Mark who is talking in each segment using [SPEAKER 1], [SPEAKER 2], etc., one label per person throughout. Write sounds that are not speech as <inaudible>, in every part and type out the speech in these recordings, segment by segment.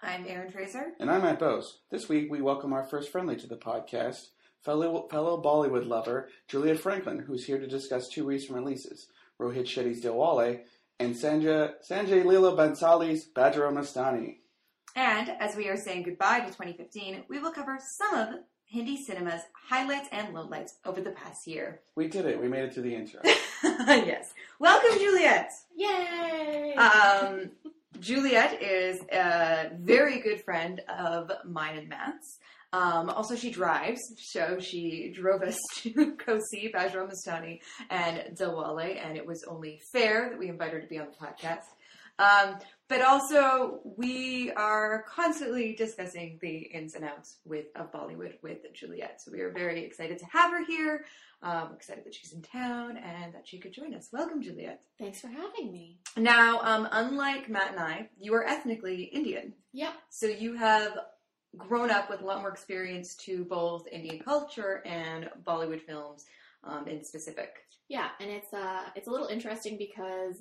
[SPEAKER 1] I'm Aaron Tracer.
[SPEAKER 2] And I'm Matt Bose. This week, we welcome our first friendly to the podcast, fellow, fellow Bollywood lover Juliet Franklin, who's here to discuss two recent releases Rohit Shetty's Dilwale and Sanja, Sanjay Leela Bansali's Badro Mastani.
[SPEAKER 1] And as we are saying goodbye to 2015, we will cover some of Hindi cinema's highlights and lowlights over the past year. <laughs>
[SPEAKER 2] We did it, we made it to the intro.
[SPEAKER 1] yes. Welcome, Juliet.
[SPEAKER 3] Yay!
[SPEAKER 1] Um, Juliet is a very good friend of mine and Matt's. Um, also, she drives, so she drove us <laughs> to go see Bajra Mastani and Dilwale, and it was only fair that we invite her to be on the podcast. Um, but also, we are constantly discussing the ins and outs with of Bollywood with Juliet, so we are very excited to have her here. Um, excited that she's in town and that she could join us. Welcome, Juliet.
[SPEAKER 3] Thanks for having me.
[SPEAKER 1] Now, um, unlike Matt and I, you are ethnically Indian.
[SPEAKER 3] Yeah.
[SPEAKER 1] So you have grown up with a lot more experience to both Indian culture and Bollywood films um, in specific.
[SPEAKER 3] Yeah, and it's uh it's a little interesting because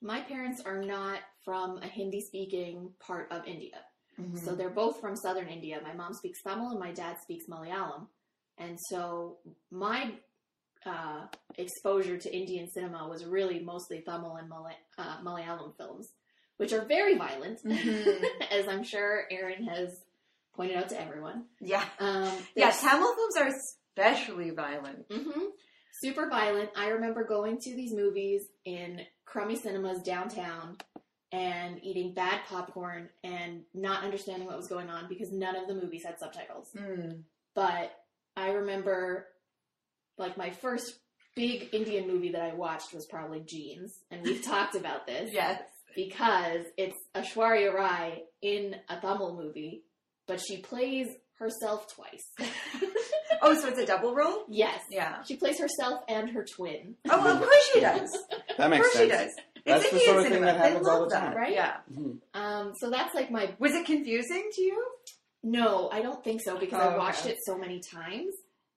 [SPEAKER 3] my parents are not from a Hindi speaking part of India.
[SPEAKER 1] Mm-hmm.
[SPEAKER 3] So
[SPEAKER 1] Hmm.
[SPEAKER 3] they're both from southern India. My mom speaks Tamil and my dad speaks Malayalam. And so my uh, exposure to Indian cinema was really mostly Tamil and Malay- uh, Malayalam films, which are very violent,
[SPEAKER 1] Mhm.
[SPEAKER 3] <laughs> as I'm sure Aaron has pointed out to everyone.
[SPEAKER 1] <laughs> yeah.
[SPEAKER 3] Um,
[SPEAKER 1] Yeah,
[SPEAKER 3] there's-
[SPEAKER 1] Tamil films are especially violent.
[SPEAKER 3] hmm Super violent. I remember going to these movies in crummy cinemas downtown and eating bad popcorn and not understanding what was going on because none of the movies had subtitles.
[SPEAKER 1] Mm.
[SPEAKER 3] But I remember, like, my first big Indian movie that I watched was probably Jeans, and we've talked about this
[SPEAKER 1] Yes.
[SPEAKER 3] because it's Ashwarya Rai in a Tamil movie, but she plays herself twice. <laughs>
[SPEAKER 1] Oh, so it's a double role?
[SPEAKER 3] yes.
[SPEAKER 1] <laughs> Yeah.
[SPEAKER 3] She plays herself and her twin.
[SPEAKER 1] Oh, well, of course she does.
[SPEAKER 2] That
[SPEAKER 1] of
[SPEAKER 2] makes
[SPEAKER 1] course
[SPEAKER 2] sense.
[SPEAKER 1] she does. It's
[SPEAKER 2] That's the
[SPEAKER 1] Indian
[SPEAKER 2] sort of thing
[SPEAKER 1] cinema.
[SPEAKER 2] that
[SPEAKER 1] They
[SPEAKER 2] happens all
[SPEAKER 1] love
[SPEAKER 2] the time.
[SPEAKER 1] that,
[SPEAKER 3] Right?
[SPEAKER 1] Yeah.
[SPEAKER 2] Mhm.
[SPEAKER 3] Um, so that's like my
[SPEAKER 1] Was it confusing to you?
[SPEAKER 3] no, I don't think so because
[SPEAKER 1] Oh,
[SPEAKER 3] I watched
[SPEAKER 1] okay.
[SPEAKER 3] it so many times,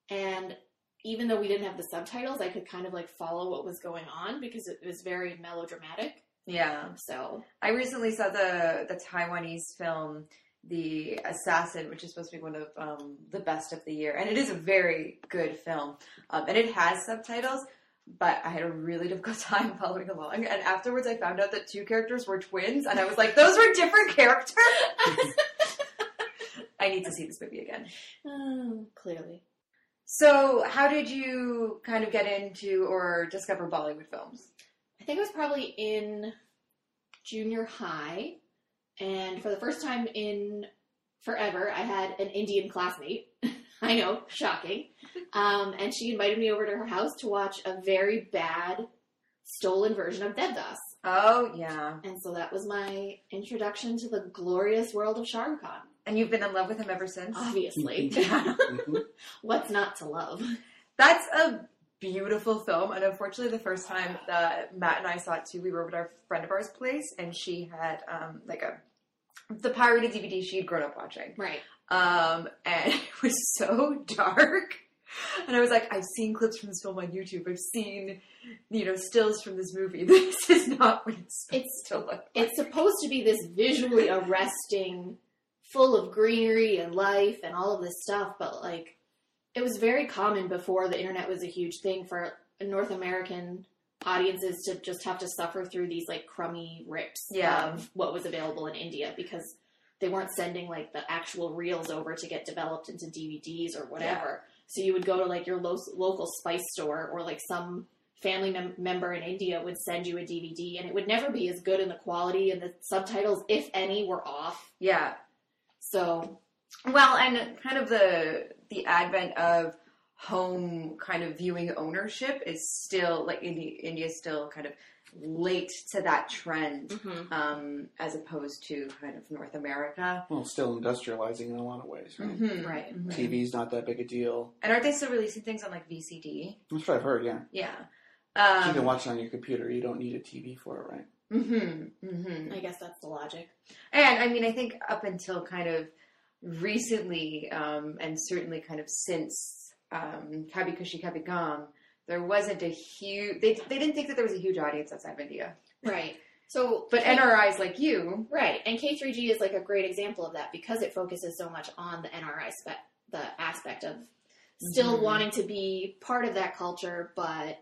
[SPEAKER 3] and even though we didn't have the subtitles, I could kind of like follow what was going on because it was very melodramatic.
[SPEAKER 1] Yeah.
[SPEAKER 3] So
[SPEAKER 1] I recently saw the the Taiwanese film The Assassin, which is supposed to be one of um, the best of the year, and it is a very good film, um, and it has subtitles. But I had a really difficult <laughs> time following along, and afterwards I found out that two characters were twins, and I was like, "Those were different characters." <laughs> I need to see this movie again. Oh.
[SPEAKER 3] mm, clearly,
[SPEAKER 1] So, how did you kind of get into or discover Bollywood films?
[SPEAKER 3] I think I was probably in junior high, and for the first time in forever, I had an Indian classmate. <laughs> I know, shocking. Um, and she invited me over to her house to watch a very bad stolen version of Devdas.
[SPEAKER 1] Oh yeah,
[SPEAKER 3] And so that was my introduction to the glorious world of Shah Rukh Khan.
[SPEAKER 1] and you've been in love with him ever since.
[SPEAKER 3] Obviously.
[SPEAKER 2] Mhm.
[SPEAKER 3] What's not to love?
[SPEAKER 1] That's a beautiful film, and unfortunately, the first time that Matt and I saw it too, we were at our friend of ours' place, and she had um, like a the pirated DVD she had grown up watching,
[SPEAKER 3] Right.
[SPEAKER 1] um, and <laughs> it was so dark. And I was like, I've seen clips from this film on YouTube. I've seen, you know, stills from this movie. <laughs> This is not what it's supposed
[SPEAKER 3] It's-
[SPEAKER 1] to look. Like.
[SPEAKER 3] It's supposed to be this visually arresting, full of greenery and life and all of this stuff, but like it was very common before the internet was a huge thing for North American audiences to just have to suffer through these like crummy rips
[SPEAKER 1] Yeah.
[SPEAKER 3] of what was available in India because they weren't sending like the actual reels over to get developed into DVDs or whatever. So you would go to like your lo- local spice store or like some family mem- member in India would send you a DVD and it would never be as good in the quality and the subtitles, if any, were off.
[SPEAKER 1] yeah,
[SPEAKER 3] So
[SPEAKER 1] Well, and kind of the the advent of home kind of viewing ownership is still like India India's still kind of late to that trend um, as opposed to kind of North America.
[SPEAKER 2] Well, still industrializing in a lot of ways, right? Mm-hmm.
[SPEAKER 3] Right.
[SPEAKER 1] mhm.
[SPEAKER 2] TV's not that big a deal.
[SPEAKER 1] And aren't they still releasing things on like VCD?
[SPEAKER 2] That's what I've heard, yeah.
[SPEAKER 1] Yeah.
[SPEAKER 2] you can
[SPEAKER 1] Um,
[SPEAKER 2] watch it on your computer. You don't need a TV for it, right?
[SPEAKER 1] mm-hmm, mm-hmm.
[SPEAKER 3] I guess that's the logic.
[SPEAKER 1] And I mean, I think up until kind of recently, um, and certainly kind of since um, Kabi Kushi Kabi Gam, there wasn't a huge. They, they didn't think that there was a huge audience outside of India.
[SPEAKER 3] Right. So,
[SPEAKER 1] But NRIs like you,
[SPEAKER 3] right, and K3G is like a great example of that because it focuses so much on the NRI spec, the aspect of still
[SPEAKER 1] Mhm.
[SPEAKER 3] wanting to be part of that culture, but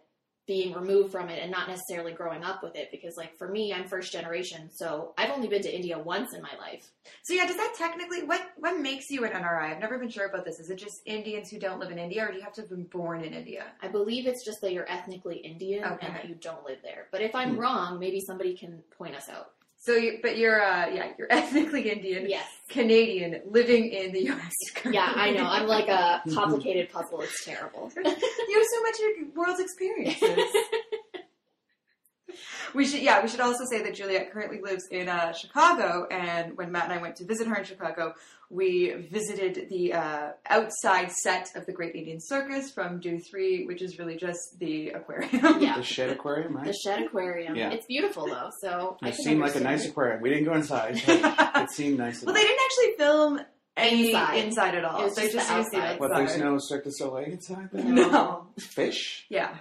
[SPEAKER 3] being removed from it and not necessarily growing up with it. Because, like for me, I'm first generation, so I've only been to India once in my life.
[SPEAKER 1] so yeah, does that technically what what makes you an NRI? I've never been sure about this. Is it just Indians who don't live in India, or do you have to have been born in India?
[SPEAKER 3] I believe it's just that you're ethnically Indian
[SPEAKER 1] Okay.
[SPEAKER 3] and that you don't live there. But if I'm
[SPEAKER 2] Hmm.
[SPEAKER 3] wrong, maybe somebody can point us out.
[SPEAKER 1] So, you, but you're uh, yeah, you're <laughs> ethnically Indian,
[SPEAKER 3] Yes.
[SPEAKER 1] Canadian, living in the U.S.
[SPEAKER 3] Yeah, I know. I'm like a complicated puzzle. It's terrible.
[SPEAKER 1] you have so much of your world's
[SPEAKER 3] <laughs>
[SPEAKER 1] experiences. we should, yeah, we should also say that Juliet currently lives in uh, Chicago, and when Matt and I went to visit her in Chicago, we visited the uh, outside set of the Great Indian Circus from Due Three, which is really just the aquarium.
[SPEAKER 3] Yeah.
[SPEAKER 2] The shed aquarium,
[SPEAKER 3] The
[SPEAKER 2] right?
[SPEAKER 3] shed aquarium.
[SPEAKER 2] Yeah.
[SPEAKER 3] It's beautiful though, so I
[SPEAKER 2] It
[SPEAKER 3] can
[SPEAKER 2] seemed like a nice
[SPEAKER 3] understand.
[SPEAKER 2] aquarium. We didn't go inside.
[SPEAKER 1] <laughs>
[SPEAKER 2] But
[SPEAKER 1] <laughs> well,
[SPEAKER 2] it seemed nice.
[SPEAKER 1] they
[SPEAKER 2] enough.
[SPEAKER 1] didn't actually film any
[SPEAKER 3] Inside.
[SPEAKER 1] inside, at all.
[SPEAKER 3] It was
[SPEAKER 1] they
[SPEAKER 3] just the
[SPEAKER 1] used the
[SPEAKER 3] outside.
[SPEAKER 1] outside.
[SPEAKER 2] What? There's no Cirque du Soleil inside. There?
[SPEAKER 1] <laughs> No.
[SPEAKER 2] Fish.
[SPEAKER 1] Yeah.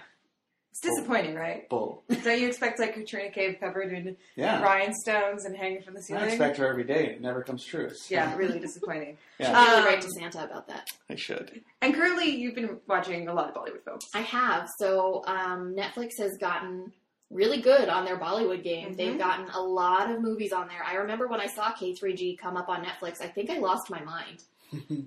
[SPEAKER 1] It's disappointing, right?
[SPEAKER 3] <laughs>
[SPEAKER 2] Bull.
[SPEAKER 1] Don't you expect like Katrina Cave covered in
[SPEAKER 2] Yeah.
[SPEAKER 1] rhinestones and hanging from the
[SPEAKER 2] I
[SPEAKER 1] ceiling?
[SPEAKER 2] expect her every day. It never comes true. So-
[SPEAKER 1] yeah, really disappointing.
[SPEAKER 3] <laughs>
[SPEAKER 2] Yeah.
[SPEAKER 3] I should really
[SPEAKER 1] Um,
[SPEAKER 3] write to Santa about that.
[SPEAKER 2] I should.
[SPEAKER 1] And currently, you've been watching a lot of Bollywood films.
[SPEAKER 3] I have. So um, Netflix has gotten really good on their Bollywood game.
[SPEAKER 1] Mhm.
[SPEAKER 3] They've gotten a lot of movies on there. I remember when I saw K3G come up on Netflix, I think I lost my mind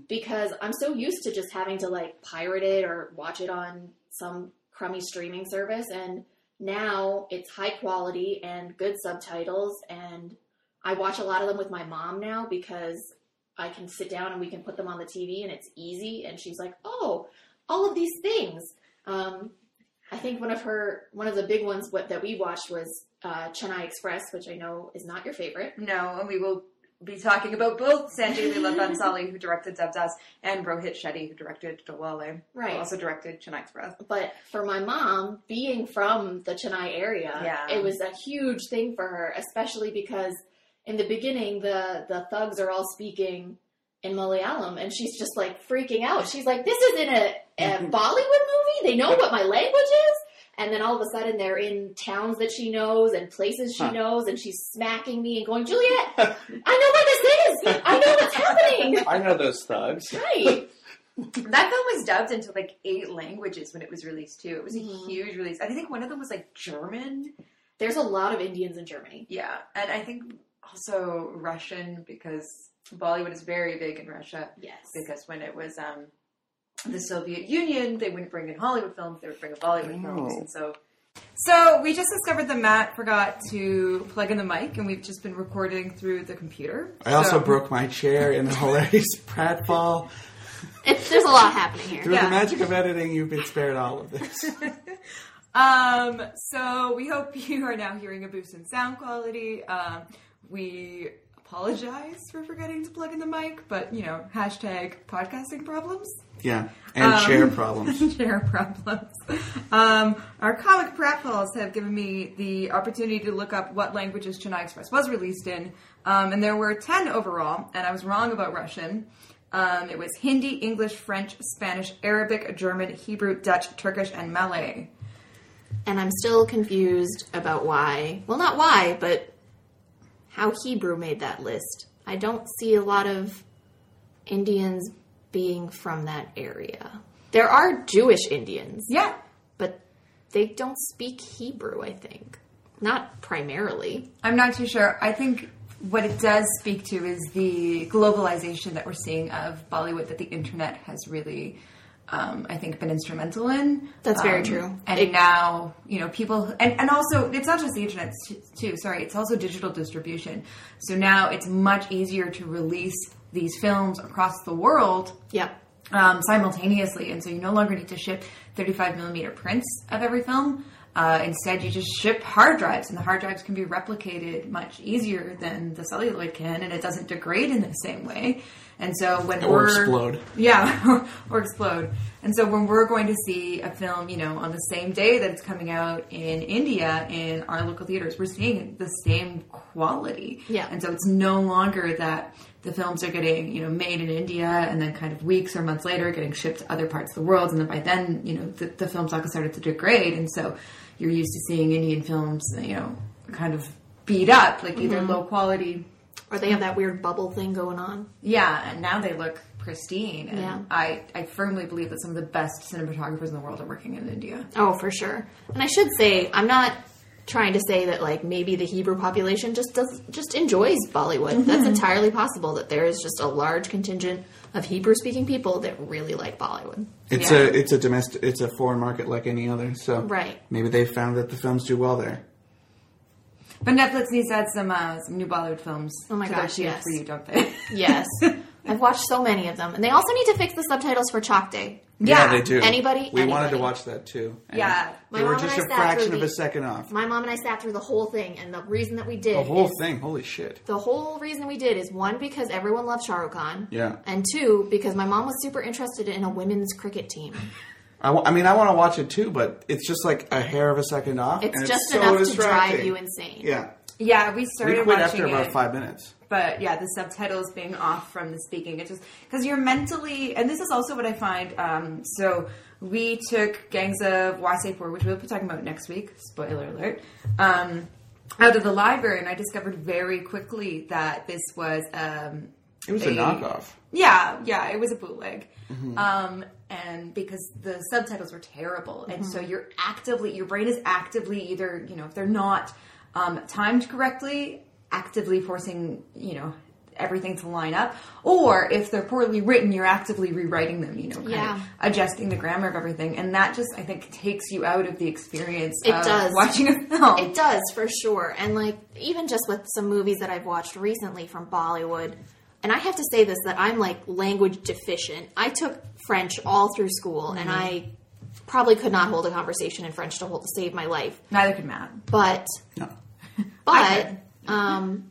[SPEAKER 3] because I'm so used to just having to like pirate it or watch it on some crummy streaming service and now it's high quality and good subtitles and I watch a lot of them with my mom now because I can sit down and we can put them on the TV and it's easy and she's like, "Oh, all of these things." Um I think one of her one of the big ones what, that we watched was uh, Chennai Express, which I know is not your favorite.
[SPEAKER 1] No, and we will be talking about both Sanjay Leela Bansali, who directed Devdas, and Rohit Shetty, who directed Diwali, who
[SPEAKER 3] Right.
[SPEAKER 1] also directed Chennai Express.
[SPEAKER 3] But for my mom, being from the Chennai area,
[SPEAKER 1] Yeah.
[SPEAKER 3] it was a huge thing for her, especially because in the beginning the the thugs are all speaking in Malayalam and she's just like freaking out. She's like, This isn't a, a Bollywood movie. They know what my language is. And then all of a sudden they're in towns that she knows and places she
[SPEAKER 2] Huh.
[SPEAKER 3] knows and she's smacking me and going, Juliet, I know where this is. I know what's
[SPEAKER 2] <laughs>
[SPEAKER 3] happening.
[SPEAKER 2] <laughs> I know those thugs.
[SPEAKER 3] Right.
[SPEAKER 1] That film was dubbed into like eight languages when it was released too. It was a
[SPEAKER 3] Mhm.
[SPEAKER 1] huge release. I think one of them was like German.
[SPEAKER 3] There's a lot of Indians in Germany.
[SPEAKER 1] Yeah, and I think also Russian because Bollywood is very big in Russia.
[SPEAKER 3] Yes.
[SPEAKER 1] because when it was um, the Soviet Union, they wouldn't bring in Hollywood films; they would bring in Bollywood films,
[SPEAKER 2] Oh.
[SPEAKER 1] and so. So we just discovered that Matt forgot to plug in the mic, and we've just been recording through the computer.
[SPEAKER 2] I also
[SPEAKER 1] So-
[SPEAKER 2] broke my chair in a hilarious <laughs> pratfall.
[SPEAKER 3] It's, there's a lot happening here.
[SPEAKER 2] Through
[SPEAKER 1] Yeah.
[SPEAKER 2] the magic of editing, you've been spared all of
[SPEAKER 3] <laughs>
[SPEAKER 2] this.
[SPEAKER 1] Um, so we hope <laughs> you are now hearing a boost in sound quality. Um, we apologize for forgetting to plug in the mic, but you know, hashtag podcasting problems.
[SPEAKER 2] Yeah, and
[SPEAKER 1] Um,
[SPEAKER 2] chair problems.
[SPEAKER 3] <laughs>
[SPEAKER 1] Share problems. Um, our comic pratfalls have given me the opportunity to look up what languages Chennai Express was released in, um, and there were 10 overall, and I was wrong about Russian. Um, it was Hindi, English, French, Spanish, Arabic, German, Hebrew, Dutch, Turkish, and Malay.
[SPEAKER 3] And I'm still confused about why. Well, not why, but how Hebrew made that list. I don't see a lot of Indians being from that area. There are Jewish Indians,
[SPEAKER 1] Yeah.
[SPEAKER 3] but they don't speak Hebrew, I think. Not primarily.
[SPEAKER 1] I'm not too sure. I think what it does speak to is the globalization that we're seeing of Bollywood that the internet has really, um, I think, been instrumental in.
[SPEAKER 3] That's very
[SPEAKER 1] Um,
[SPEAKER 3] true.
[SPEAKER 1] And
[SPEAKER 3] It-
[SPEAKER 1] now, you know, people, and, and also, it's not just the internet, t- too, sorry, it's also digital distribution. So now it's much easier to release these films across the world
[SPEAKER 3] Yep.
[SPEAKER 1] um, simultaneously, and so you no longer need to ship 35 millimeter prints of every film. Uh, instead, you just ship hard drives, and the hard drives can be replicated much easier than the celluloid can, and it doesn't degrade in the same way. And so when
[SPEAKER 2] Or
[SPEAKER 1] we're
[SPEAKER 2] explode.
[SPEAKER 1] yeah, <laughs> or, or explode. And so when we're going to see a film, you know, on the same day that it's coming out in India in our local theaters, we're seeing the same quality.
[SPEAKER 3] Yeah.
[SPEAKER 1] And so it's no longer that the films are getting, you know, made in India and then kind of weeks or months later getting shipped to other parts of the world. And then by then, you know, the, the film stock has started to degrade. And so you're used to seeing Indian films, you know, kind of beat up. Like either
[SPEAKER 3] Mhm.
[SPEAKER 1] low quality.
[SPEAKER 3] Or they have that weird bubble thing going on.
[SPEAKER 1] Yeah, and now they look pristine. And
[SPEAKER 3] Yeah.
[SPEAKER 1] I, I firmly believe that some of the best cinematographers in the world are working in India.
[SPEAKER 3] Oh, for sure. And I should say, I'm not trying to say that like maybe the Hebrew population just does just enjoys Bollywood. That's entirely possible that there is just a large contingent of Hebrew speaking people that really like Bollywood.
[SPEAKER 2] It's
[SPEAKER 1] Yeah.
[SPEAKER 2] a it's a domestic it's a foreign market like any other. So
[SPEAKER 3] Right.
[SPEAKER 2] maybe they found that the films do well there.
[SPEAKER 1] But Netflix needs to add some, uh, some new Bollywood films.
[SPEAKER 3] Oh my
[SPEAKER 1] to
[SPEAKER 3] gosh,
[SPEAKER 1] their queue
[SPEAKER 3] yes.
[SPEAKER 1] For you, don't they?
[SPEAKER 3] <laughs> Yes. I've watched so many of them. And they also need to fix the subtitles for Chalk Day.
[SPEAKER 1] Yeah.
[SPEAKER 2] they do.
[SPEAKER 3] Anybody-
[SPEAKER 2] we wanted to
[SPEAKER 3] anybody.
[SPEAKER 2] watch that too. and
[SPEAKER 1] Yeah,
[SPEAKER 3] my
[SPEAKER 2] they were
[SPEAKER 3] mom and
[SPEAKER 2] just
[SPEAKER 3] I
[SPEAKER 2] a
[SPEAKER 3] sat
[SPEAKER 2] fraction
[SPEAKER 3] through
[SPEAKER 2] of a
[SPEAKER 3] the-
[SPEAKER 2] second off.
[SPEAKER 3] My mom and I sat through the whole thing and the reason that we did
[SPEAKER 2] The whole
[SPEAKER 3] is-
[SPEAKER 2] thing, holy shit!
[SPEAKER 3] the whole reason we did is one because everyone loves Shah Rukh Khan.
[SPEAKER 2] Yeah,
[SPEAKER 3] And two, because my mom was super interested in a women's cricket team.
[SPEAKER 2] I, wa- I mean, I want to watch it too, but it's just like a hair of a second off.
[SPEAKER 3] It's
[SPEAKER 2] and
[SPEAKER 3] just
[SPEAKER 2] so
[SPEAKER 3] enough to
[SPEAKER 2] distracting.
[SPEAKER 3] drive you insane.
[SPEAKER 2] Yeah,
[SPEAKER 1] Yeah, we
[SPEAKER 2] we
[SPEAKER 1] started
[SPEAKER 2] quit
[SPEAKER 1] watching
[SPEAKER 2] after about
[SPEAKER 1] it,
[SPEAKER 2] five minutes.
[SPEAKER 1] but yeah, the subtitles being off from the speaking. It's just because you're mentally, and this is also what I find. Um, so we took Gangs of Wasseypur, which we'll be talking about next week. Spoiler alert. Um, out of the library, and I discovered very quickly that this was um,
[SPEAKER 2] It was a
[SPEAKER 1] They-
[SPEAKER 2] knockoff.
[SPEAKER 1] Yeah, yeah, it was a bootleg.
[SPEAKER 3] Mm-hmm.
[SPEAKER 1] Um, and because the subtitles were terrible, and
[SPEAKER 3] Mm-hmm.
[SPEAKER 1] so you're actively, your brain is actively either, you know, if they're not um, timed correctly, actively forcing, you know, everything to line up, or if they're poorly written, you're actively rewriting them, you know, kind
[SPEAKER 3] Yeah.
[SPEAKER 1] of adjusting the grammar of everything, and that just, I think, takes you out of the experience
[SPEAKER 3] It
[SPEAKER 1] of
[SPEAKER 3] does.
[SPEAKER 1] watching a film.
[SPEAKER 3] It does for sure, and like even just with some movies that I've watched recently from Bollywood, and I have to say this that I'm like language deficient. I took French all through school, and I probably could not hold a conversation in French to hold to save my life.
[SPEAKER 1] Neither could Matt.
[SPEAKER 3] But
[SPEAKER 2] No.
[SPEAKER 3] but um,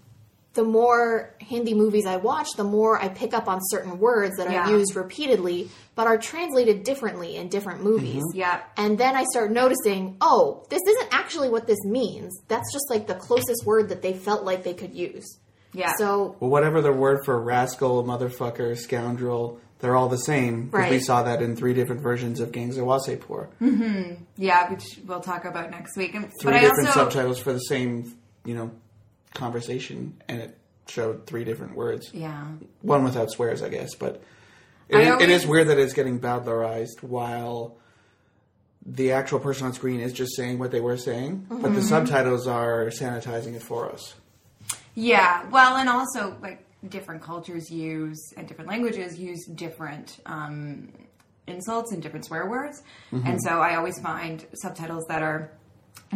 [SPEAKER 3] the more Hindi movies I watch, the more I pick up on certain words that
[SPEAKER 1] Yeah.
[SPEAKER 3] are used repeatedly, but are translated differently in different movies.
[SPEAKER 1] Yeah.
[SPEAKER 3] And then I start noticing, oh, this isn't actually what this means. That's just like the closest word that they felt like they could use.
[SPEAKER 1] Yeah.
[SPEAKER 3] So,
[SPEAKER 2] Well, whatever the word for rascal, motherfucker, scoundrel, they're all the same. 'cause We
[SPEAKER 3] Right. Mm-hmm.
[SPEAKER 2] saw that in three different versions of Gangs of Wasseypur.
[SPEAKER 1] yeah, which we'll talk about next week. And,
[SPEAKER 2] Three
[SPEAKER 1] but I
[SPEAKER 2] different
[SPEAKER 1] also,
[SPEAKER 2] subtitles for the same, you know, conversation, and it showed three different words.
[SPEAKER 1] yeah.
[SPEAKER 2] One without swears, I guess, but it,
[SPEAKER 1] I
[SPEAKER 2] is- it is
[SPEAKER 1] always-
[SPEAKER 2] weird that it's getting bowdlerized while the actual person on screen is just saying what they were saying, but
[SPEAKER 1] Mm-hmm.
[SPEAKER 2] the subtitles are sanitizing it for us.
[SPEAKER 1] Yeah, well, and also like different cultures use and different languages use different um, insults and different swear words, and so I always find subtitles that are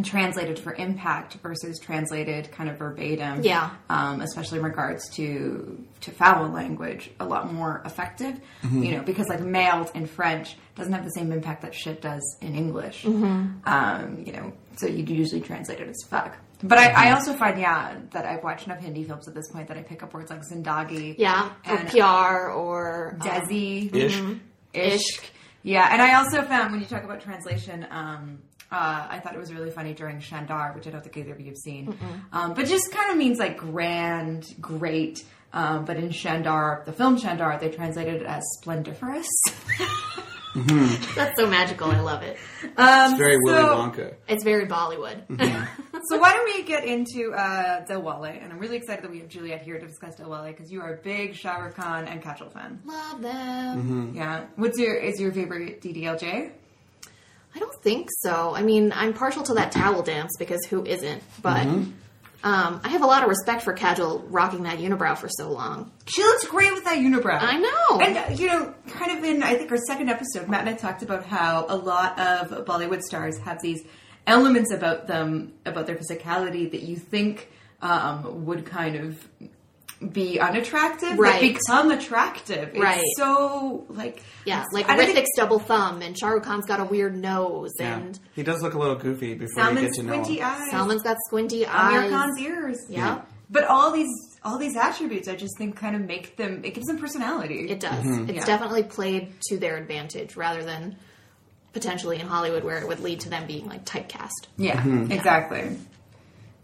[SPEAKER 1] translated for impact versus translated kind of verbatim.
[SPEAKER 3] Yeah.
[SPEAKER 1] um, especially in regards to to foul language, a lot more effective. You know, because like mailed in French doesn't have the same impact that shit does in English um, you know, so you usually translate it as fuck. But I, I also find, yeah, that I've watched enough Hindi films at this point that I pick up words like Zindagi,
[SPEAKER 3] yeah, or
[SPEAKER 1] And- uh,
[SPEAKER 3] PR or um,
[SPEAKER 1] Desi,
[SPEAKER 2] Ish.
[SPEAKER 1] Ishk. Yeah, and I also found when you talk about translation, um, uh, I thought it was really funny during Shandar, which I don't think either of you have seen, um, but just kind of means like grand, great. Um, but in Shandar, the film Shandar, they translated it as splendiferous.
[SPEAKER 3] that's so magical. I love it.
[SPEAKER 1] Um,
[SPEAKER 2] It's very Willy
[SPEAKER 1] so-
[SPEAKER 2] Wonka.
[SPEAKER 3] It's very Bollywood.
[SPEAKER 1] Mm-hmm. So why don't we get into uh, Del Wale? And I'm really excited that we have Juliet here to discuss Del Wale because you are a big Shah Rukh Khan and Catchel fan.
[SPEAKER 3] <laughs> love them.
[SPEAKER 1] Yeah. What's your is your favorite DDLJ?
[SPEAKER 3] I don't think so. I mean, I'm partial to that towel dance because who isn't? But um, I have a lot of respect for Casual rocking that unibrow for so long.
[SPEAKER 1] She looks great with that unibrow.
[SPEAKER 3] I know.
[SPEAKER 1] And uh, you know, kind of in I think our second episode, Matt and I talked about how a lot of Bollywood stars have these elements about them, about their physicality that you think um, would kind of be unattractive, but
[SPEAKER 3] Right.
[SPEAKER 1] become attractive. It's
[SPEAKER 3] Right.
[SPEAKER 1] So like,
[SPEAKER 3] yeah, like
[SPEAKER 1] I don't
[SPEAKER 3] Rithik's
[SPEAKER 1] think-
[SPEAKER 3] double thumb, and Shah Rukh Khan's got a weird nose,
[SPEAKER 2] Yeah.
[SPEAKER 3] and
[SPEAKER 2] He does look a little goofy before you
[SPEAKER 1] Salmon
[SPEAKER 2] get to know
[SPEAKER 1] squinty
[SPEAKER 2] him.
[SPEAKER 1] eyes.
[SPEAKER 3] Salman's got squinty
[SPEAKER 1] Amir
[SPEAKER 3] eyes.
[SPEAKER 1] Khan's ears.
[SPEAKER 3] Yeah.
[SPEAKER 1] But all these all these attributes, I just think, kind of make them. It gives them personality.
[SPEAKER 3] It does. It's
[SPEAKER 1] Yeah.
[SPEAKER 3] definitely played to their advantage rather than potentially in Hollywood where it would lead to them being like typecast.
[SPEAKER 1] yeah,
[SPEAKER 2] Mm-hmm.
[SPEAKER 1] exactly,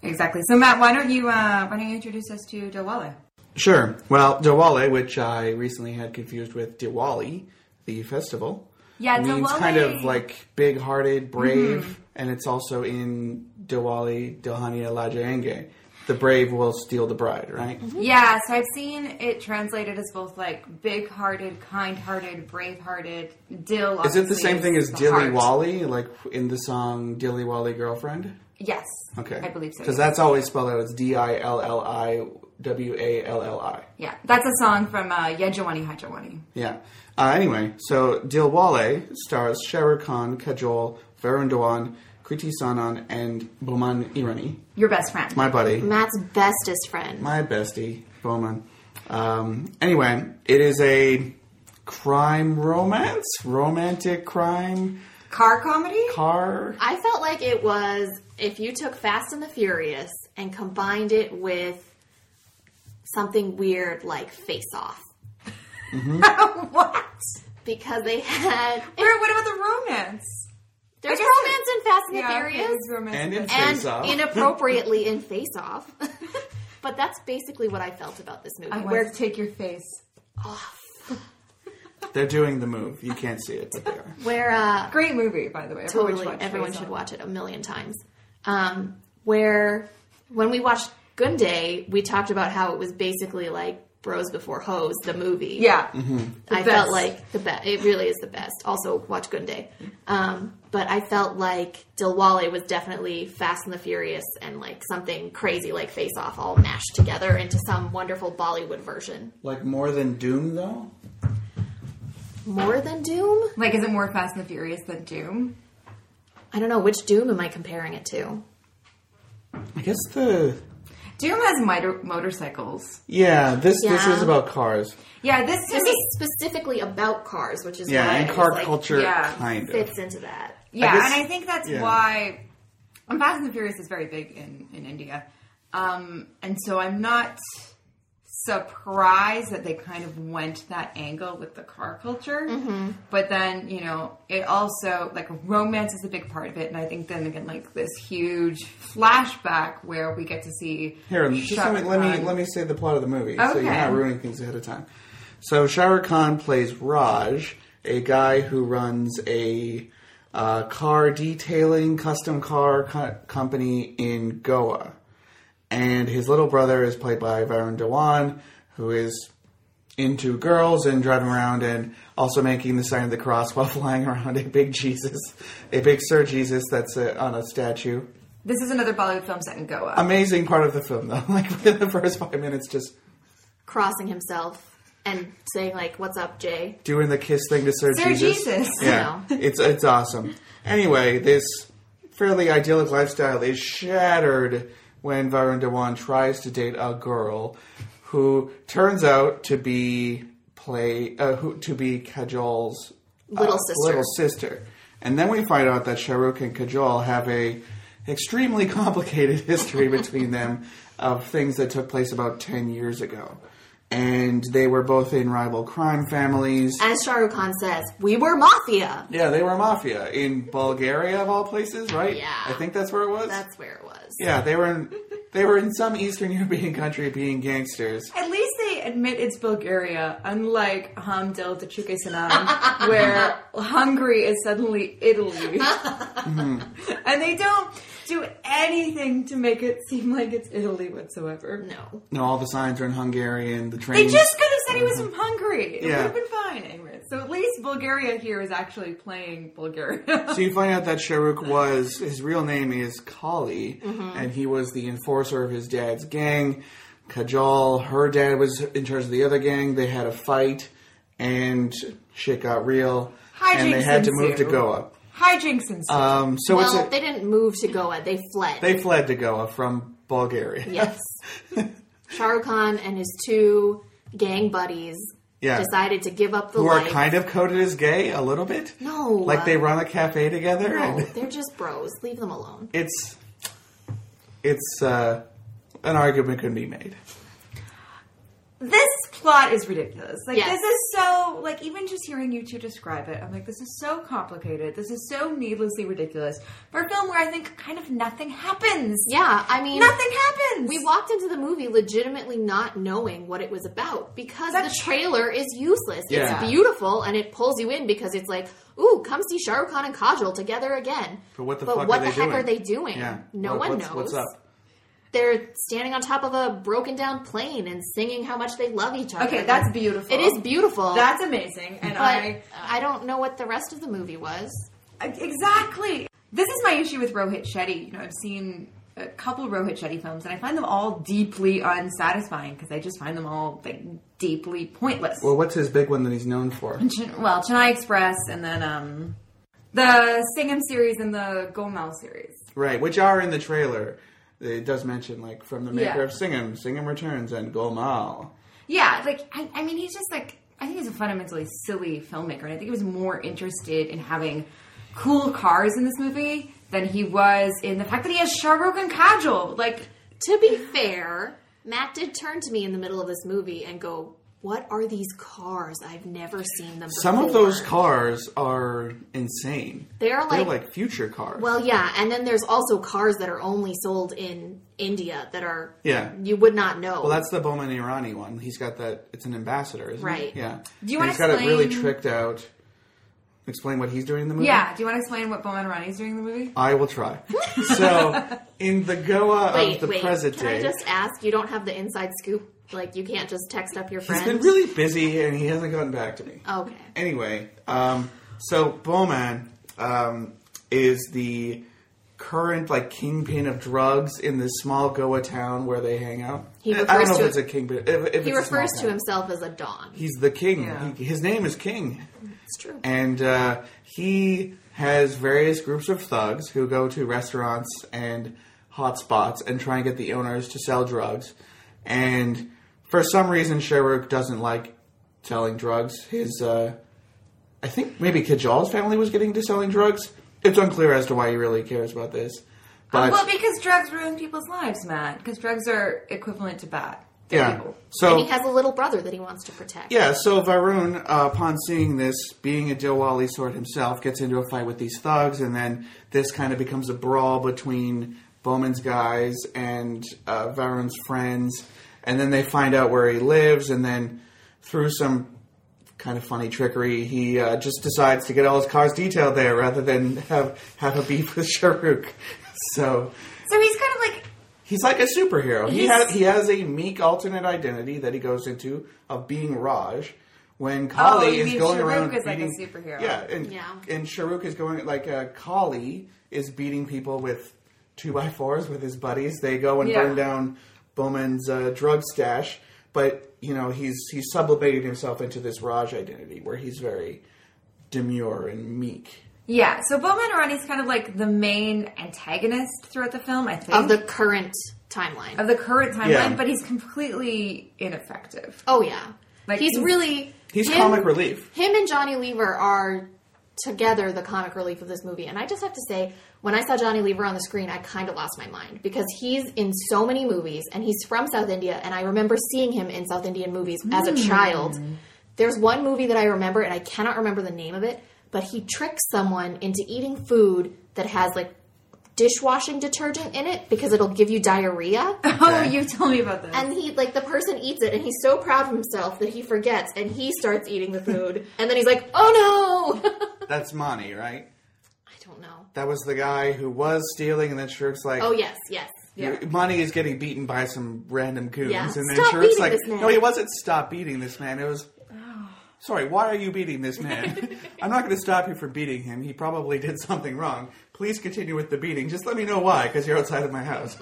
[SPEAKER 1] exactly. So Matt, why don't you uh, why don't you introduce us to Dawale?
[SPEAKER 2] Sure. Well, Diwali, which I recently had confused with Diwali, the festival,
[SPEAKER 1] Yeah,
[SPEAKER 2] means
[SPEAKER 1] Diwali.
[SPEAKER 2] kind of like
[SPEAKER 1] Mm-hmm.
[SPEAKER 2] big-hearted, brave, and it's also in Diwali Dohania Lajayenge, the brave will steal the bride, right?
[SPEAKER 1] Yeah, so I've seen it translated as both like big-hearted, kind-hearted, brave-hearted. Dill.
[SPEAKER 2] Is it the
[SPEAKER 1] obviously,
[SPEAKER 2] same thing
[SPEAKER 1] is
[SPEAKER 2] as
[SPEAKER 1] the
[SPEAKER 2] Dilly
[SPEAKER 1] heart.
[SPEAKER 2] Wally, like in the song Dilly Wally Girlfriend?
[SPEAKER 1] Yes.
[SPEAKER 2] Okay.
[SPEAKER 1] I believe so.
[SPEAKER 2] Because
[SPEAKER 1] yeah.
[SPEAKER 2] that's always spelled out as D I L L I W A L L I.
[SPEAKER 1] yeah, that's a song from uh, Yejawani Hajawani.
[SPEAKER 2] Yeah. Uh, anyway, so Dilwale stars Sher Khan, Kajol, Varun Dhawan, Kriti Sanon, and Boman Irani.
[SPEAKER 1] Your best friend.
[SPEAKER 2] My buddy.
[SPEAKER 3] Matt's bestest friend.
[SPEAKER 2] My bestie, Boman. Um, anyway, it is a crime romance? Romantic crime?
[SPEAKER 1] Car comedy?
[SPEAKER 2] Car?
[SPEAKER 3] I felt like it was if you took Fast and the Furious and combined it with something weird like Face Off.
[SPEAKER 1] <laughs> what?
[SPEAKER 3] Because
[SPEAKER 1] <laughs>
[SPEAKER 3] they had.
[SPEAKER 1] Where, what about the romance?
[SPEAKER 3] There's
[SPEAKER 1] guess
[SPEAKER 3] romance in Fast and the
[SPEAKER 1] Yeah, okay,
[SPEAKER 3] Furious.
[SPEAKER 1] there's romance.
[SPEAKER 2] And
[SPEAKER 1] in
[SPEAKER 2] it's-
[SPEAKER 1] this.
[SPEAKER 3] and
[SPEAKER 2] Face Off. <laughs>
[SPEAKER 3] inappropriately in Face Off. <laughs> but that's basically what I felt about this movie.
[SPEAKER 1] I want
[SPEAKER 3] where
[SPEAKER 1] to take your face.
[SPEAKER 2] They're doing the move. You can't see it, but they are.
[SPEAKER 3] where uh,
[SPEAKER 1] Great movie, by the way. Everyone
[SPEAKER 3] totally
[SPEAKER 1] should watch
[SPEAKER 3] everyone
[SPEAKER 1] Face
[SPEAKER 3] should
[SPEAKER 1] Off.
[SPEAKER 3] watch it a million times. Um, where when we watched Gunday, we talked about how it was basically like Bros Before Hoes, the movie.
[SPEAKER 1] Yeah.
[SPEAKER 3] I
[SPEAKER 1] best.
[SPEAKER 3] felt like the best. It really is the best. Also, watch Good Day. Um, but I felt like Dilwale was definitely Fast and the Furious and like something crazy like Face Off all mashed together into some wonderful Bollywood version.
[SPEAKER 2] <laughs> Like more than Doom, though?
[SPEAKER 3] More than Doom?
[SPEAKER 1] Like, is it more Fast and the Furious than Doom?
[SPEAKER 3] I don't know which Doom am I comparing it to.
[SPEAKER 2] I guess the.
[SPEAKER 1] Doom has miter- motorcycles.
[SPEAKER 2] Yeah, this this
[SPEAKER 3] Yeah.
[SPEAKER 2] is about cars.
[SPEAKER 1] Yeah, this to
[SPEAKER 3] This
[SPEAKER 1] me,
[SPEAKER 3] is specifically about cars, which is
[SPEAKER 2] Yeah,
[SPEAKER 3] why
[SPEAKER 2] and
[SPEAKER 3] it
[SPEAKER 2] car
[SPEAKER 3] was, like,
[SPEAKER 2] culture
[SPEAKER 1] yeah,
[SPEAKER 2] kind of.
[SPEAKER 3] fits into that.
[SPEAKER 1] yeah,
[SPEAKER 2] guess-
[SPEAKER 1] and I think that's
[SPEAKER 2] yeah.
[SPEAKER 1] why. And Fast and the Furious is very big in in India, um, and so I'm not surprised that they kind of went that angle with the car culture.
[SPEAKER 2] Mm-hmm.
[SPEAKER 1] But then you know, it also like romance is a big part of it, and I think then again like this huge flashback where we get to see
[SPEAKER 2] Here, just
[SPEAKER 1] Shah
[SPEAKER 2] let me, let me
[SPEAKER 1] Rukh
[SPEAKER 2] let me say the plot of the movie, so you're
[SPEAKER 1] Okay.
[SPEAKER 2] not ruining things ahead of time. So Shah Rukh Khan plays Raj, a guy who runs a uh, car detailing custom car co- company in Goa, and his little brother is played by Varun Dhawan, who is into girls and driving around and also making the sign of the cross <laughs> while flying around a big Jesus, a big Sir Jesus that's uh on a statue
[SPEAKER 1] This is another Bollywood film set in Goa.
[SPEAKER 2] amazing part of the film though <laughs> like within the first five minutes just
[SPEAKER 3] Crossing himself and saying like, "What's up, Jay?"
[SPEAKER 2] doing the kiss thing to sir,
[SPEAKER 1] Sir
[SPEAKER 2] jesus,
[SPEAKER 1] Jesus.
[SPEAKER 2] yeah
[SPEAKER 3] I
[SPEAKER 2] it's it's awesome anyway this fairly idyllic lifestyle is shattered when varun dhawan tries to date a girl who turns out to be play uh, who, to be kajol's
[SPEAKER 3] Little sister.
[SPEAKER 2] little sister. And then we find out that Shahrukh and Kajol have a extremely <laughs> complicated history between them of things that took place about 10 years ago. And they were both in rival crime families.
[SPEAKER 3] As Shah Rukh Khan says, "We were mafia."
[SPEAKER 2] Yeah, they were mafia in Bulgaria of all places, right?
[SPEAKER 3] Yeah.
[SPEAKER 2] I think that's where it was.
[SPEAKER 3] That's where it was.
[SPEAKER 2] yeah, they were in they were in some Eastern <laughs> European country being gangsters.
[SPEAKER 1] At least they admit it's Bulgaria, unlike Hamdil to Chukisanam, <laughs> where Hungary is suddenly Italy. <laughs> and they don't do anything to make it seem like it's Italy whatsoever.
[SPEAKER 3] No.
[SPEAKER 2] No, all the signs are in Hungarian, the
[SPEAKER 1] They
[SPEAKER 2] trains
[SPEAKER 1] just could have said he was from Hungary. It
[SPEAKER 2] Yeah.
[SPEAKER 1] would have been fine. Anyway, so at least Bulgaria here is actually playing Bulgaria.
[SPEAKER 2] So you find out that Sharuk was his real name is Kali,
[SPEAKER 3] Mm-hmm.
[SPEAKER 2] and he was the enforcer of his dad's gang. Kajal, her dad was in charge of the other gang. They had a fight, and shit got real, and they
[SPEAKER 1] Hijinks
[SPEAKER 2] had to move to
[SPEAKER 1] ensued.
[SPEAKER 2] Goa.
[SPEAKER 1] <laughs> Hijinks and stuff.
[SPEAKER 2] Um, so it's
[SPEAKER 3] Well,
[SPEAKER 2] a,
[SPEAKER 3] they didn't move to Goa. They fled.
[SPEAKER 2] they fled to Goa from Bulgaria.
[SPEAKER 3] <laughs> yes. Shah Rukh Khan and his two gang buddies
[SPEAKER 2] Yeah.
[SPEAKER 3] decided to give up
[SPEAKER 2] <laughs>
[SPEAKER 3] the
[SPEAKER 2] who are
[SPEAKER 3] life.
[SPEAKER 2] kind of coded as gay a little bit.
[SPEAKER 3] no.
[SPEAKER 2] Like they run a cafe together.
[SPEAKER 3] No,
[SPEAKER 2] and <laughs>
[SPEAKER 3] <laughs> they're just bros. Leave them alone.
[SPEAKER 2] it's it's uh, an argument could be made.
[SPEAKER 1] this plot is ridiculous. Like
[SPEAKER 3] Yes.
[SPEAKER 1] this is so like even just hearing you two describe it, I'm like, this is so complicated. This is so needlessly ridiculous for a film where I think kind of nothing happens.
[SPEAKER 3] Yeah, I mean,
[SPEAKER 1] Nothing happens.
[SPEAKER 3] we walked into the movie legitimately not knowing what it was about because
[SPEAKER 1] That's-
[SPEAKER 3] the trailer is useless.
[SPEAKER 2] Yeah.
[SPEAKER 3] It's beautiful and it pulls you in because it's like, ooh, come see Shah Rukh Khan and Kajol together again.
[SPEAKER 2] But what the
[SPEAKER 3] But
[SPEAKER 2] fuck
[SPEAKER 3] what
[SPEAKER 2] are
[SPEAKER 3] the
[SPEAKER 2] they
[SPEAKER 3] heck
[SPEAKER 2] doing?
[SPEAKER 3] are they doing?
[SPEAKER 2] Yeah.
[SPEAKER 3] No
[SPEAKER 2] What-
[SPEAKER 3] one
[SPEAKER 2] what's,
[SPEAKER 3] knows.
[SPEAKER 2] What's up?
[SPEAKER 3] they're standing on top of a broken down plane and singing how much they love each other.
[SPEAKER 1] Okay, that's beautiful.
[SPEAKER 3] it is beautiful.
[SPEAKER 1] That's amazing, and
[SPEAKER 3] but
[SPEAKER 1] I,
[SPEAKER 3] I, don't know what the rest of the movie was.
[SPEAKER 1] I e-, exactly. This is my issue with Rohit Shetty. You know, I've seen a couple Rohit Shetty films, and I find them all deeply unsatisfying because I just find them all like deeply pointless.
[SPEAKER 2] Well, what's his big one that he's known for?
[SPEAKER 1] Chen- well, Chennai Express, and then um, the Singham series and the Golmaal series.
[SPEAKER 2] Right, which are in the trailer. It does mention, like, from the maker
[SPEAKER 1] Yeah.
[SPEAKER 2] of Sing'em, Sing'em Returns, and Golmal.
[SPEAKER 1] Yeah, like I, I mean, he's just like I think he's a fundamentally silly filmmaker, and I think he was more interested in having cool cars in this movie than he was in the fact that he has Shah Rukh and Kajol. Like,
[SPEAKER 3] To be fair, Matt did turn to me in the middle of this movie and go, "What are these cars? I've never seen them." Before.
[SPEAKER 2] Some of those cars are insane.
[SPEAKER 3] They're
[SPEAKER 2] They're
[SPEAKER 3] like-
[SPEAKER 2] like future cars.
[SPEAKER 3] Well, yeah, and then there's also cars that are only sold in India that are
[SPEAKER 2] yeah.
[SPEAKER 3] you would not know.
[SPEAKER 2] Well, that's the Bowman Irani one. He's got that. It's an ambassador, isn't it?
[SPEAKER 3] Right.
[SPEAKER 2] Yeah.
[SPEAKER 1] Do you
[SPEAKER 2] And
[SPEAKER 1] wanna
[SPEAKER 2] He's got it really
[SPEAKER 1] explain-
[SPEAKER 2] tricked out. Explain what he's doing in the movie.
[SPEAKER 1] yeah. Do you want to explain what Bowman Rani's doing in the movie?
[SPEAKER 2] I will try.
[SPEAKER 3] <laughs>
[SPEAKER 2] so, in the Goa
[SPEAKER 3] wait,
[SPEAKER 2] of the
[SPEAKER 3] wait.
[SPEAKER 2] present
[SPEAKER 3] Can
[SPEAKER 2] day,
[SPEAKER 3] I just ask? You don't have the inside scoop. Like you can't just text up your
[SPEAKER 2] he's
[SPEAKER 3] friends.
[SPEAKER 2] been really busy and he hasn't gotten back to me.
[SPEAKER 3] okay.
[SPEAKER 2] Anyway, um, so Bowman um, is the current like kingpin of drugs in this small Goa town where they hang out.
[SPEAKER 3] He
[SPEAKER 2] I don't
[SPEAKER 3] refers
[SPEAKER 2] know
[SPEAKER 3] to-
[SPEAKER 2] if it's a kingpin. If, if it's
[SPEAKER 3] He
[SPEAKER 2] a small
[SPEAKER 3] refers to
[SPEAKER 2] town.
[SPEAKER 3] himself as a don.
[SPEAKER 2] He's the king.
[SPEAKER 1] Yeah.
[SPEAKER 2] He, his name is King.
[SPEAKER 3] It's true.
[SPEAKER 2] and uh, he has various groups of thugs who go to restaurants and hotspots and try and get the owners to sell drugs. And for some reason, Sherrook doesn't like selling drugs. His, uh, I think maybe Kajal's family was getting to selling drugs. It's unclear as to why he really cares about this.
[SPEAKER 3] Um,
[SPEAKER 2] But
[SPEAKER 1] well, because drugs ruin people's lives, Matt. Because drugs are equivalent to bad. to
[SPEAKER 2] yeah,
[SPEAKER 1] people.
[SPEAKER 2] so
[SPEAKER 3] and he has a little brother that he wants to protect.
[SPEAKER 2] Yeah, so Varun, uh, upon seeing this, being a Dilwali sort himself, gets into a fight with these thugs, and then this kind of becomes a brawl between Bowman's guys and uh, Varun's friends, and then they find out where he lives, and then through some kind of funny trickery, he uh, just decides to get all his cars detailed there rather than have, have a beef with <laughs> Sharuk. So
[SPEAKER 1] So he's kind of like
[SPEAKER 2] He's like a superhero. He
[SPEAKER 1] He's-
[SPEAKER 2] has he has a meek alternate identity that he goes into of being Raj. When
[SPEAKER 1] Oh,
[SPEAKER 2] Kali
[SPEAKER 1] you
[SPEAKER 2] is
[SPEAKER 1] mean
[SPEAKER 2] going
[SPEAKER 1] Sharuk
[SPEAKER 2] around
[SPEAKER 1] is like a
[SPEAKER 2] beating,
[SPEAKER 1] superhero.
[SPEAKER 2] yeah, and
[SPEAKER 3] Yeah.
[SPEAKER 2] and Sharuk is going like uh, Kali is beating people with two by fours with his buddies. They go and
[SPEAKER 1] Yeah.
[SPEAKER 2] burn down Bowman's uh, drug stash, but you know he's he's sublimating himself into this Raj identity where he's very demure and meek.
[SPEAKER 1] yeah. So Bowman Rani's kind of like the main antagonist throughout the film. I think
[SPEAKER 3] Of the current timeline.
[SPEAKER 1] of the current timeline,
[SPEAKER 2] Yeah.
[SPEAKER 1] but he's completely ineffective. <laughs>
[SPEAKER 3] oh yeah.
[SPEAKER 1] Like,
[SPEAKER 3] he's,
[SPEAKER 1] he's-
[SPEAKER 3] really
[SPEAKER 2] He's
[SPEAKER 3] him,
[SPEAKER 2] comic relief.
[SPEAKER 3] Him and Johnny Lever are together the comic relief of this movie. And I just have to say, when I saw Johnny Lever on the screen, I kind of lost my mind because he's in so many movies and he's from South India. And I remember seeing him in South Indian movies as a child. There's one movie that I remember, and I cannot remember the name of it, but he tricks someone into eating food that has like dishwashing detergent in it because it'll give you diarrhea.
[SPEAKER 1] Oh, you tell me about this.
[SPEAKER 3] And he like the person eats it, and he's so proud of himself that he forgets, and he starts eating the food, <laughs> and then he's like, "Oh no!" <laughs> I
[SPEAKER 2] That's Mani, right?
[SPEAKER 3] don't know.
[SPEAKER 2] That was the guy who was stealing, and then Sharuk's like,
[SPEAKER 3] Oh yes, yes.
[SPEAKER 1] Yeah.
[SPEAKER 2] Money is getting beaten by some random goons,
[SPEAKER 3] Yeah.
[SPEAKER 2] and then
[SPEAKER 3] Stop
[SPEAKER 2] Sharuk's
[SPEAKER 3] beating
[SPEAKER 2] like,
[SPEAKER 3] this man.
[SPEAKER 2] "No, he wasn't. Stop beating this man. It was." Sorry, why are you beating
[SPEAKER 1] <laughs>
[SPEAKER 2] this man? I'm not going to stop you from beating him. He probably did something wrong. Please continue with the beating. Just let me know why, because you're outside of
[SPEAKER 1] <laughs>
[SPEAKER 2] my house.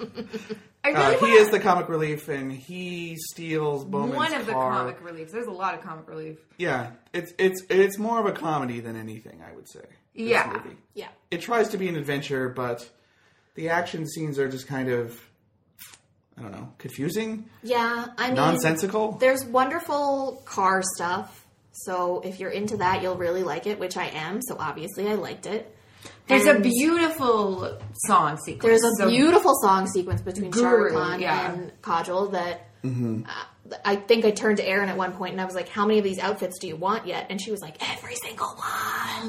[SPEAKER 1] I really
[SPEAKER 2] Uh, he
[SPEAKER 1] wanna-
[SPEAKER 2] is the comic relief, and he steals Bowman's
[SPEAKER 1] one of the
[SPEAKER 2] car.
[SPEAKER 1] comic reliefs. There's a lot of comic relief.
[SPEAKER 2] Yeah, it's it's it's more of a comedy than anything, I would say. this
[SPEAKER 1] Yeah.
[SPEAKER 2] movie.
[SPEAKER 3] Yeah.
[SPEAKER 2] it tries to be an adventure, but the action scenes are just kind of, I don't know, confusing,
[SPEAKER 3] Yeah. I mean,
[SPEAKER 2] nonsensical.
[SPEAKER 3] There's wonderful car stuff, so if you're into that, you'll really like it, which I am. So obviously, I liked it.
[SPEAKER 1] There's a
[SPEAKER 3] And
[SPEAKER 1] beautiful song sequence.
[SPEAKER 3] There's a
[SPEAKER 1] So-
[SPEAKER 3] beautiful song sequence between Shah
[SPEAKER 1] Guru,
[SPEAKER 3] Rukh Khan
[SPEAKER 1] yeah.
[SPEAKER 3] and Kajol that uh, I think I turned to Erin at one point and I was like, "How many of these outfits do you want yet?" And she was like, "Every single one."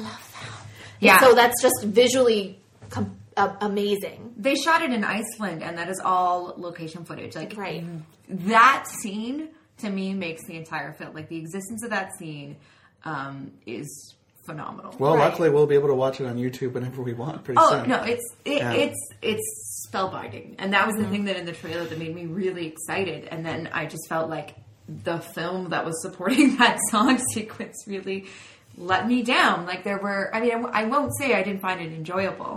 [SPEAKER 3] I love
[SPEAKER 1] yeah.
[SPEAKER 3] So that's just visually com- uh, amazing.
[SPEAKER 1] they shot it in Iceland, and that is all location footage. Like
[SPEAKER 3] Right.
[SPEAKER 1] that scene to me makes the entire film. Like the existence of that scene um, is phenomenal.
[SPEAKER 2] Well,
[SPEAKER 3] Right.
[SPEAKER 2] luckily we'll be able to watch it on YouTube whenever we want. Pretty
[SPEAKER 1] Oh
[SPEAKER 2] soon.
[SPEAKER 1] no, it's it,
[SPEAKER 2] Yeah. Mm.
[SPEAKER 1] it's it's spellbinding, and that was the thing that in the trailer that made me really excited, and then I just felt like the film that was supporting <laughs> that song sequence really let me down. Like there were, I mean, I, w- I won't say I didn't find it enjoyable.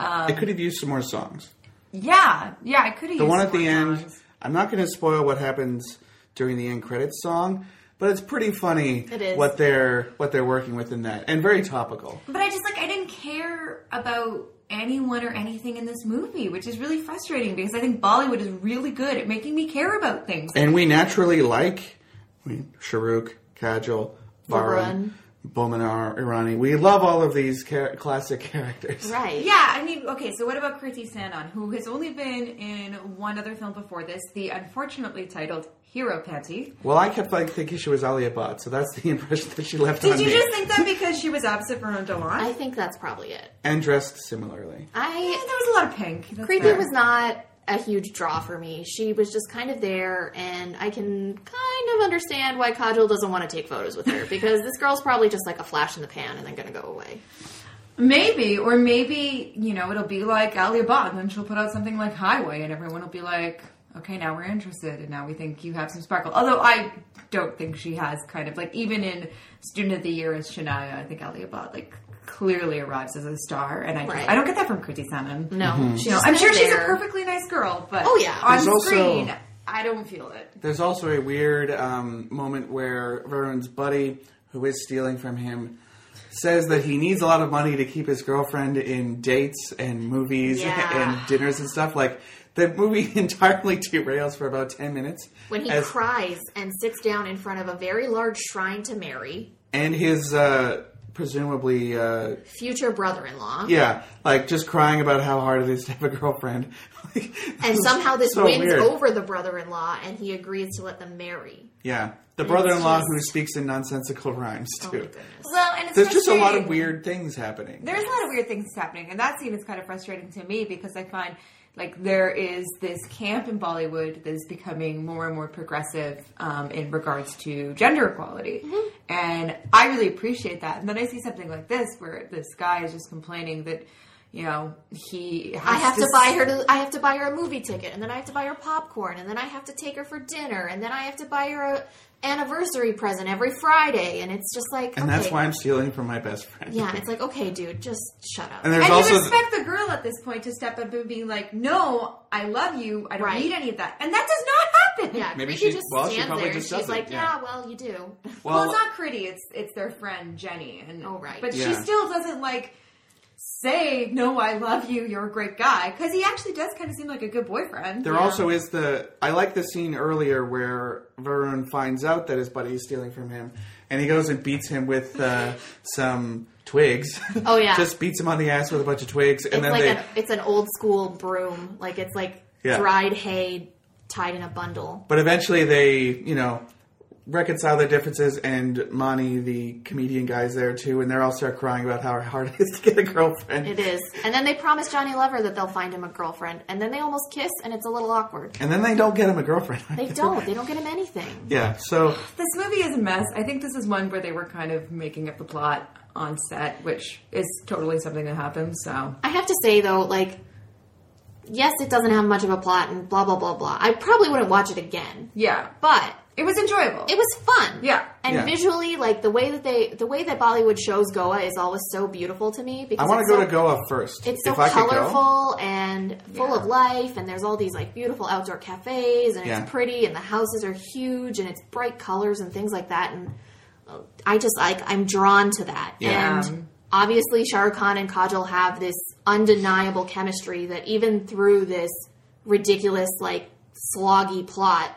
[SPEAKER 3] um,
[SPEAKER 2] I could have used some more songs.
[SPEAKER 1] Yeah, yeah, I could have.
[SPEAKER 2] The one at the end. I'm not going to spoil what happens during the end credits song, but it's pretty funny
[SPEAKER 3] It is.
[SPEAKER 2] what they're what they're working with in that, and very topical.
[SPEAKER 1] But I just like I didn't care about anyone or anything in this movie, which is really frustrating because I think Bollywood is really good at making me care about things.
[SPEAKER 2] And we naturally like I mean, Sharuk, Kajal, Varun,
[SPEAKER 3] Varun.
[SPEAKER 2] Bomanar, Irani. We love all of these char- classic <laughs> characters.
[SPEAKER 3] Right.
[SPEAKER 1] Yeah, I mean, okay, so what about Kriti Sanon, who has only been in one other film before this, the unfortunately titled Hero Panty?
[SPEAKER 2] Well, I kept like thinking she was Ali Abad, so that's the <laughs> impression that she left on
[SPEAKER 1] Did you
[SPEAKER 2] me.
[SPEAKER 1] just think that because she was opposite Varun Dhawan?
[SPEAKER 3] I think that's probably it.
[SPEAKER 2] and dressed similarly.
[SPEAKER 1] Yeah,
[SPEAKER 3] I
[SPEAKER 1] there was a lot of pink. That's
[SPEAKER 3] Creepy
[SPEAKER 1] fair.
[SPEAKER 3] was not a huge draw for me. She was just kind of there, and I can kind of understand why Kajal doesn't want to take photos with her because this girl's probably just like a flash in the pan and then gonna go away.
[SPEAKER 1] Maybe, or maybe, you know, it'll be like Ali Abad, then she'll put out something like Highway, and everyone will be like, okay, now we're interested, and now we think you have some sparkle. Although I don't think she has kind of, like, even in Student of the Year as Shania, I think Ali Abad, like, clearly arrives as a star, and I, just-
[SPEAKER 3] Right.
[SPEAKER 1] I don't get that from Kriti Sanon.
[SPEAKER 3] No, she's
[SPEAKER 1] Mm-hmm. No,
[SPEAKER 3] just
[SPEAKER 1] I'm
[SPEAKER 3] kinda
[SPEAKER 1] sure she's a
[SPEAKER 3] there.
[SPEAKER 1] perfectly nice girl, but
[SPEAKER 3] Oh, yeah.
[SPEAKER 1] on
[SPEAKER 2] There's also-
[SPEAKER 1] screen, I don't feel it.
[SPEAKER 2] There's also a weird um, moment where Varun's buddy, who is stealing from him, says that he needs a lot of money to keep his girlfriend in dates and movies
[SPEAKER 3] Yeah.
[SPEAKER 2] and dinners and stuff. Like the movie <laughs> entirely derails for about ten minutes.
[SPEAKER 3] when he
[SPEAKER 2] as-
[SPEAKER 3] cries and sits down in front of a very large shrine to Mary,
[SPEAKER 2] and his uh, presumably uh,
[SPEAKER 3] future brother-in-law,
[SPEAKER 2] yeah, like just crying about how hard it is to have a girlfriend. <laughs> Like,
[SPEAKER 3] and
[SPEAKER 2] it's
[SPEAKER 3] somehow this
[SPEAKER 2] so
[SPEAKER 3] wins
[SPEAKER 2] weird.
[SPEAKER 3] over the brother-in-law, and he agrees to let them marry.
[SPEAKER 2] Yeah, the brother-in-law
[SPEAKER 3] just-
[SPEAKER 2] who speaks in nonsensical rhymes
[SPEAKER 3] Oh my
[SPEAKER 2] too.
[SPEAKER 3] goodness.
[SPEAKER 1] Well, and it's
[SPEAKER 2] There's just a lot
[SPEAKER 1] frustrating.
[SPEAKER 2] of weird things happening.
[SPEAKER 1] there's a lot of weird things happening, and that scene is kind of frustrating to me because I find like there is this camp in Bollywood that is becoming more and more progressive um, in regards to gender equality,
[SPEAKER 3] Mm-hmm.
[SPEAKER 1] and I really appreciate that. And then I see something like this where this guy is just complaining that you know he has
[SPEAKER 3] I have to buy her. To, I have to buy her a movie ticket, and then I have to buy her popcorn, and then I have to take her for dinner, and then I have to buy her a anniversary present every Friday, and it's just like,
[SPEAKER 2] And
[SPEAKER 3] okay.
[SPEAKER 2] that's why I'm stealing from my best friend.
[SPEAKER 3] yeah, it's like, okay, dude, just shut up.
[SPEAKER 2] <laughs> And there's
[SPEAKER 1] And
[SPEAKER 2] also
[SPEAKER 1] you expect the girl at this point to step up and be like, "No, I love you. I don't
[SPEAKER 3] Right.
[SPEAKER 1] need any of that," and that does not happen.
[SPEAKER 3] yeah,
[SPEAKER 2] Maybe
[SPEAKER 3] Creepy
[SPEAKER 2] she-
[SPEAKER 3] just
[SPEAKER 2] well, she
[SPEAKER 3] stands
[SPEAKER 2] probably
[SPEAKER 3] there.
[SPEAKER 2] just
[SPEAKER 3] She's
[SPEAKER 2] does it,
[SPEAKER 3] like,
[SPEAKER 2] yeah.
[SPEAKER 3] yeah. well, you do.
[SPEAKER 2] well,
[SPEAKER 1] Well, it's not Critty. It's it's their friend Jenny. And,
[SPEAKER 3] Oh, right.
[SPEAKER 1] But she
[SPEAKER 2] Yeah.
[SPEAKER 1] still doesn't like say no. I love you. You're a great guy because he actually does kind of seem like a good boyfriend.
[SPEAKER 2] there also is the I like the scene earlier where Varun finds out that his buddy is stealing from him, and he goes and beats him with
[SPEAKER 3] <laughs>
[SPEAKER 2] uh, some twigs.
[SPEAKER 3] Oh, yeah.
[SPEAKER 2] <laughs> just beats him on the ass with a bunch of twigs, and
[SPEAKER 3] It's
[SPEAKER 2] then
[SPEAKER 3] like
[SPEAKER 2] they
[SPEAKER 3] an, it's an old school broom, like it's like
[SPEAKER 2] Yeah.
[SPEAKER 3] dried hay tied in a bundle.
[SPEAKER 2] But eventually they, you know, reconcile their differences, and Monty, the comedian guy's there too, and they all start crying about how hard <laughs> it is to get a girlfriend.
[SPEAKER 3] It is, and then they promise Johnny Lover that they'll find him a girlfriend, and then they almost kiss, and it's a little awkward.
[SPEAKER 2] And then they don't get him a girlfriend. <laughs>
[SPEAKER 3] They don't. They don't get him anything.
[SPEAKER 2] Yeah, so
[SPEAKER 1] this movie is a mess. I think this is one where they were kind of making up the plot on set, which is totally something that happens. So
[SPEAKER 3] I have to say though, like, yes, it doesn't have much of a plot and blah blah blah blah. I probably wouldn't watch it again,
[SPEAKER 1] yeah,
[SPEAKER 3] but
[SPEAKER 1] it was enjoyable.
[SPEAKER 3] it was fun.
[SPEAKER 1] Yeah.
[SPEAKER 3] And
[SPEAKER 2] Yeah.
[SPEAKER 3] visually, like the way that they, the way that Bollywood shows Goa is always so beautiful to me because
[SPEAKER 2] I want to
[SPEAKER 3] it's
[SPEAKER 2] go
[SPEAKER 3] so,
[SPEAKER 2] to Goa first.
[SPEAKER 3] It's so
[SPEAKER 2] if I could go.
[SPEAKER 3] colorful and full of life, and there's all these like beautiful outdoor cafes, and
[SPEAKER 2] Yeah.
[SPEAKER 3] it's pretty, and the houses are huge, and it's bright colors and things like that. And uh, I just like I'm drawn to that.
[SPEAKER 2] Yeah.
[SPEAKER 3] And obviously, Shah Rukh Khan and Kajal have this undeniable chemistry that even through this ridiculous like sloggy plot,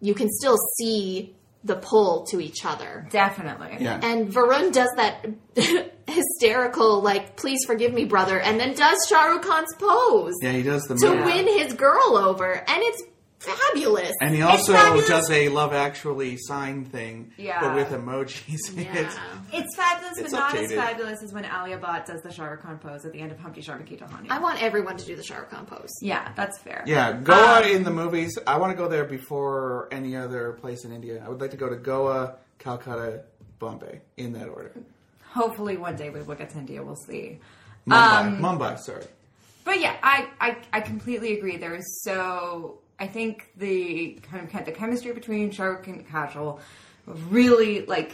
[SPEAKER 3] you can still see the pull to each other.
[SPEAKER 1] Definitely.
[SPEAKER 2] Yeah.
[SPEAKER 3] And Varun does that <laughs> hysterical, like, please forgive me, brother, and then does Shah Rukh Khan's pose
[SPEAKER 2] Yeah, he does the
[SPEAKER 3] to
[SPEAKER 2] move.
[SPEAKER 3] win his girl over, and it's fabulous.
[SPEAKER 2] And he also
[SPEAKER 1] fabulous.
[SPEAKER 2] does a love actually sign thing,
[SPEAKER 1] Yeah.
[SPEAKER 2] but with emojis. <laughs> in
[SPEAKER 3] yeah.
[SPEAKER 2] it.
[SPEAKER 1] It's fabulous,
[SPEAKER 2] It's
[SPEAKER 1] but not as
[SPEAKER 2] updated.
[SPEAKER 1] fabulous as when Ali Abad does the Shah Rukh Khan pose at the end of Humpty Shark and Kidani.
[SPEAKER 3] I want everyone to do the Shah Rukh Khan pose.
[SPEAKER 1] Yeah, that's fair.
[SPEAKER 2] Yeah, Goa in the movies. I want to go there before any other place in India. I would like to go to Goa, Calcutta, Bombay in that order.
[SPEAKER 1] Hopefully, one day we will get to India. We'll see.
[SPEAKER 4] Mumbai,
[SPEAKER 1] Um,
[SPEAKER 4] Mumbai, sorry.
[SPEAKER 1] But yeah, I, I, I completely agree. There is so I think the kind of the chemistry between Shark and Casual really like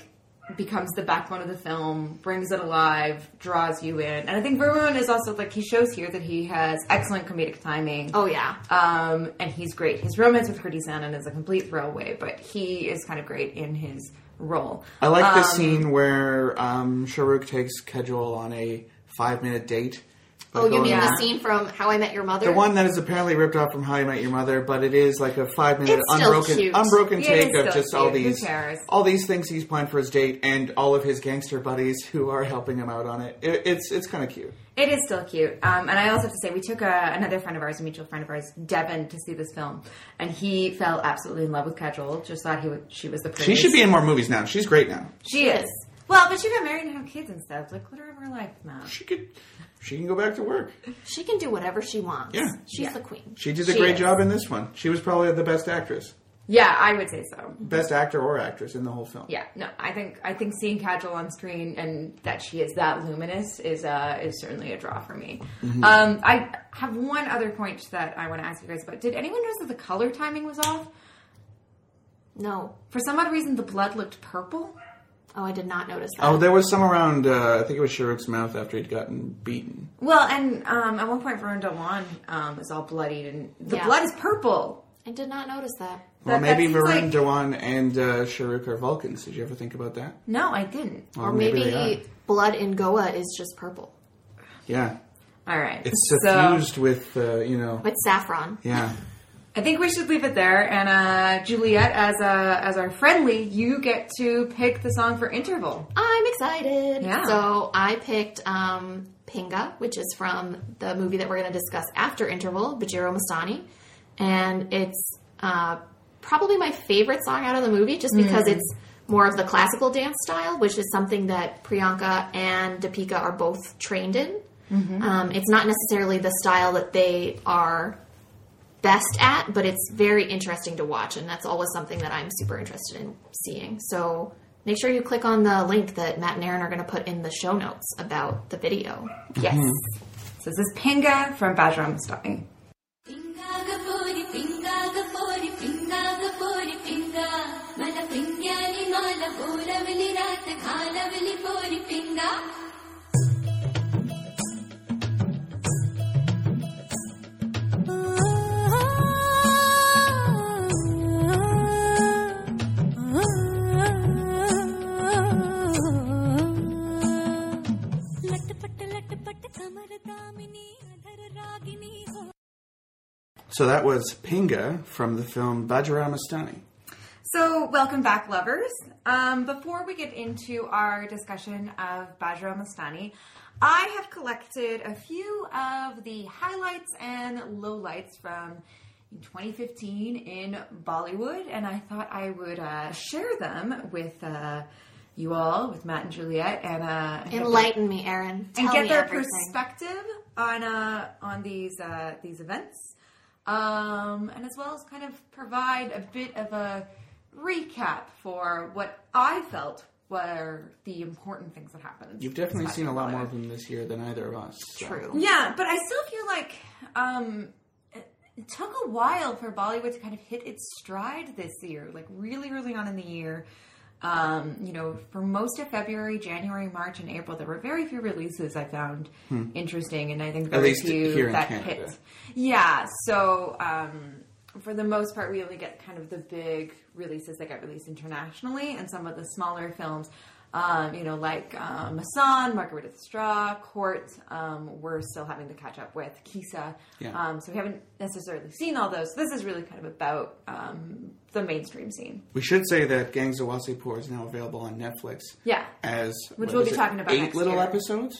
[SPEAKER 1] becomes the backbone of the film, brings it alive, draws you in. And I think Verwoen is also like he shows here that he has excellent comedic timing.
[SPEAKER 3] Oh yeah.
[SPEAKER 1] Um, and he's great. His romance with Curtis Sandon is a complete throwaway, but he is kind of great in his role.
[SPEAKER 2] I like the
[SPEAKER 1] Um,
[SPEAKER 2] scene where um, Sharuk takes Kajol on a five minute date. by
[SPEAKER 3] Oh, you
[SPEAKER 2] going-
[SPEAKER 3] mean
[SPEAKER 1] Yeah.
[SPEAKER 3] the scene from How I Met Your Mother?
[SPEAKER 2] The one that is apparently ripped off from How You Met Your Mother, but it is like a five minute
[SPEAKER 3] It's still
[SPEAKER 2] unbroken
[SPEAKER 3] cute.
[SPEAKER 2] unbroken
[SPEAKER 1] Yeah,
[SPEAKER 2] take
[SPEAKER 1] it's
[SPEAKER 2] of
[SPEAKER 1] still
[SPEAKER 2] just all
[SPEAKER 1] cute. Who
[SPEAKER 2] these
[SPEAKER 1] cares?
[SPEAKER 2] all these things he's planned for his date and all of his gangster buddies who are helping him out on it. it it's it's kind of cute.
[SPEAKER 1] It is still cute. Um, and I also have to say, we took a, another friend of ours, a mutual friend of ours, Devin, to see this film. And he fell absolutely in love with Kajol. Just thought he would, she was the
[SPEAKER 2] She
[SPEAKER 1] prettiest.
[SPEAKER 2] should be in more movies now. She's great now.
[SPEAKER 1] She is. Well, but she got married and had kids and stuff. Like, let her have her life now.
[SPEAKER 2] She could she can go back to work.
[SPEAKER 3] She can do whatever she wants.
[SPEAKER 2] Yeah.
[SPEAKER 3] She's
[SPEAKER 1] Yeah.
[SPEAKER 3] the queen.
[SPEAKER 2] She did a
[SPEAKER 1] She
[SPEAKER 2] great
[SPEAKER 1] is.
[SPEAKER 2] job in this one. She was probably the best actress,
[SPEAKER 1] Yeah, I would say so.
[SPEAKER 2] best actor or actress in the whole film.
[SPEAKER 1] Yeah, no, I think I think seeing Kajol on screen and that she is that luminous is uh, is certainly a draw for me.
[SPEAKER 2] Mm-hmm.
[SPEAKER 1] Um, I have one other point that I want to ask you guys about. Did anyone notice that the color timing was off?
[SPEAKER 3] No.
[SPEAKER 1] For some odd reason, the blood looked purple.
[SPEAKER 3] Oh, I did not notice that.
[SPEAKER 2] Oh, there was some around. Uh, I think it was Sherrick's mouth after he'd gotten beaten.
[SPEAKER 1] Well, and um, at one point, Vern Delon um, is all bloodied, and the
[SPEAKER 3] Yeah.
[SPEAKER 1] blood is purple.
[SPEAKER 3] I did not notice that.
[SPEAKER 2] Well,
[SPEAKER 1] That- that
[SPEAKER 2] maybe
[SPEAKER 1] seems
[SPEAKER 2] Varun
[SPEAKER 1] like-
[SPEAKER 2] Dhawan and uh, Sherrick are Vulcans. Did you ever think about that?
[SPEAKER 1] No, I didn't.
[SPEAKER 3] Or
[SPEAKER 2] Well, maybe
[SPEAKER 3] maybe,
[SPEAKER 2] they
[SPEAKER 3] blood in Goa is just purple.
[SPEAKER 2] Yeah,
[SPEAKER 1] All right,
[SPEAKER 2] it's
[SPEAKER 1] so
[SPEAKER 2] suffused with uh, you know.
[SPEAKER 3] With saffron.
[SPEAKER 2] Yeah,
[SPEAKER 1] I think we should leave it there. And uh, Juliet, as a as our friendly, you get to pick the song for interval.
[SPEAKER 3] I'm excited.
[SPEAKER 1] Yeah.
[SPEAKER 3] So I picked um, Pinga, which is from the movie that we're going to discuss after interval, Bajiro Mastani. And it's uh, probably my favorite song out of the movie just because it's more of the classical dance style, which is something that Priyanka and Deepika are both trained in. Um, it's not necessarily the style that they are best at, but it's very interesting to watch, and that's always something that I'm super interested in seeing. So make sure you click on the link that Matt and Aaron are going to put in the show notes about the video.
[SPEAKER 2] Mm-hmm.
[SPEAKER 1] Yes. So this is Pinga from Bajram Mastani.
[SPEAKER 5] పింగాగపోరి పింగాగపోరి పింగాగపోరి పింగా మన పింగాని మాల పూలవలి రాత కాలవలి పోరి పింగా లట్టపట్ట లట్టపట్ట కమర దామిని అధర రాగిని హో
[SPEAKER 2] so that was Pinga from the film Bajramastani.
[SPEAKER 1] So, welcome back, lovers. Um, before we get into our discussion of Bajra Mastani, I have collected a few of the highlights and lowlights from 2015 in Bollywood, and I thought I would uh, share them with uh, you all, with Matt and Juliet, and uh, and get their-
[SPEAKER 3] Enlighten me, Aaron. Tell
[SPEAKER 1] and get
[SPEAKER 3] me
[SPEAKER 1] their
[SPEAKER 3] everything.
[SPEAKER 1] perspective on uh, on these uh, these events, um, and as well as kind of provide a bit of a recap for what I felt were the important things that happened.
[SPEAKER 2] You've definitely
[SPEAKER 1] this
[SPEAKER 2] seen a
[SPEAKER 1] past
[SPEAKER 2] lot
[SPEAKER 1] year.
[SPEAKER 2] more of them this year than either of us. so.
[SPEAKER 3] True.
[SPEAKER 1] Yeah, but I still feel like um, it took a while for Bollywood to kind of hit its stride this year, like really early on in the year. Um, you know, for most of February, January, March, and April, there were very few releases I found interesting, and I think very
[SPEAKER 2] Hmm. least
[SPEAKER 1] few
[SPEAKER 2] here in
[SPEAKER 1] that
[SPEAKER 2] Canada.
[SPEAKER 1] hit. Yeah, so um, for the most part, we only get kind of the big releases that get released internationally, and some of the smaller films, um, you know, like um, Masan, Margaret of the Straw, Court, um, we're still having to catch up with Kisa.
[SPEAKER 2] Yeah.
[SPEAKER 1] Um, so we haven't necessarily seen all those. This is really kind of about um, the mainstream scene.
[SPEAKER 2] We should say that Gangs of Wasseypur is now available on Netflix
[SPEAKER 1] Yeah,
[SPEAKER 2] as
[SPEAKER 1] Which
[SPEAKER 2] what
[SPEAKER 1] we'll
[SPEAKER 2] is
[SPEAKER 1] be
[SPEAKER 2] it,
[SPEAKER 1] talking about
[SPEAKER 2] eight
[SPEAKER 1] next
[SPEAKER 2] little
[SPEAKER 1] year.
[SPEAKER 2] episodes.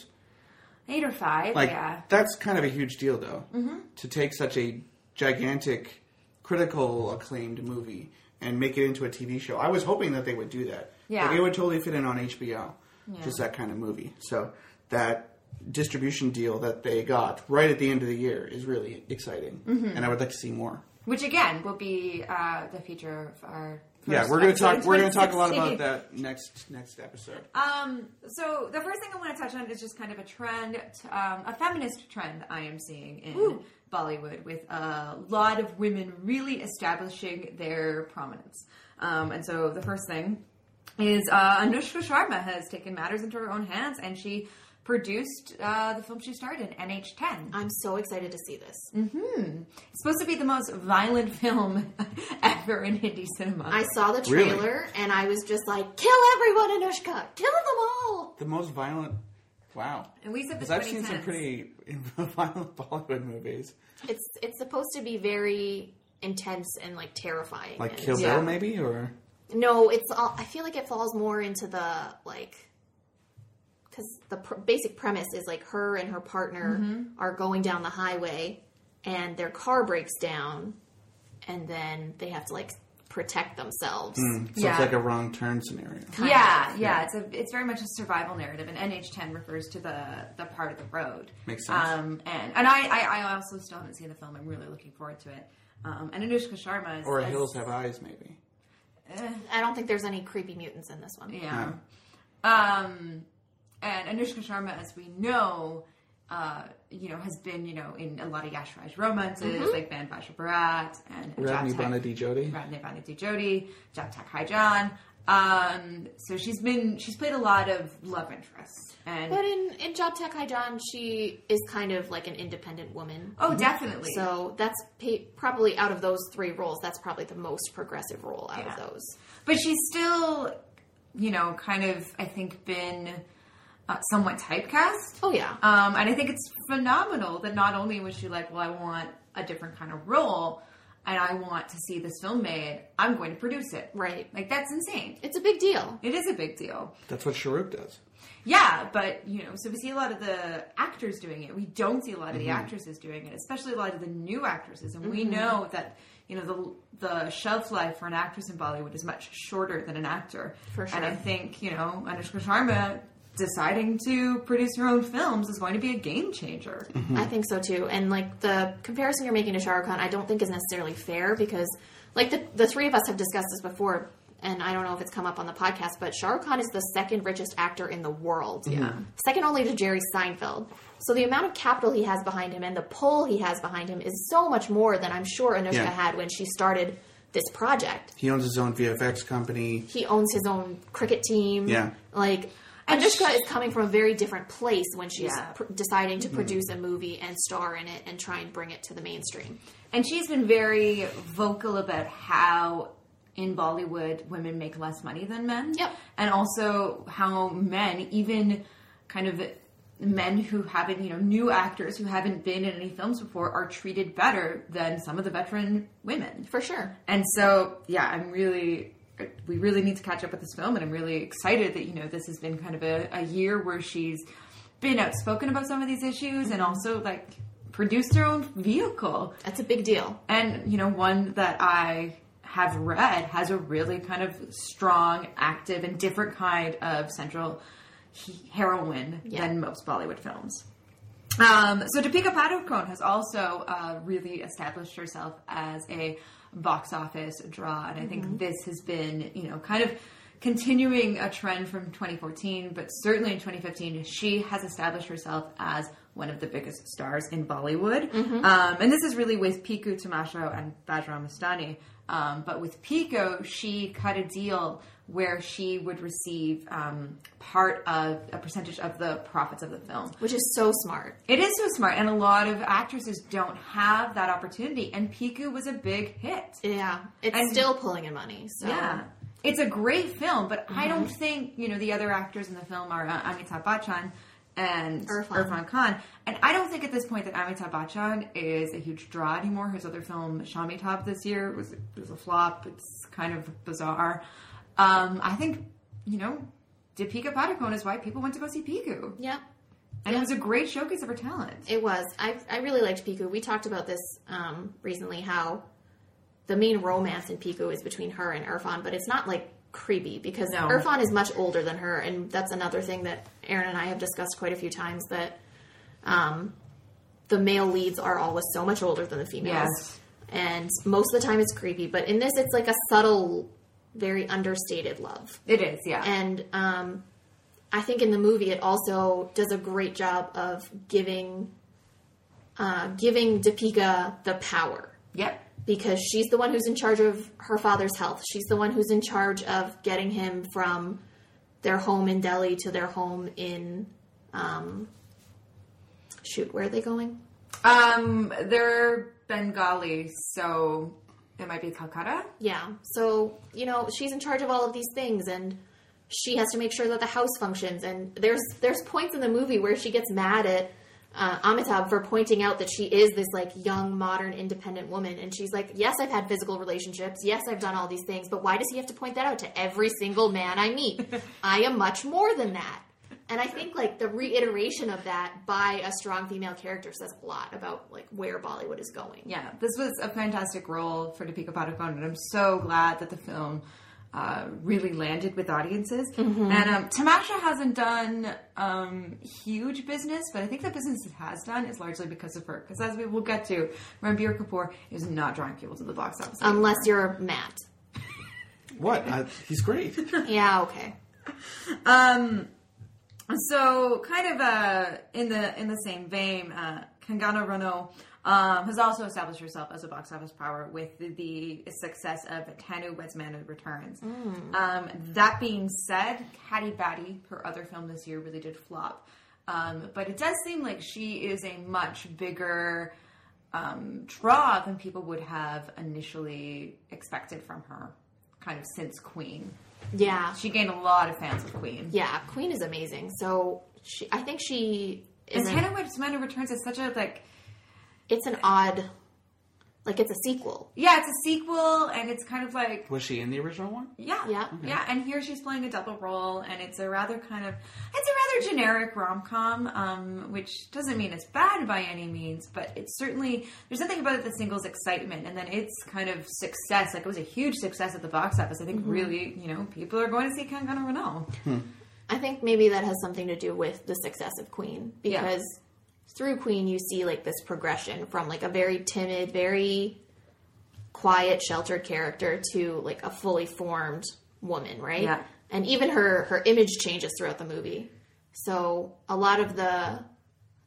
[SPEAKER 1] eight or five.
[SPEAKER 2] Like
[SPEAKER 1] yeah. Mm-hmm.
[SPEAKER 2] that's kind of a huge deal, though, to take such a gigantic, critical acclaimed movie and make it into a TV show. I was hoping that they would do that.
[SPEAKER 1] Yeah.
[SPEAKER 2] like, it would totally fit in on HBO, just that kind of movie. So that distribution deal that they got right at the end of the year is
[SPEAKER 1] Mm-hmm.
[SPEAKER 2] really exciting, and I would like to see more.
[SPEAKER 1] Which again will be uh, the feature of our
[SPEAKER 2] yeah, we're gonna talk. We're gonna talk a lot
[SPEAKER 1] <laughs>
[SPEAKER 2] about that next next episode.
[SPEAKER 1] Um, so the first thing I want to touch on is just kind of a trend, um, a feminist trend I am seeing in
[SPEAKER 3] Ooh.
[SPEAKER 1] Bollywood, with a lot of women really establishing their prominence. Um, and so the first thing is uh, Anushka Sharma has taken matters into her own hands, and she produced uh, the film she starred in, NH10.
[SPEAKER 3] I'm so excited to see this.
[SPEAKER 1] hmm It's supposed to be the most violent <laughs> film ever in Hindi cinema.
[SPEAKER 3] I saw the
[SPEAKER 2] Really?
[SPEAKER 3] trailer and I was just like, kill everyone, Anushka! Kill them all!
[SPEAKER 2] The most violent. Wow.
[SPEAKER 1] and we said the
[SPEAKER 2] Because I've seen some
[SPEAKER 1] 2010s.
[SPEAKER 2] pretty <laughs> violent Bollywood movies,
[SPEAKER 3] It's it's supposed to be very intense and like terrifying.
[SPEAKER 2] like
[SPEAKER 3] and-
[SPEAKER 2] Kill Bill,
[SPEAKER 1] Yeah.
[SPEAKER 2] maybe, or
[SPEAKER 3] No, it's all. I feel like it falls more into the like because the pr- basic premise is like her and her partner
[SPEAKER 1] Mm-hmm.
[SPEAKER 3] are going down the highway, and their car breaks down, and then they have to like protect themselves.
[SPEAKER 2] so
[SPEAKER 1] Yeah.
[SPEAKER 2] it's like a wrong turn scenario.
[SPEAKER 1] yeah, yeah, it's a it's very much a survival narrative, and NH10 refers to the the part of the road.
[SPEAKER 2] Makes sense.
[SPEAKER 1] Um, and and I, I I also still haven't seen the film. I'm really looking forward to it. Um, and Anushka Sharma is
[SPEAKER 2] Or
[SPEAKER 1] is-
[SPEAKER 2] Hills Have Eyes, maybe.
[SPEAKER 3] I don't think there's any creepy mutants in this one.
[SPEAKER 1] Yeah. Um, and Anushka Sharma, as we know, uh, you know, has been you know in a lot of Yash Raj romances like Van Baja Barat and and
[SPEAKER 2] Radney
[SPEAKER 1] Jatak-
[SPEAKER 2] Banadi Jodi.
[SPEAKER 1] Radne Vanity Jodi, Japtak Haijan. Um, so she's been she's played a lot of love interests and
[SPEAKER 3] But in in Job Tech High John, she is kind of like an independent woman.
[SPEAKER 1] Oh, definitely.
[SPEAKER 3] Mm-hmm. So that's pa- probably out of those three roles, that's probably the most progressive role out
[SPEAKER 1] Yeah.
[SPEAKER 3] of those.
[SPEAKER 1] but she's still, you know, kind of, I think, been uh, somewhat typecast.
[SPEAKER 3] Oh yeah,
[SPEAKER 1] Um, and I think it's phenomenal that not only was she like, well, I want a different kind of role and I want to see this film made, I'm going to produce it.
[SPEAKER 3] right.
[SPEAKER 1] Like, that's insane.
[SPEAKER 3] It's a big deal.
[SPEAKER 1] It is a big deal.
[SPEAKER 2] That's what Sharoop does.
[SPEAKER 1] Yeah, but, you know, so we see a lot of the actors doing it. We don't see a lot of the
[SPEAKER 3] Mm-hmm.
[SPEAKER 1] actresses doing it, especially a lot of the new actresses. And we know that, you know, the, the shelf life for an actress in Bollywood is much shorter than an actor.
[SPEAKER 3] For
[SPEAKER 1] And I
[SPEAKER 3] sure.
[SPEAKER 1] think, you know, Anushka Sharma deciding to produce her own films is going to be a game changer.
[SPEAKER 3] I think so too. And like the comparison you're making to Shah Rukh Khan, I don't think is necessarily fair because like the, the three of us have discussed this before, and I don't know if it's come up on the podcast, but Shah Rukh Khan is the second richest actor in the world. Yeah. Second only to Jerry Seinfeld. So the amount of capital he has behind him and the pull he has behind him is so much more than I'm sure Anushka
[SPEAKER 2] Yeah.
[SPEAKER 3] had when she started this project.
[SPEAKER 2] He owns his own VFX company.
[SPEAKER 3] He owns his own cricket team.
[SPEAKER 2] Yeah.
[SPEAKER 3] Like
[SPEAKER 1] And
[SPEAKER 3] Anushka
[SPEAKER 1] she-
[SPEAKER 3] is coming from a very different place when she's
[SPEAKER 1] Yeah.
[SPEAKER 3] pr- deciding to produce a movie and star in it and try and bring it to the mainstream.
[SPEAKER 1] And she's been very vocal about how in Bollywood women make less money than men.
[SPEAKER 3] Yep.
[SPEAKER 1] And also how men, even kind of men who haven't, you know, new actors who haven't been in any films before are treated better than some of the veteran women.
[SPEAKER 3] For sure.
[SPEAKER 1] And so, yeah, I'm really, we really need to catch up with this film, and I'm really excited that you know this has been kind of a, a year where she's been outspoken about some of these issues, and also like produced her own vehicle,
[SPEAKER 3] That's a big deal.
[SPEAKER 1] and you know one that I have read has a really kind of strong, active, and different kind of central he- heroine
[SPEAKER 3] Yeah.
[SPEAKER 1] than most Bollywood films. Um, so Deepika Padukone has also uh, really established herself as a box office draw, and I think this has been, you know, kind of continuing a trend from 2014, but certainly in 2015, she has established herself as one of the biggest stars in Bollywood. Um, and this is really with Piku Tomasho and Bajram Mastani. Um, but with Pico, she cut a deal where she would receive um, part of a percentage of the profits of the film.
[SPEAKER 3] Which is so smart.
[SPEAKER 1] It is so smart, and a lot of actresses don't have that opportunity. And Piku was a big hit.
[SPEAKER 3] Yeah. It's
[SPEAKER 1] And-
[SPEAKER 3] still pulling in money. So
[SPEAKER 1] Yeah. It's a great film, but I don't
[SPEAKER 3] Mm-hmm.
[SPEAKER 1] think, you know, the other actors in the film are uh, Amitabh Bachchan and
[SPEAKER 3] Irfan.
[SPEAKER 1] Irfan. Khan. And I don't think at this point that Amitabh Bachchan is a huge draw anymore. His other film, Shamitab, this year was, was a flop. It's kind of bizarre. Um, I think, you know, Deepika Padukone is why people went to go see Piku.
[SPEAKER 3] Yeah.
[SPEAKER 1] And it was a great showcase of her talent.
[SPEAKER 3] It was. I, I really liked Piku. We talked about this um, recently how the main romance in Piku is between her and Irfan, but it's not like creepy because
[SPEAKER 1] No.
[SPEAKER 3] Irfan is much older than her, and that's another thing that Aaron and I have discussed quite a few times that um, the male leads are always so much older than the females.
[SPEAKER 1] Yes.
[SPEAKER 3] And most of the time it's creepy, but in this it's like a subtle very understated love.
[SPEAKER 1] It is, yeah.
[SPEAKER 3] And um, I think in the movie, it also does a great job of giving uh, giving Topeka the power
[SPEAKER 1] yep.
[SPEAKER 3] because she's the one who's in charge of her father's health. She's the one who's in charge of getting him from their home in Delhi to their home in um, shoot. Where are they going?
[SPEAKER 1] Um, they're Bengali, so it might be Calcutta.
[SPEAKER 3] Yeah. So, you know, she's in charge of all of these things and she has to make sure that the house functions and there's there's points in the movie where she gets mad at uh, Amitabh for pointing out that she is this like young modern independent woman and she's like yes I've had physical relationships yes I've done all these things but why does he have to point that out to every single man I meet I am much more than that and I think like the reiteration of that by a strong female character says a lot about like where Bollywood is going
[SPEAKER 1] Yeah, this was a fantastic role for Deepika Padukone, and I'm so glad that the film uh, really landed with audiences. And um, Tamasha hasn't done um, huge business, but I think the business it has done is largely because of her. Because as we will get to, Ranbir Kapoor is not drawing people to the box office.
[SPEAKER 3] unless you're Matt
[SPEAKER 2] What? I,
[SPEAKER 1] <laughs>
[SPEAKER 2] he's great.
[SPEAKER 3] yeah okay
[SPEAKER 1] Um, so kind of uh, in the in the same vein, uh, Kangana Rano um, has also established herself as a box office power with the, the success of Tanu Wedsmanu Returns. Um, that being said, Caddy Batty, her other film this year, really did flop. Um, but it does seem like she is a much bigger um, draw than people would have initially expected from her, kind of since Queen.
[SPEAKER 3] yeah
[SPEAKER 1] She gained a lot of fans with Queen.
[SPEAKER 3] Yeah, Queen is amazing. So she, I think she is.
[SPEAKER 1] And
[SPEAKER 3] An,
[SPEAKER 1] Hannah Montana Returns is such a like
[SPEAKER 3] it's an odd, like it's a sequel.
[SPEAKER 1] yeah, it's a sequel and it's kind of like
[SPEAKER 2] Was she in the original one?
[SPEAKER 1] yeah,
[SPEAKER 3] Yeah.
[SPEAKER 1] yeah. And here she's playing a double role, and it's a rather kind of it's a rather generic rom com, um, which doesn't mean it's bad by any means, but it's certainly there's something about it that singles excitement, and then its kind of success, like it was a huge success at the box office. I think really, you know, people are going to see Kangana Renault.
[SPEAKER 3] I think maybe that has something to do with the success of Queen
[SPEAKER 1] Yeah.
[SPEAKER 3] because through Queen you see like this progression from like a very timid, very quiet, sheltered character to like a fully formed woman, right?
[SPEAKER 1] Yeah.
[SPEAKER 3] And even her her image changes throughout the movie. So a lot of the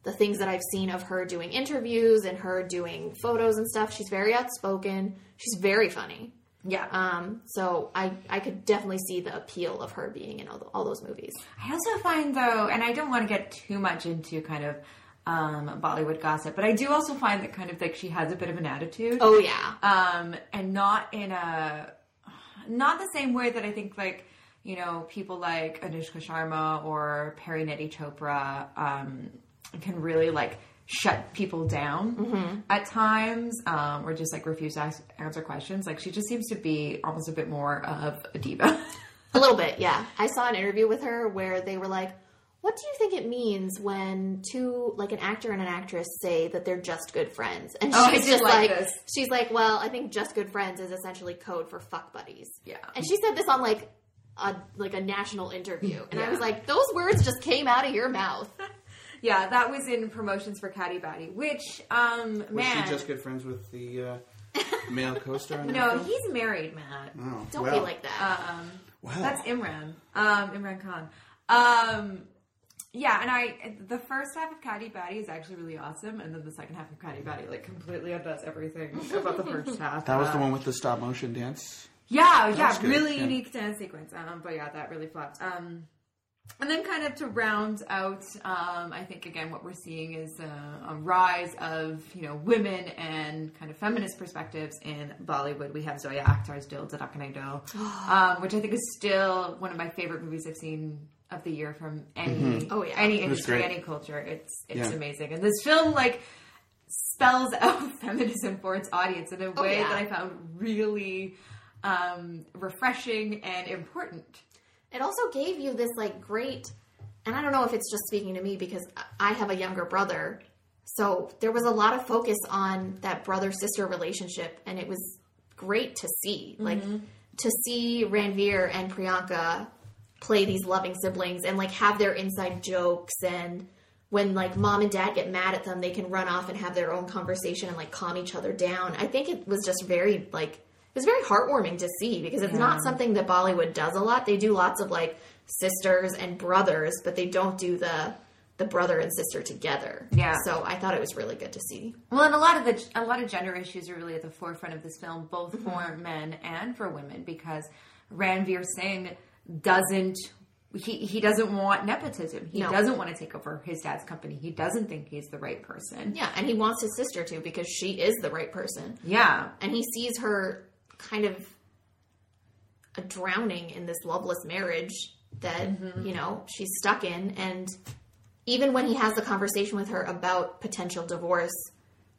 [SPEAKER 3] the things that I've seen of her doing interviews and her doing photos and stuff, she's very outspoken. She's very funny.
[SPEAKER 1] Yeah.
[SPEAKER 3] Um, so I I could definitely see the appeal of her being in all, th all those movies.
[SPEAKER 1] I also find though, and I don't want to get too much into kind of um, Bollywood gossip, but I do also find that kind of like she has a bit of an attitude,
[SPEAKER 3] Oh yeah,
[SPEAKER 1] um, and not in a not the same way that I think like you know people like Anushka Sharma or Perinetti Chopra um, can really like shut people down at times um, or just like refuse to ask, answer questions. Like she just seems to be almost a bit more of a diva. <laughs>
[SPEAKER 3] a little bit. Yeah, I saw an interview with her where they were like, "What do you think it means when two like an actor and an actress say that they're just good friends?" And
[SPEAKER 1] Oh, I
[SPEAKER 3] she's
[SPEAKER 1] did
[SPEAKER 3] just
[SPEAKER 1] like
[SPEAKER 3] like,
[SPEAKER 1] this.
[SPEAKER 3] she's like, "Well, I think just good friends is essentially code for fuck buddies."
[SPEAKER 1] Yeah.
[SPEAKER 3] and she said this on like. A, like a national interview, and I
[SPEAKER 1] Mm, Yeah.
[SPEAKER 3] was like, "Those words just came out of your mouth."
[SPEAKER 1] Yeah, that was in promotions for Caddy Batty, which, um,
[SPEAKER 2] Was
[SPEAKER 1] man.
[SPEAKER 2] she just good friends with
[SPEAKER 1] <laughs>
[SPEAKER 2] the uh, male co-star? on that
[SPEAKER 1] no,
[SPEAKER 2] film?
[SPEAKER 1] he's married, Matt.
[SPEAKER 2] Oh,
[SPEAKER 3] Don't be
[SPEAKER 2] well,
[SPEAKER 3] like that.
[SPEAKER 1] Um,
[SPEAKER 2] Wow.
[SPEAKER 1] that's Imran. Um, Imran Khan. Um, yeah, and I, the first half of Caddy Batty is actually really awesome, and then the second half of Caddy Batty, like, completely undoes everything about the
[SPEAKER 2] <laughs>
[SPEAKER 1] first half.
[SPEAKER 2] that was the
[SPEAKER 1] Uh,
[SPEAKER 2] one with the stop motion dance.
[SPEAKER 1] Yeah,
[SPEAKER 2] That's
[SPEAKER 1] yeah,
[SPEAKER 2] good,
[SPEAKER 1] really
[SPEAKER 2] yeah.
[SPEAKER 1] unique dance sequence. Um, but yeah, that really flopped. Um, and then kind of to round out, um, I think again what we're seeing is uh, a rise of you know women and kind of feminist perspectives in Bollywood. We have Zoya Akhtar's Dil Dhadakane Dil,
[SPEAKER 3] <gasps>
[SPEAKER 1] um, which I think is still one of my favorite movies I've seen of the year from any
[SPEAKER 3] Oh, yeah.
[SPEAKER 1] any
[SPEAKER 2] was
[SPEAKER 1] industry,
[SPEAKER 2] great.
[SPEAKER 1] any culture. It's it's
[SPEAKER 2] Yeah.
[SPEAKER 1] amazing, and this film like spells <laughs> out feminism for its audience in a way
[SPEAKER 3] yeah.
[SPEAKER 1] that I found really um, refreshing and important.
[SPEAKER 3] it also gave you this like great and i don't know if it's just speaking to me because i have a younger brother so there was a lot of focus on that brother sister relationship and it was great to see like to see ranveer and priyanka play these loving siblings and like have their inside jokes and when like mom and dad get mad at them they can run off and have their own conversation and like calm each other down i think it was just very like it was very heartwarming to see because it's not something that Bollywood does a lot. They do lots of like sisters and brothers, but they don't do the the brother and sister together.
[SPEAKER 1] Yeah.
[SPEAKER 3] So I thought it was really good to see.
[SPEAKER 1] Well, and a lot of the a lot of gender issues are really at the forefront of this film, both for men and for women, because Ranveer Singh doesn't he he doesn't want nepotism. He
[SPEAKER 3] No.
[SPEAKER 1] doesn't want to take over his dad's company. He doesn't think he's the right person.
[SPEAKER 3] Yeah, and he wants his sister to because she is the right person.
[SPEAKER 1] Yeah.
[SPEAKER 3] and he sees her kind of drowning in this loveless marriage that
[SPEAKER 1] Mm-hmm.
[SPEAKER 3] you know she's stuck in and even when he has the conversation with her about potential divorce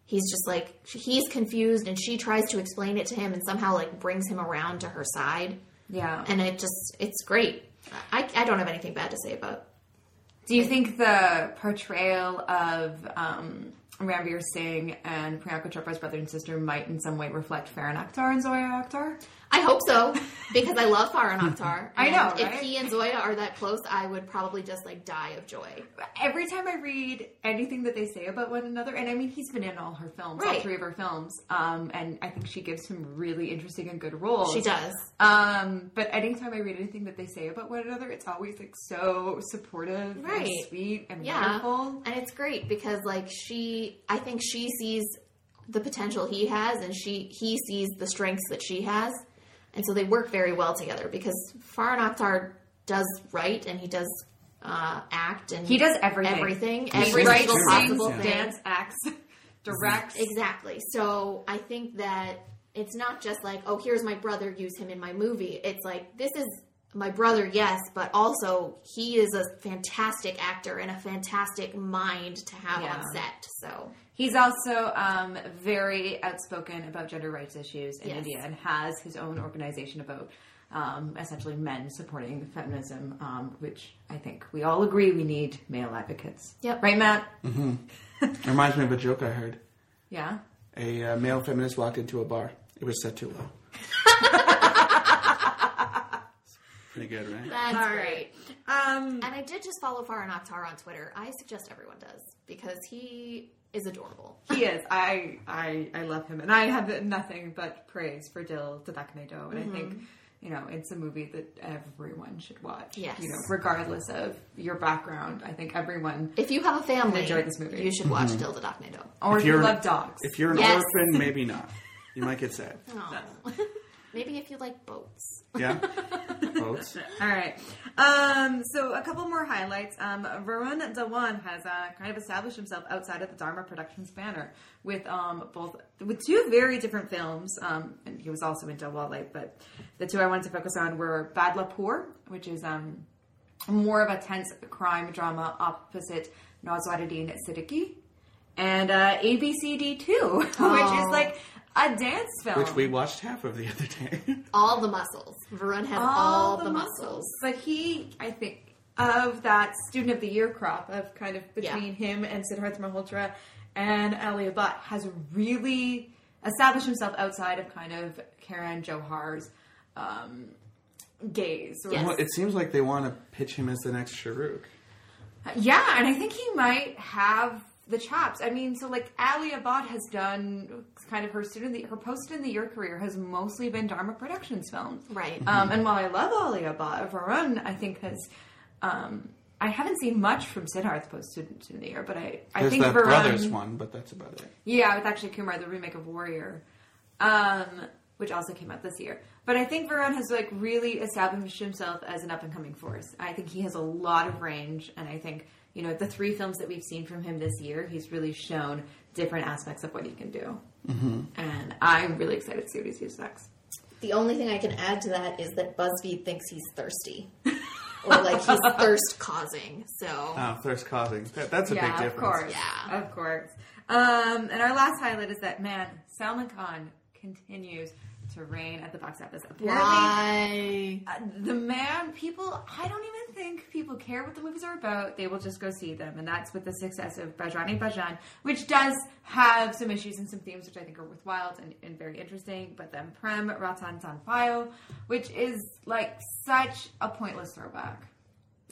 [SPEAKER 3] he's just like he's confused and she tries to explain it to him and somehow like brings him around to her side
[SPEAKER 1] Yeah.
[SPEAKER 3] and it just it's great i, I don't have anything bad to say about
[SPEAKER 1] Do you think the portrayal of um, Ranveer Singh and Priyanka Chopra's brother and sister might in some way reflect Farhan Akhtar and Zoya Akhtar?
[SPEAKER 3] I hope
[SPEAKER 1] <laughs>
[SPEAKER 3] so because I love Farhan Akhtar.
[SPEAKER 1] I know,
[SPEAKER 3] And If
[SPEAKER 1] right?
[SPEAKER 3] he and Zoya are that close, I would probably just like die of joy.
[SPEAKER 1] every time I read anything that they say about one another, and I mean, he's been in all her films, all
[SPEAKER 3] Right.
[SPEAKER 1] three of her films, um, and I think she gives him really interesting and good roles.
[SPEAKER 3] She does.
[SPEAKER 1] Um, but anytime I read anything that they say about one another, it's always like so supportive, and
[SPEAKER 3] Right.
[SPEAKER 1] sweet, and
[SPEAKER 3] Yeah.
[SPEAKER 1] wonderful.
[SPEAKER 3] And it's great because like she I think she sees the potential he has and she he sees the strengths that she has. And so they work very well together because Farhan Akhtar does write and he does uh, act and
[SPEAKER 1] He does everything.
[SPEAKER 3] everything
[SPEAKER 2] He
[SPEAKER 3] every
[SPEAKER 2] writes,
[SPEAKER 3] single
[SPEAKER 2] sings,
[SPEAKER 3] possible
[SPEAKER 2] yeah.
[SPEAKER 3] thing.
[SPEAKER 1] dance, acts, <laughs> directs.
[SPEAKER 3] Exactly. So I think that it's not just like, oh, here's my brother, use him in my movie. It's like, this is my brother, yes, but also he is a fantastic actor and a fantastic mind to have
[SPEAKER 1] Yeah.
[SPEAKER 3] on set. So,
[SPEAKER 1] He's also um, very outspoken about gender rights issues in
[SPEAKER 3] Yes.
[SPEAKER 1] India and has his own organization about um, essentially men supporting feminism, um, which I think we all agree we need male advocates.
[SPEAKER 3] Yep.
[SPEAKER 1] Right, <laughs> Matt?
[SPEAKER 2] Reminds me of a joke I heard.
[SPEAKER 1] Yeah.
[SPEAKER 2] A uh, male feminist walked into a bar. It was set
[SPEAKER 1] <laughs>
[SPEAKER 2] too low. Pretty good, right?
[SPEAKER 3] that's
[SPEAKER 1] All
[SPEAKER 3] great.
[SPEAKER 1] Um,
[SPEAKER 3] And I did just follow Farhan Akhtar on Twitter. I suggest everyone does because he is adorable.
[SPEAKER 1] he is. I, I I love him, and I have nothing but praise for Dil Tadaknedo, and I think. You know, it's a movie that everyone should watch.
[SPEAKER 3] Yes.
[SPEAKER 1] You know, regardless of your background, I think everyone,
[SPEAKER 3] If you have a family,
[SPEAKER 1] enjoy this movie. Mm-hmm. Oh,
[SPEAKER 3] you should watch Dilda Docnado.
[SPEAKER 1] or if, you
[SPEAKER 2] you're-
[SPEAKER 1] love dogs,
[SPEAKER 2] If you're an
[SPEAKER 3] Yes.
[SPEAKER 2] orphan, maybe not. You might get sad.
[SPEAKER 3] <laughs> Maybe if you like boats. <laughs>
[SPEAKER 2] Yeah? Boats?
[SPEAKER 1] All right. Um, so a couple more highlights. Um, Varun Dhawan has uh, kind of established himself outside of the Dharma Productions banner with um, both with two very different films, um, and he was also in Dalwale. But the two I wanted to focus on were Badlapur, which is um, more of a tense crime drama opposite Nazaruddin Siddiqui, and uh, ABCD Two, <laughs> which is like a dance
[SPEAKER 3] Um,
[SPEAKER 1] film,
[SPEAKER 2] Oh. Which we watched half of the other day.
[SPEAKER 3] All the muscles. Varun has all, the, muscles.
[SPEAKER 1] But he, I think, of that student of the year crop of kind of between him and Siddharth Malhotra and Ali Abad has really established himself outside of kind of Karen Johar's um, gaze. or-
[SPEAKER 3] Yes.
[SPEAKER 2] Well, it seems like they want to pitch him as the next Sharuk.
[SPEAKER 1] Yeah, and I think he might have the chops. I mean, so like Ali Abad has done kind of her student, of the, her post in the year career has mostly been Dharma Productions films,
[SPEAKER 3] Right.
[SPEAKER 2] Mm-hmm.
[SPEAKER 1] Um, and while I love Ali Abad, Varun, I think has. Um, I haven't seen much from Siddharth post student in the year, but I, I
[SPEAKER 2] There's
[SPEAKER 1] think
[SPEAKER 2] that
[SPEAKER 1] Varun.
[SPEAKER 2] brothers one, but that's about it.
[SPEAKER 1] Yeah, with actually Kumar, the remake of Warrior, um, which also came out this year. But I think Varun has like really established himself as an up and coming force. I think he has a lot of range, and I think you know the three films that we've seen from him this year, he's really shown different aspects of what he can do.
[SPEAKER 2] Mm-hmm.
[SPEAKER 1] And I'm really excited to see what he sees next.
[SPEAKER 3] The only thing I can add to that is that BuzzFeed thinks he's thirsty. <laughs> or like he's thirst causing. So
[SPEAKER 2] Oh, thirst causing. That, that's a
[SPEAKER 1] yeah,
[SPEAKER 2] big difference.
[SPEAKER 1] of course.
[SPEAKER 3] Yeah.
[SPEAKER 1] of course. Um, and our last highlight is that man Salman Khan continues to reign at the box office. Apparently,
[SPEAKER 3] why?
[SPEAKER 1] uh, the man people i don't even think people care what the movies are about they will just go see them and that's with the success of bajrani bajan which does have some issues and some themes which i think are worthwhile and, and very interesting but then prem ratan sanpaio which is like such a pointless throwback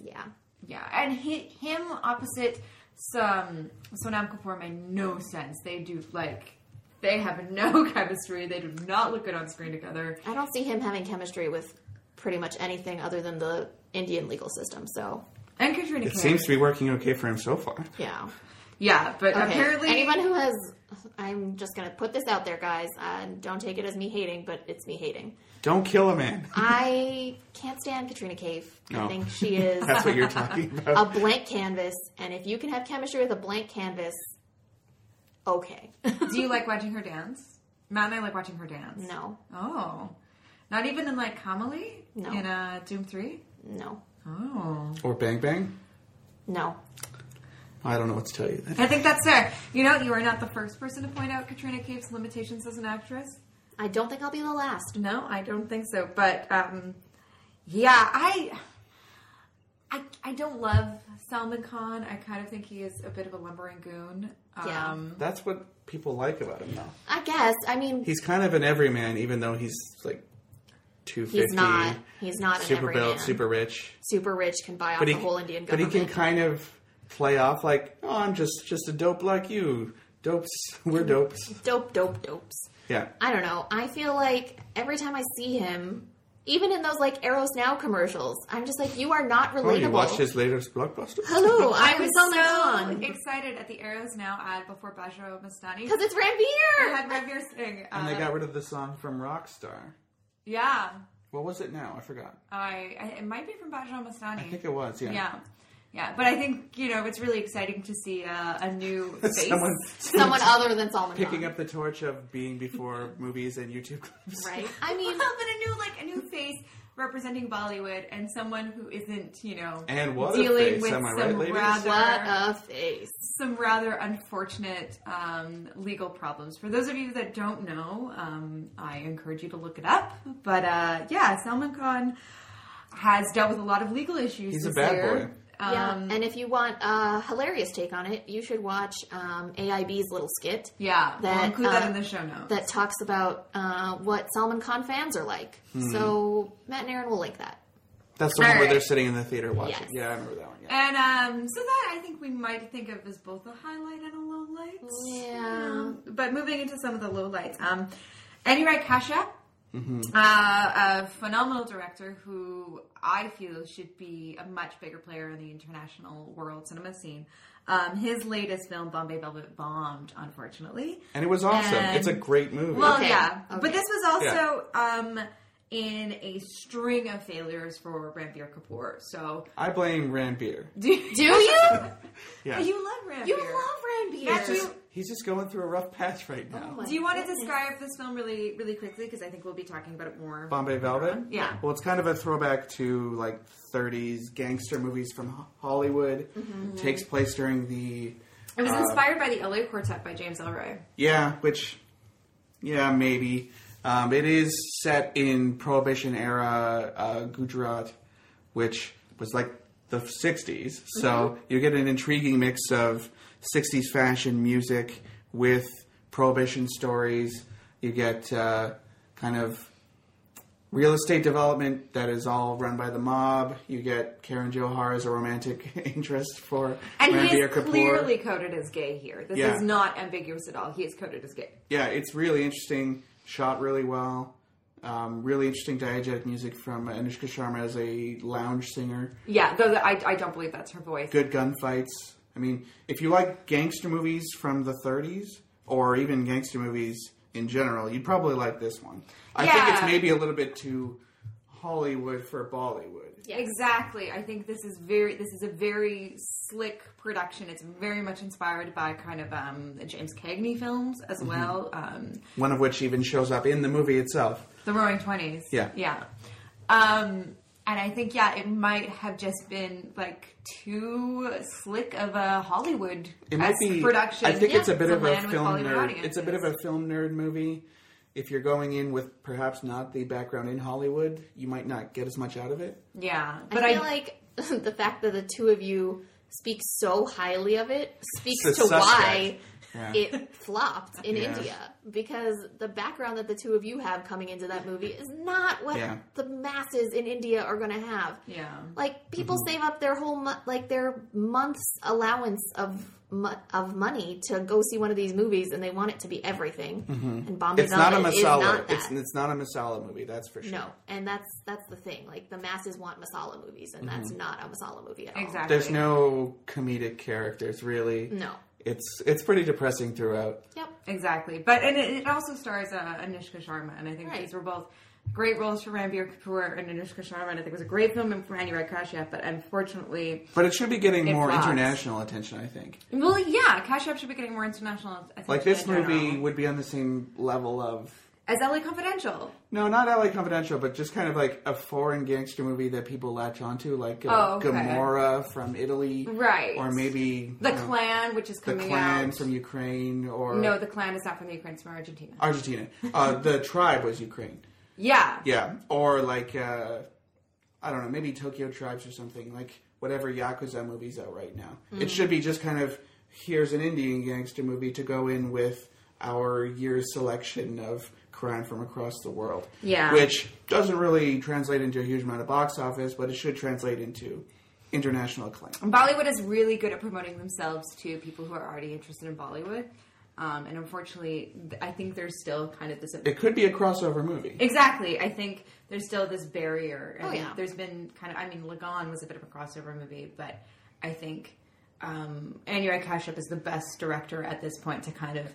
[SPEAKER 3] Yeah.
[SPEAKER 1] yeah, and he, him opposite some Sonam Kapoor made no sense. They do like They have no <laughs> chemistry. They do not look good on screen together.
[SPEAKER 3] I don't see him having chemistry with pretty much anything other than the Indian legal system. So
[SPEAKER 1] And Katrina
[SPEAKER 2] It
[SPEAKER 1] Kaif.
[SPEAKER 2] seems to be working okay for him so far.
[SPEAKER 3] yeah.
[SPEAKER 1] Yeah, but
[SPEAKER 3] Okay.
[SPEAKER 1] apparently
[SPEAKER 3] anyone who has, I'm just gonna put this out there, guys. Uh, don't take it as me hating, but it's me hating.
[SPEAKER 2] Don't kill a
[SPEAKER 3] <laughs>
[SPEAKER 2] man.
[SPEAKER 3] I can't stand Katrina Cave. I
[SPEAKER 2] Oh.
[SPEAKER 3] think she
[SPEAKER 2] <laughs>
[SPEAKER 3] is
[SPEAKER 2] That's what you're
[SPEAKER 3] <laughs>
[SPEAKER 2] talking about.
[SPEAKER 3] a blank canvas, and if you can have chemistry with a blank canvas,
[SPEAKER 2] <laughs>
[SPEAKER 3] okay.
[SPEAKER 1] Do you like watching her dance? Matt and I like watching her dance.
[SPEAKER 3] no,
[SPEAKER 1] Oh. Not even in like Kamali?
[SPEAKER 3] No.
[SPEAKER 1] In uh, Doom 3?
[SPEAKER 3] no,
[SPEAKER 1] Oh.
[SPEAKER 2] Or bang bang.
[SPEAKER 3] no.
[SPEAKER 2] I don't know what to tell you then.
[SPEAKER 1] I think that's fair. You know, you are not the first person to point out Katrina Cape's limitations as an actress.
[SPEAKER 3] I don't think I'll be the last.
[SPEAKER 1] No, I don't think so. But um, yeah, I, I I don't love Salman Khan. I kind of think he is a bit of a lumbering goon.
[SPEAKER 3] Yeah.
[SPEAKER 1] Um,
[SPEAKER 2] That's what people like about him, though.
[SPEAKER 3] I guess. I mean,
[SPEAKER 2] He's kind of an everyman, even though he's like two
[SPEAKER 3] he's
[SPEAKER 2] fifty,
[SPEAKER 3] not. He's not an
[SPEAKER 2] super
[SPEAKER 3] everyman.
[SPEAKER 2] built, super rich.
[SPEAKER 3] super rich can buy off
[SPEAKER 2] But
[SPEAKER 3] the
[SPEAKER 2] he,
[SPEAKER 3] whole Indian
[SPEAKER 2] but he
[SPEAKER 3] government.
[SPEAKER 2] can kind of play off like, "Oh, I'm just just a dope like you. Dopes, <laughs> we're dopes."
[SPEAKER 3] dope, dope, dopes.
[SPEAKER 2] Yeah,
[SPEAKER 3] I don't know. I feel like every time I see him, even in those like Eros Now commercials, I'm just like, you are not relatable.
[SPEAKER 2] Oh, you watched his latest blockbuster? <laughs>
[SPEAKER 3] Hello,
[SPEAKER 1] I
[SPEAKER 3] I'm
[SPEAKER 1] was
[SPEAKER 3] Salman
[SPEAKER 1] so excited at the Arrows Now ad before Bajra Mastani.
[SPEAKER 3] because it's
[SPEAKER 1] I
[SPEAKER 3] Ranveer.
[SPEAKER 1] had Ranveer Singh.
[SPEAKER 2] And they
[SPEAKER 1] uh,
[SPEAKER 2] got rid of the song from Rockstar.
[SPEAKER 1] yeah,
[SPEAKER 2] What was it now? I forgot.
[SPEAKER 1] I, I it might be from Bajra Mastani.
[SPEAKER 2] I think it was. Yeah. <laughs>
[SPEAKER 1] yeah. Yeah, but I think you know it's really exciting to see uh, a new face.
[SPEAKER 2] <laughs> Someone
[SPEAKER 3] Someone other than Salman
[SPEAKER 2] picking
[SPEAKER 3] Khan,
[SPEAKER 2] up the torch of being before <laughs> movies and YouTube clips.
[SPEAKER 3] right? <laughs> I mean,
[SPEAKER 1] well, <laughs> but a new like a new face representing Bollywood and someone who isn't you know
[SPEAKER 2] And what a
[SPEAKER 1] Dealing
[SPEAKER 2] face,
[SPEAKER 1] with
[SPEAKER 2] am I
[SPEAKER 1] some
[SPEAKER 2] right, ladies?
[SPEAKER 1] rather-
[SPEAKER 3] what a face.
[SPEAKER 1] some rather unfortunate um, legal problems. For those of you that don't know, um, I encourage you to look it up. But uh, yeah, Salman Khan has dealt with a lot of legal issues.
[SPEAKER 2] He's a
[SPEAKER 1] this
[SPEAKER 2] bad
[SPEAKER 1] year.
[SPEAKER 2] boy.
[SPEAKER 1] Um,
[SPEAKER 3] Yeah, and if you want a hilarious take on it, you should watch um, AIB's little skit
[SPEAKER 1] yeah, we'll
[SPEAKER 3] That,
[SPEAKER 1] include that
[SPEAKER 3] uh,
[SPEAKER 1] in the show notes.
[SPEAKER 3] that talks about uh, what Salman Khan fans are like.
[SPEAKER 2] Hmm.
[SPEAKER 3] So Matt and Aaron will link that.
[SPEAKER 2] <laughs> That's the one
[SPEAKER 1] All
[SPEAKER 2] where they're
[SPEAKER 1] right.
[SPEAKER 2] sitting in the theater watching.
[SPEAKER 3] Yes.
[SPEAKER 2] Yeah, I remember that one. Yeah.
[SPEAKER 1] and um, so that I think we might think of as both a highlight and a low light.
[SPEAKER 3] Yeah.
[SPEAKER 1] Um, but moving into some of the low lights, um, Anurag Kashyap, uh, a phenomenal director who I feel should be a much bigger player in the international world cinema scene. Um, his latest film, Bombay Velvet, bombed, unfortunately.
[SPEAKER 2] And it was awesome.
[SPEAKER 1] And-
[SPEAKER 2] it's a great movie.
[SPEAKER 1] Well,
[SPEAKER 3] Okay.
[SPEAKER 1] yeah,
[SPEAKER 3] Okay.
[SPEAKER 1] but this was also um, in a string of failures for Ranbir Kapoor. So,
[SPEAKER 2] I blame Ranbir.
[SPEAKER 1] do, <laughs>
[SPEAKER 3] Do you?
[SPEAKER 2] Yeah.
[SPEAKER 1] you love Ranbir?
[SPEAKER 3] you love Ranbir. Oh
[SPEAKER 1] That's
[SPEAKER 2] He's
[SPEAKER 1] you-
[SPEAKER 2] just- he's just going through a rough patch right now.
[SPEAKER 3] my
[SPEAKER 1] Do you want to
[SPEAKER 3] goodness.
[SPEAKER 1] describe this film really, really quickly? Because I think we'll be talking about it more.
[SPEAKER 2] Bombay Velvet?
[SPEAKER 1] Yeah.
[SPEAKER 2] Well, it's kind of a throwback to like 30s gangster movies from Ho- Hollywood. Takes place during the
[SPEAKER 1] It was
[SPEAKER 2] Uh,
[SPEAKER 1] inspired by the LA Quartet by James Elroy.
[SPEAKER 2] yeah, which yeah maybe um, it is set in Prohibition era uh, Gujarat, which was like the 60s. So
[SPEAKER 1] Mm-hmm.
[SPEAKER 2] you get an intriguing mix of 60s fashion music with Prohibition stories. You get uh, kind of real estate development that is all run by the mob. You get Karen Johar as a romantic <laughs> interest for
[SPEAKER 1] And he is
[SPEAKER 2] Ranbir Kapoor.
[SPEAKER 1] clearly coded as gay here. This
[SPEAKER 2] Yeah.
[SPEAKER 1] is not ambiguous at all. He is coded as gay.
[SPEAKER 2] yeah, it's really interesting. Shot really well. Um, really interesting diegetic music from Anushka Sharma as a lounge singer.
[SPEAKER 1] Yeah, though the, I, I don't believe that's her voice.
[SPEAKER 2] Good gunfights. I mean, if you like gangster movies from the 30s or even gangster movies in general, you'd probably like this one. I think it's
[SPEAKER 1] Yeah.
[SPEAKER 2] maybe a little bit too Hollywood for Bollywood.
[SPEAKER 1] Exactly. I think this is very this is a very slick production. It's very much inspired by kind of um, the James Cagney films as
[SPEAKER 2] Mm-hmm.
[SPEAKER 1] well. Um,
[SPEAKER 2] One of which even shows up in the movie itself.
[SPEAKER 1] The Roaring Twenties.
[SPEAKER 2] Yeah.
[SPEAKER 1] Yeah. Um, and I think yeah, it might have just been like too slick of a Hollywood
[SPEAKER 2] It might be
[SPEAKER 1] production.
[SPEAKER 2] I think it's a bit
[SPEAKER 1] to
[SPEAKER 2] of a
[SPEAKER 1] land with
[SPEAKER 2] film
[SPEAKER 1] Hollywood
[SPEAKER 2] nerd.
[SPEAKER 1] audiences.
[SPEAKER 2] It's a bit of a film nerd movie. If you're going in with perhaps not the background in Hollywood, you might not get as much out of it.
[SPEAKER 1] yeah.
[SPEAKER 3] I feel like <laughs> the fact that the two of you speak so highly of it speaks
[SPEAKER 2] It's
[SPEAKER 3] to
[SPEAKER 2] a suspect.
[SPEAKER 3] why
[SPEAKER 2] Yeah. <laughs>
[SPEAKER 3] it flopped in
[SPEAKER 2] Yeah.
[SPEAKER 3] India because the background that the two of you have coming into that movie is not what
[SPEAKER 2] Yeah.
[SPEAKER 3] the masses in India are going to have.
[SPEAKER 1] Yeah.
[SPEAKER 3] Like people
[SPEAKER 2] Mm-hmm.
[SPEAKER 3] save up their whole mo- like their month's allowance of mo- of money to go see one of these movies, and they want it to be everything. And Bombay
[SPEAKER 2] Mm-hmm. It's not a
[SPEAKER 3] Velvet is
[SPEAKER 2] masala.
[SPEAKER 3] not
[SPEAKER 2] It's,
[SPEAKER 3] that.
[SPEAKER 2] it's not a masala movie. That's for sure.
[SPEAKER 3] no, and that's that's the thing. Like the masses want masala movies, and that's
[SPEAKER 2] Mm-hmm.
[SPEAKER 3] not a masala movie at all.
[SPEAKER 1] Exactly.
[SPEAKER 2] There's no comedic characters really.
[SPEAKER 3] No.
[SPEAKER 2] It's it's pretty depressing throughout.
[SPEAKER 3] Yep.
[SPEAKER 1] Exactly. But and it, it also stars uh, Anushka Sharma, and I think
[SPEAKER 3] Right.
[SPEAKER 1] these were both great roles for Ranbir Kapoor and Anushka Sharma. And I think it was a great film and for Annie Radcliffe, but unfortunately,
[SPEAKER 2] But it should be getting
[SPEAKER 1] It
[SPEAKER 2] more
[SPEAKER 1] flops.
[SPEAKER 2] international attention, I think.
[SPEAKER 1] well, yeah, Cash App should be getting more international. attention
[SPEAKER 2] Like this
[SPEAKER 1] in general.
[SPEAKER 2] movie would be on the same level of
[SPEAKER 1] as LA Confidential.
[SPEAKER 2] no, not LA Confidential, but just kind of like a foreign gangster movie that people latch onto, like uh,
[SPEAKER 1] Oh, okay.
[SPEAKER 2] Gomorrah from Italy,
[SPEAKER 1] Right.
[SPEAKER 2] Or maybe
[SPEAKER 1] The
[SPEAKER 2] you know,
[SPEAKER 1] Clan, which is
[SPEAKER 2] the
[SPEAKER 1] coming
[SPEAKER 2] Clan
[SPEAKER 1] out.
[SPEAKER 2] from Ukraine, or
[SPEAKER 1] no, The Clan is not from the Ukraine; it's from Argentina.
[SPEAKER 2] Argentina. Uh, the tribe was Ukraine.
[SPEAKER 1] yeah.
[SPEAKER 2] Yeah, or like uh, I don't know, maybe Tokyo Tribes or something like whatever yakuza movies out right now. It should be just kind of here's an Indian gangster movie to go in with our year's selection of crime from across the world.
[SPEAKER 1] Yeah.
[SPEAKER 2] which doesn't really translate into a huge amount of box office, but it should translate into international acclaim.
[SPEAKER 1] Bollywood is really good at promoting themselves to people who are already interested in Bollywood. Um, and unfortunately, th- I think there's still kind of this
[SPEAKER 2] It could be a crossover movie.
[SPEAKER 1] Exactly. I think there's still this barrier. And
[SPEAKER 3] Oh, yeah.
[SPEAKER 1] There's been kind of, I mean, Lagan was a bit of a crossover movie, but I think um, Anurag Kashyap is the best director at this point to kind of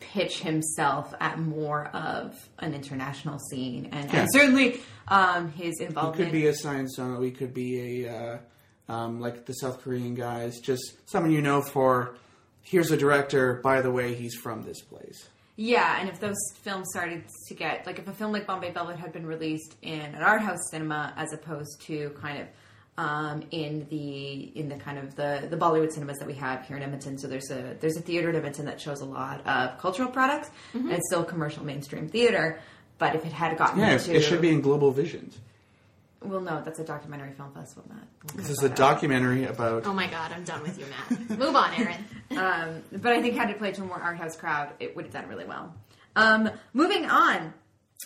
[SPEAKER 1] pitch himself at more of an international scene. And, and certainly um, his
[SPEAKER 2] It could
[SPEAKER 1] involvement.
[SPEAKER 2] be a science song. It could be a uh, um, like the South Korean guys. Just someone you know for. Here's a director. By the way, he's from this place.
[SPEAKER 1] yeah, and if those films started to get, like, if a film like Bombay Velvet had been released in an art house cinema as opposed to kind of um, in the in the kind of the, the Bollywood cinemas that we have here in Edmonton. So there's a there's a theater in Edmonton that shows a lot of cultural products,
[SPEAKER 2] Mm-hmm.
[SPEAKER 1] and it's still commercial mainstream theater. But if it had gotten
[SPEAKER 2] Yeah,
[SPEAKER 1] to,
[SPEAKER 2] it should be in Global Visions.
[SPEAKER 1] Well, no, that's a documentary film festival, Matt.
[SPEAKER 2] This is a documentary about.
[SPEAKER 3] Oh my god, I'm done with you, Matt. Move on, Aaron.
[SPEAKER 1] Um, but I think had it played to a more art house crowd, it would have done really well. Um, moving on,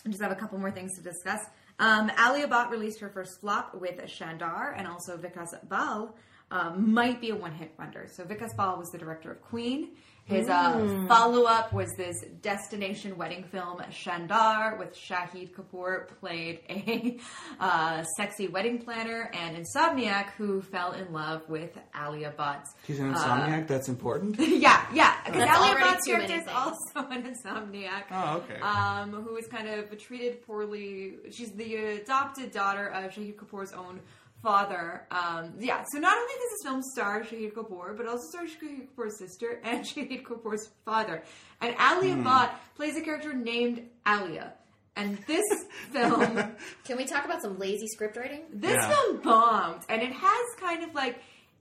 [SPEAKER 1] I just have a couple more things to discuss. Um, Ali Abad released her first flop with Shandar, and also Vikas Bal um, might be a one-hit wonder. So Vikas Bal was the director of Queen. His uh, follow-up was this destination wedding film, Shandar, with Shahid Kapoor played a <laughs> uh, sexy wedding planner and insomniac who fell in love with Ali Abad's
[SPEAKER 2] He's an insomniac.
[SPEAKER 1] <laughs>
[SPEAKER 2] That's important.
[SPEAKER 1] yeah, yeah. Because
[SPEAKER 3] That's
[SPEAKER 1] Elliot
[SPEAKER 3] already
[SPEAKER 1] Bond's
[SPEAKER 3] too many
[SPEAKER 1] character is
[SPEAKER 3] things.
[SPEAKER 1] also an insomniac.
[SPEAKER 2] Oh, okay.
[SPEAKER 1] Um, who is kind of treated poorly. She's the adopted daughter of Shahid Kapoor's own father. Um, yeah, so not only does this film star Shahid Kapoor, but also stars Shahid Kapoor's sister <laughs> and Shahid Kapoor's father. And Ali
[SPEAKER 2] Hmm.
[SPEAKER 1] Abad plays a character named Alia. And
[SPEAKER 2] <laughs>
[SPEAKER 1] this film
[SPEAKER 3] <laughs> Can we talk about some lazy script writing?
[SPEAKER 1] this
[SPEAKER 2] Yeah.
[SPEAKER 1] film bombed, and it has kind of like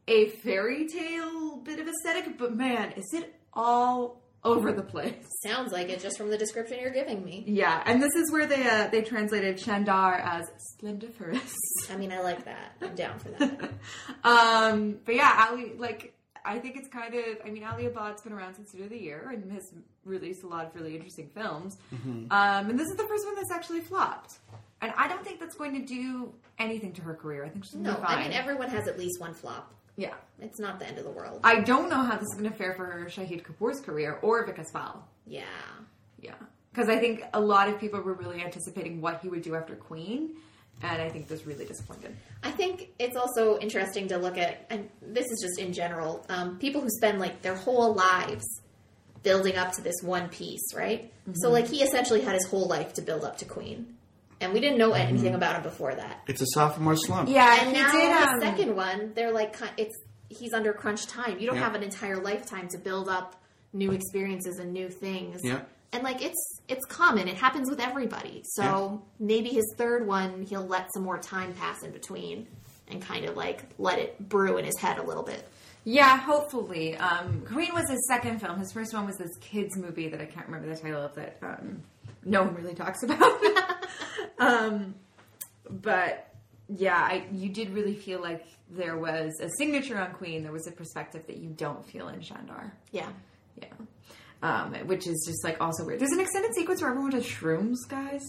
[SPEAKER 1] a fairy tale bit of aesthetic, but man, is it all over the place. <laughs>
[SPEAKER 3] Sounds like it just from the description you're giving me.
[SPEAKER 1] Yeah, and this is where they uh, they translated Shandar as splendiferous.
[SPEAKER 3] I mean, I like that. I'm down for <laughs> that.
[SPEAKER 1] <laughs> um, but yeah, Ali, like I think it's kind of. I mean, Ali Abad's been around since the end of the year and has released a lot of really interesting films. Um, and this is the first one that's actually flopped, and I don't think that's going to do anything to her career. I think she's gonna
[SPEAKER 3] No,
[SPEAKER 1] be fine.
[SPEAKER 3] I mean everyone has at least one flop.
[SPEAKER 1] yeah.
[SPEAKER 3] It's not the end of the world.
[SPEAKER 1] I don't know how this is going to fare for Shahid Kapoor's career or Vikas Pal.
[SPEAKER 3] Yeah.
[SPEAKER 1] Yeah. Because I think a lot of people were really anticipating what he would do after Queen, and I think this really disappointed.
[SPEAKER 3] I think it's also interesting to look at, and this is just in general, um, people who spend like their whole lives building up to this one piece, right? So, like, he essentially had his whole life to build up to Queen. And we didn't know anything about him before that.
[SPEAKER 2] It's a sophomore slump.
[SPEAKER 1] Yeah, um,
[SPEAKER 3] And now the second one, they're like ki- it's he's under crunch time. You don't
[SPEAKER 2] Yeah.
[SPEAKER 3] have an entire lifetime to build up new experiences and new things.
[SPEAKER 2] Yeah.
[SPEAKER 3] And like it's it's common. It happens with everybody. So maybe his third one he'll let some more time pass in between and kind of like let it brew in his head a little bit.
[SPEAKER 1] Yeah, hopefully. Um, Queen was his second film. His first one was this kids movie that I can't remember the title of that um, no one really talks <laughs> about. um, but yeah, I, you did really feel like there was a signature on Queen. There was a perspective that you don't feel in Shandar.
[SPEAKER 3] Yeah.
[SPEAKER 1] um, which is just like also weird. There's an extended sequence where everyone does shrooms, guys.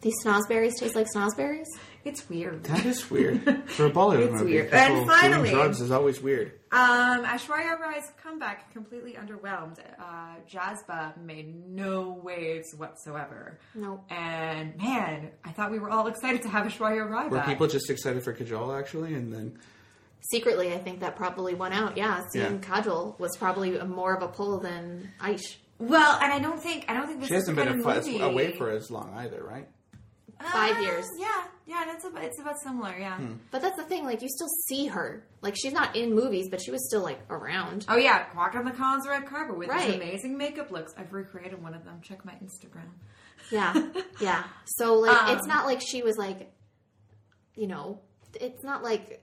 [SPEAKER 3] These snozberries taste like snozberries.
[SPEAKER 1] It's weird.
[SPEAKER 2] That is weird
[SPEAKER 1] <laughs>
[SPEAKER 2] for a Bollywood
[SPEAKER 1] It's
[SPEAKER 2] movie.
[SPEAKER 1] weird.
[SPEAKER 2] People
[SPEAKER 1] And finally-
[SPEAKER 2] doing drugs is always weird.
[SPEAKER 1] Um, Ashwarya Rai's comeback completely underwhelmed. Uh, Jazba made no waves whatsoever.
[SPEAKER 3] Nope.
[SPEAKER 1] And man, I thought we were all excited to have Ashwarya Rai
[SPEAKER 2] Were
[SPEAKER 1] back.
[SPEAKER 2] people just excited for Kajol actually, and then
[SPEAKER 3] Secretly, I think that probably won out. Yeah, seeing
[SPEAKER 2] Yeah.
[SPEAKER 3] Kajol was probably a- more of a pull than Aish.
[SPEAKER 1] well, and I don't think I don't think this
[SPEAKER 2] she hasn't
[SPEAKER 1] is the
[SPEAKER 2] been a,
[SPEAKER 1] kind of movie. Uh,
[SPEAKER 2] away for as long either, right?
[SPEAKER 1] Ah.
[SPEAKER 3] five years.
[SPEAKER 1] Yeah, yeah, that's about, it's about similar. Yeah.
[SPEAKER 2] Hmm.
[SPEAKER 3] But that's the thing, like, you still see her. Like, she's not in movies, but she was still, like, around.
[SPEAKER 1] Oh yeah, walk on the Khan's red carpet with
[SPEAKER 3] Right.
[SPEAKER 1] these amazing makeup looks. I've recreated one of them. Check my Instagram. <laughs>
[SPEAKER 3] Yeah, yeah. So, like,
[SPEAKER 1] Um,
[SPEAKER 3] it's not like she was, like, you know, it's not like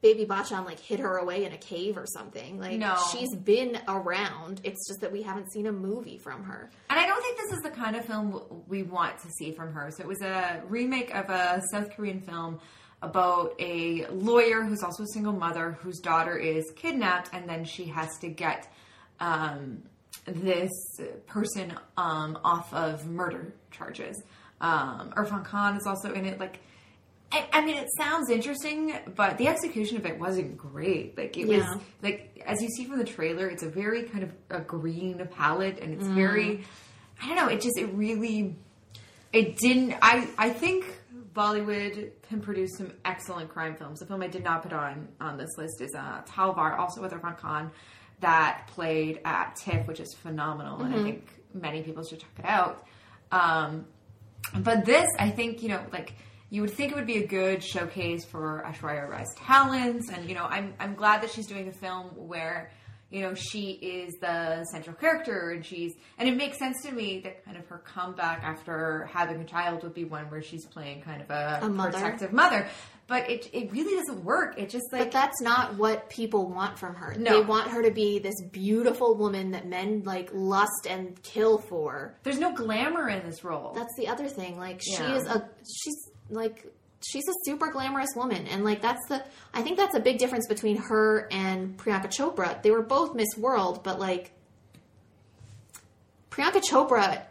[SPEAKER 3] Baby Bachan, like, hid her away in a cave or something. Like,
[SPEAKER 1] No.
[SPEAKER 3] she's been around. It's just that we haven't seen a movie from her.
[SPEAKER 1] And I don't think this is the kind of film w- we want to see from her. So it was a remake of a South Korean film about a lawyer who's also a single mother whose daughter is kidnapped, and then she has to get um, this person um, off of murder charges. Um, Irfan Khan is also in it. Like, I, I mean, it sounds interesting, but the execution of it wasn't great. Like, it
[SPEAKER 3] Yeah.
[SPEAKER 1] was like as you see from the trailer, it's a very kind of a green palette, and it's very, I don't know, it just it really, it didn't. I I think Bollywood can produce some excellent crime films. The film I did not put on on this list is uh, Talvar, also with Irfan Khan, that played at TIFF, which is phenomenal, and I think many people should check it out. Um, but this, I think, you know, like you would think it would be a good showcase for Ashwarya Rai's talents, and you know, I'm I'm glad that she's doing a film where you know she is the central character, and she's and it makes sense to me that kind of her comeback after having a child would be one where she's playing kind of a,
[SPEAKER 3] A mother.
[SPEAKER 1] protective mother. But it it really doesn't work. It just
[SPEAKER 3] But
[SPEAKER 1] like
[SPEAKER 3] that's not what people want from her.
[SPEAKER 1] No.
[SPEAKER 3] They want her to be this beautiful woman that men, like, lust and kill for.
[SPEAKER 1] there's no glamour in this role.
[SPEAKER 3] That's the other thing. Like she
[SPEAKER 1] Yeah.
[SPEAKER 3] is a she's like she's a super glamorous woman, and like that's the I think that's a big difference between her and Priyanka Chopra. They were both Miss World, but like Priyanka Chopra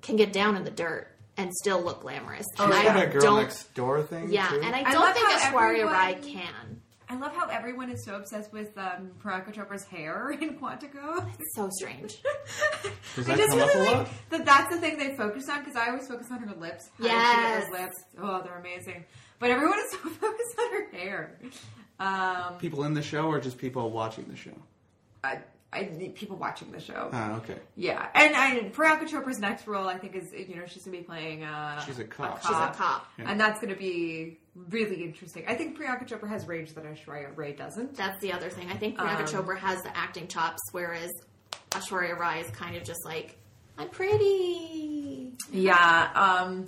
[SPEAKER 3] can get down in the dirt and still look glamorous.
[SPEAKER 2] She's
[SPEAKER 1] Oh,
[SPEAKER 3] and
[SPEAKER 2] got that girl next door thing.
[SPEAKER 3] yeah,
[SPEAKER 2] too.
[SPEAKER 3] and I
[SPEAKER 1] I
[SPEAKER 3] don't
[SPEAKER 1] love
[SPEAKER 3] think
[SPEAKER 1] how
[SPEAKER 3] Ashwarya Rai
[SPEAKER 1] everyone-
[SPEAKER 3] can.
[SPEAKER 1] I love how everyone is so obsessed with um, Priyanka Chopra's hair <laughs> in Quantico.
[SPEAKER 3] So
[SPEAKER 1] <laughs>
[SPEAKER 3] strange.
[SPEAKER 2] Does
[SPEAKER 1] I
[SPEAKER 2] that
[SPEAKER 1] just
[SPEAKER 2] come up a
[SPEAKER 1] really like
[SPEAKER 2] lot?
[SPEAKER 1] that that's the thing they focus on because I always focus on her lips. How
[SPEAKER 3] Yes.
[SPEAKER 1] she did her lips. Oh, they're amazing. But everyone is <laughs> so focused on her hair. Um,
[SPEAKER 2] People in the show or just people watching the show?
[SPEAKER 1] I, I need people watching the show.
[SPEAKER 2] Ah, okay.
[SPEAKER 1] Yeah, and I, Priyanka Chopra's next role, I think, is you know she's gonna be playing. Uh,
[SPEAKER 2] She's a cop.
[SPEAKER 3] She's a cop.
[SPEAKER 2] Yeah.
[SPEAKER 1] and that's gonna be really interesting. I think Priyanka Chopra has range that Ashwarya Ray doesn't.
[SPEAKER 3] That's the other thing. I think Priyanka
[SPEAKER 1] Um,
[SPEAKER 3] Chopra has the acting chops, whereas Ashwarya Rai is kind of just like, I'm pretty.
[SPEAKER 1] Yeah, um,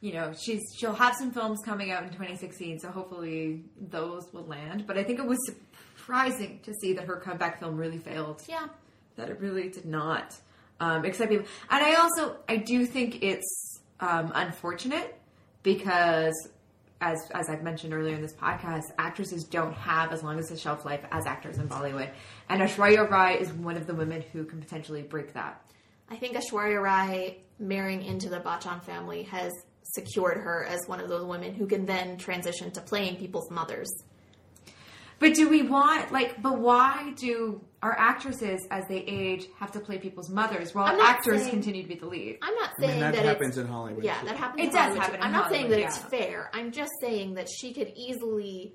[SPEAKER 1] you know, she's she'll have some films coming out in 2016, so hopefully those will land. But I think it was surprising to see that her comeback film really failed.
[SPEAKER 3] Yeah.
[SPEAKER 1] that it really did not um, excite people. And I also I do think it's um, unfortunate because. As, as I've mentioned earlier in this podcast, actresses don't have as long as a shelf life as actors in Bollywood. And Ashwarya Rai is one of the women who can potentially break that.
[SPEAKER 3] I think Ashwarya Rai marrying into the Bachchan family has secured her as one of those women who can then transition to playing people's mothers.
[SPEAKER 1] But do we want like? But why do our actresses, as they age, have to play people's mothers while
[SPEAKER 3] I'm not
[SPEAKER 1] actors
[SPEAKER 3] saying-
[SPEAKER 1] continue to be the lead?
[SPEAKER 3] I'm not
[SPEAKER 2] I mean,
[SPEAKER 3] saying
[SPEAKER 2] that,
[SPEAKER 3] that,
[SPEAKER 2] happens
[SPEAKER 3] it's,
[SPEAKER 2] in Hollywood.
[SPEAKER 3] yeah,
[SPEAKER 2] too.
[SPEAKER 3] that happens.
[SPEAKER 1] It
[SPEAKER 3] in
[SPEAKER 1] does
[SPEAKER 3] Hollywood
[SPEAKER 1] happen in
[SPEAKER 3] too. I'm not saying that
[SPEAKER 1] Hollywood,
[SPEAKER 3] it's
[SPEAKER 1] yeah.
[SPEAKER 3] fair. I'm just saying that she could easily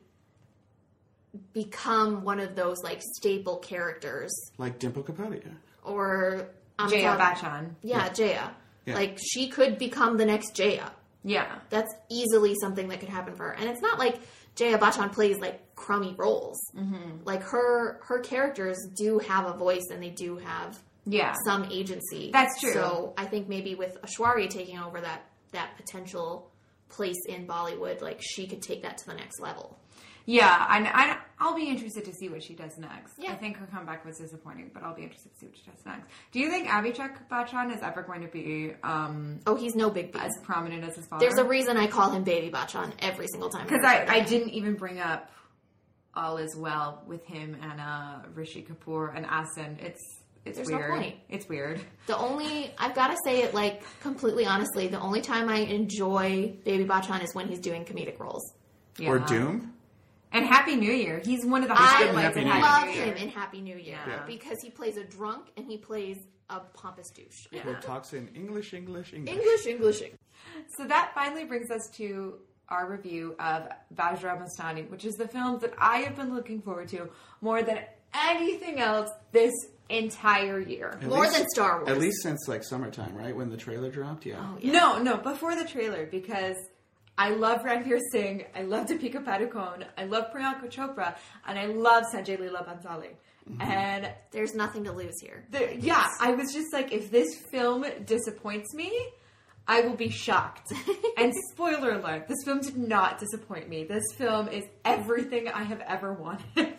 [SPEAKER 3] become one of those like staple characters
[SPEAKER 2] Like Dimple Capote. yeah.
[SPEAKER 3] or
[SPEAKER 1] Jaya
[SPEAKER 3] Amitabh-
[SPEAKER 1] Bachchan.
[SPEAKER 3] Yeah, Jaya.
[SPEAKER 2] Yeah.
[SPEAKER 3] Like she could become the next Jaya.
[SPEAKER 1] Yeah.
[SPEAKER 3] That's easily something that could happen for her. And it's not like Jaya Bachchan plays like crummy roles. Mm-hmm. Like her her characters do have a voice and they do have
[SPEAKER 1] Yeah.
[SPEAKER 3] some agency.
[SPEAKER 1] That's true.
[SPEAKER 3] So I think maybe with Ashwarya taking over that that potential place in Bollywood, like she could take that to the next level.
[SPEAKER 1] Yeah. And I, I'll be interested to see what she does next.
[SPEAKER 3] Yeah.
[SPEAKER 1] I think her comeback was disappointing, but I'll be interested to see what she does next. Do you think Abhishek Bachchan is ever going to be um,
[SPEAKER 3] Oh, he's no big B.
[SPEAKER 1] as prominent as his father?
[SPEAKER 3] There's a reason I call him Baby Bachchan every single time.
[SPEAKER 1] because
[SPEAKER 3] refer
[SPEAKER 1] I,
[SPEAKER 3] to
[SPEAKER 1] I
[SPEAKER 3] him.
[SPEAKER 1] didn't even bring up all is well with him and uh, Rishi Kapoor and Asin. It's It's
[SPEAKER 3] There's no
[SPEAKER 1] weird.
[SPEAKER 3] point.
[SPEAKER 1] It's weird.
[SPEAKER 3] The only I've got to say it like completely honestly, the only time I enjoy Baby Bachan is when he's doing comedic roles.
[SPEAKER 1] Yeah.
[SPEAKER 2] Or Doom.
[SPEAKER 1] And Happy New Year. He's one of the
[SPEAKER 3] I
[SPEAKER 2] good in
[SPEAKER 1] highlights
[SPEAKER 2] Happy
[SPEAKER 1] of
[SPEAKER 2] New
[SPEAKER 1] Happy
[SPEAKER 3] love
[SPEAKER 1] New Year.
[SPEAKER 3] him in Happy New Year
[SPEAKER 1] Yeah.
[SPEAKER 3] because he plays a drunk and he plays a pompous douche.
[SPEAKER 2] Who talks in English, English, English.
[SPEAKER 3] English, English.
[SPEAKER 1] So that finally brings us to our review of Vajra Mastani, which is the film that I have been looking forward to more than anything else this entire year.
[SPEAKER 2] At
[SPEAKER 3] More than Star Wars.
[SPEAKER 2] At least since like summertime, right? When the trailer dropped, yeah.
[SPEAKER 3] Oh, yeah.
[SPEAKER 1] No, no, before the trailer because I love Ranveer Singh, I love Deepika Padukone, I love Priyanka Chopra, and I love Sanjay Leela Bhansali. And
[SPEAKER 3] There's nothing to lose here.
[SPEAKER 1] the, yeah, I was just like, if this film disappoints me, I will be <laughs> shocked. and spoiler alert, this film did not disappoint me. This film is everything I have ever wanted.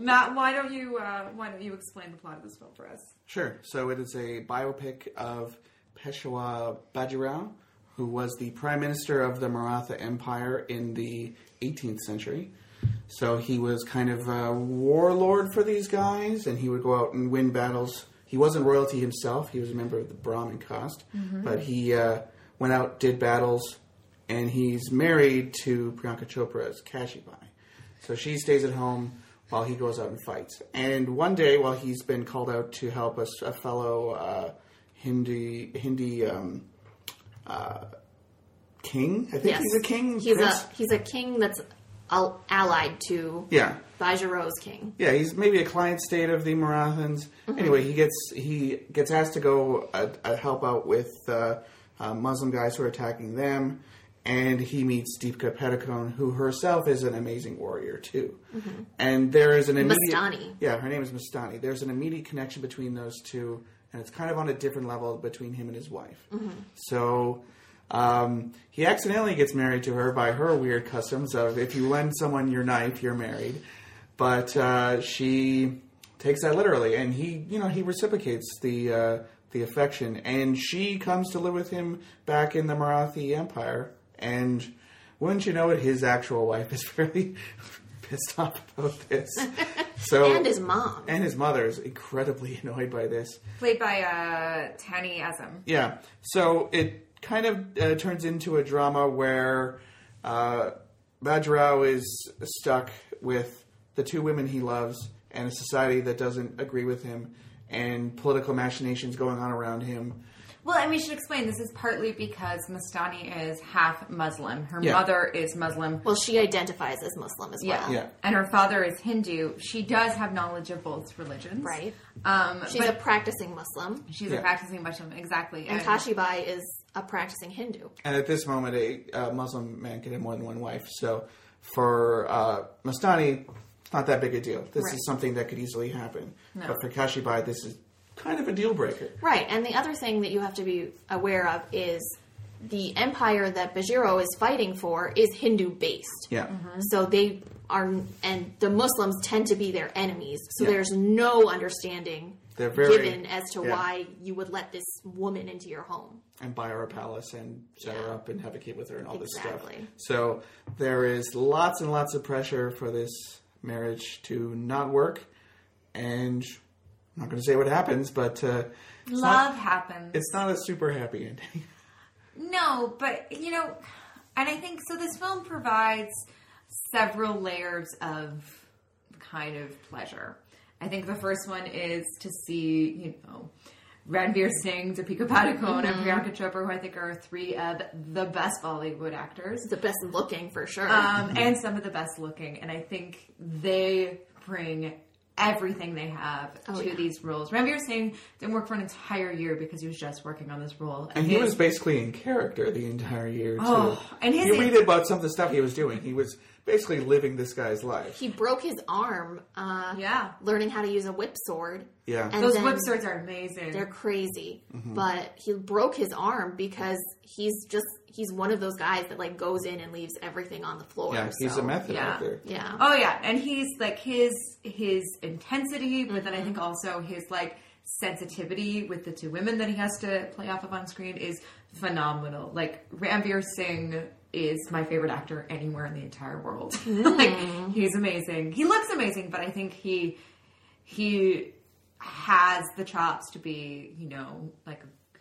[SPEAKER 1] Matt, why don't you uh, why don't you explain the plot of this film for us?
[SPEAKER 2] Sure. So it is a biopic of Peshwa Bajirao, who was the prime minister of the Maratha Empire in the 18th century. So he was kind of a warlord for these guys, and he would go out and win battles. He wasn't royalty himself; he was a member of the Brahmin caste, but he uh, went out, did battles, and he's married to Priyanka Chopra's Kashibai. So she stays at home while he goes out and fights. And one day, while he's been called out to help us, a fellow uh, Hindi Hindi um, uh, king, I think
[SPEAKER 3] Yes,
[SPEAKER 2] he's a king.
[SPEAKER 3] He's
[SPEAKER 2] prince?
[SPEAKER 3] a he's a king that's al- allied to
[SPEAKER 2] yeah.
[SPEAKER 3] Bajaro's king.
[SPEAKER 2] Yeah, he's maybe a client state of the Marathans. Anyway, he gets he gets asked to go uh, uh, help out with uh, uh, Muslim guys who are attacking them, and he meets Deepika Padukone, who herself is an amazing warrior too. And there is an immediate
[SPEAKER 3] Mastani.
[SPEAKER 2] yeah, her name is Mastani. There's an immediate connection between those two, and it's kind of on a different level between him and his wife. So um, he accidentally gets married to her by her weird customs of if you lend someone your knife, you're married. But uh, she takes that literally, and he, you know, he reciprocates the uh, the affection, and she comes to live with him back in the Marathi Empire, and. Wouldn't you know it? His actual wife is <laughs> really pissed off about
[SPEAKER 3] <laughs>
[SPEAKER 2] this. So
[SPEAKER 3] And his mom.
[SPEAKER 2] and his mother is incredibly <laughs> annoyed by this.
[SPEAKER 1] Played by uh, Tani Azam.
[SPEAKER 2] Yeah. So it kind of uh, turns into a drama where uh, Bajrao is stuck with the two women he loves and a society that doesn't agree with him and political machinations going on around him.
[SPEAKER 1] Well, and we should explain this is partly because Mastani is half Muslim. Her
[SPEAKER 2] Yeah.
[SPEAKER 1] mother is Muslim.
[SPEAKER 3] Well, she identifies as Muslim as
[SPEAKER 1] Yeah.
[SPEAKER 3] well.
[SPEAKER 2] Yeah.
[SPEAKER 1] And her father is Hindu. She does have knowledge of both religions.
[SPEAKER 3] Right.
[SPEAKER 1] Um,
[SPEAKER 3] She's a practicing Muslim.
[SPEAKER 1] she's
[SPEAKER 2] Yeah.
[SPEAKER 1] a practicing Muslim. Exactly.
[SPEAKER 3] And Kashibai is a practicing Hindu.
[SPEAKER 2] And at this moment, a, uh Muslim man can have more than one wife. So for uh, Mastani, it's not that big a deal. This
[SPEAKER 3] Right.
[SPEAKER 2] is something that could easily happen. But for Kashibai, this is kind of a deal breaker.
[SPEAKER 3] Right, and the other thing that you have to be aware of is the empire that Bajiro is fighting for is Hindu based.
[SPEAKER 2] Yeah.
[SPEAKER 3] So they are, and the Muslims tend to be their enemies. So
[SPEAKER 2] Yeah.
[SPEAKER 3] there's no understanding
[SPEAKER 2] They're very-
[SPEAKER 3] given as to
[SPEAKER 2] yeah.
[SPEAKER 3] why you would let this woman into your home.
[SPEAKER 2] and buy her a palace and set her up and have a kid with her and all this stuff.
[SPEAKER 3] Exactly.
[SPEAKER 2] So there is lots and lots of pressure for this marriage to not work. And I'm not going to say what happens, but uh, it's,
[SPEAKER 1] Love
[SPEAKER 2] Not,
[SPEAKER 1] happens.
[SPEAKER 2] it's not a super happy ending. <laughs>
[SPEAKER 1] No, but you know, and I think so. This film provides several layers of kind of pleasure. I think the first one is to see, you know, Ranveer Singh, Deepika Padukone, and Priyanka Chopra, who I think are three of the best Bollywood actors.
[SPEAKER 3] The best looking for sure.
[SPEAKER 1] um, and some of the best looking. And I think they bring everything they have to
[SPEAKER 3] Oh, yeah.
[SPEAKER 1] these roles. Ranveer Singh didn't work for an entire year because he was just working on this role.
[SPEAKER 2] And he
[SPEAKER 1] his-
[SPEAKER 2] was basically in character the entire year, too.
[SPEAKER 1] Oh, and his-
[SPEAKER 2] you read about some of the stuff he was doing. He was basically living this guy's life.
[SPEAKER 3] he broke his arm uh,
[SPEAKER 1] yeah.
[SPEAKER 3] learning how to use a whip sword.
[SPEAKER 2] Yeah. Mm-hmm.
[SPEAKER 3] And
[SPEAKER 1] Those
[SPEAKER 3] then-
[SPEAKER 1] whip swords are amazing.
[SPEAKER 3] They're crazy. But he broke his arm because he's just he's one of those guys that like goes in and leaves everything on the floor.
[SPEAKER 2] yeah, he's
[SPEAKER 3] so-
[SPEAKER 2] a method
[SPEAKER 1] yeah.
[SPEAKER 2] out there.
[SPEAKER 3] Yeah.
[SPEAKER 1] Oh yeah, and he's like his his intensity, but then I
[SPEAKER 3] Mm-hmm.
[SPEAKER 1] think also his like sensitivity with the two women that he has to play off of on screen is phenomenal. Like Ranveer Singh is my favorite actor anywhere in the entire world. <laughs>
[SPEAKER 3] Mm-hmm.
[SPEAKER 1] like he's amazing. He looks amazing, but I think he he has the chops to be, you know, like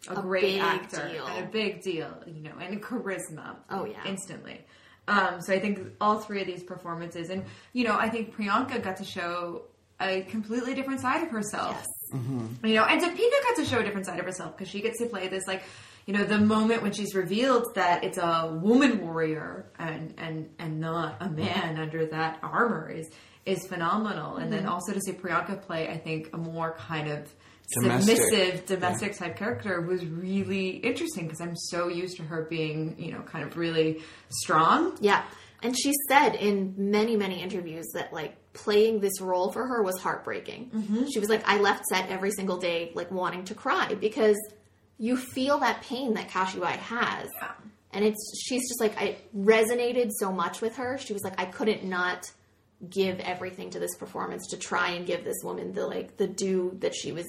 [SPEAKER 1] a,
[SPEAKER 3] A
[SPEAKER 1] great
[SPEAKER 3] big
[SPEAKER 1] actor
[SPEAKER 3] deal.
[SPEAKER 1] and a big deal, you know, and charisma.
[SPEAKER 3] Oh, yeah.
[SPEAKER 1] instantly. Um, so I think all three of these performances, and you know, I think Priyanka got to show a completely different side of herself. You know, and Topeka got to show a different side of herself because she gets to play this like, you know, the moment when she's revealed that it's a woman warrior and and and not a man under that armor is is phenomenal. And then also to see Priyanka play, I think, a more kind of
[SPEAKER 2] Domestic.
[SPEAKER 1] submissive domestic type character was really interesting because I'm so used to her being, you know, kind of really strong.
[SPEAKER 3] Yeah. And she said in many, many interviews that like playing this role for her was heartbreaking. She was like, I left set every single day like wanting to cry because you feel that pain that Kashiwai has. And it's she's just like I resonated so much with her. She was like, I couldn't not give everything to this performance to try and give this woman the like the due that she was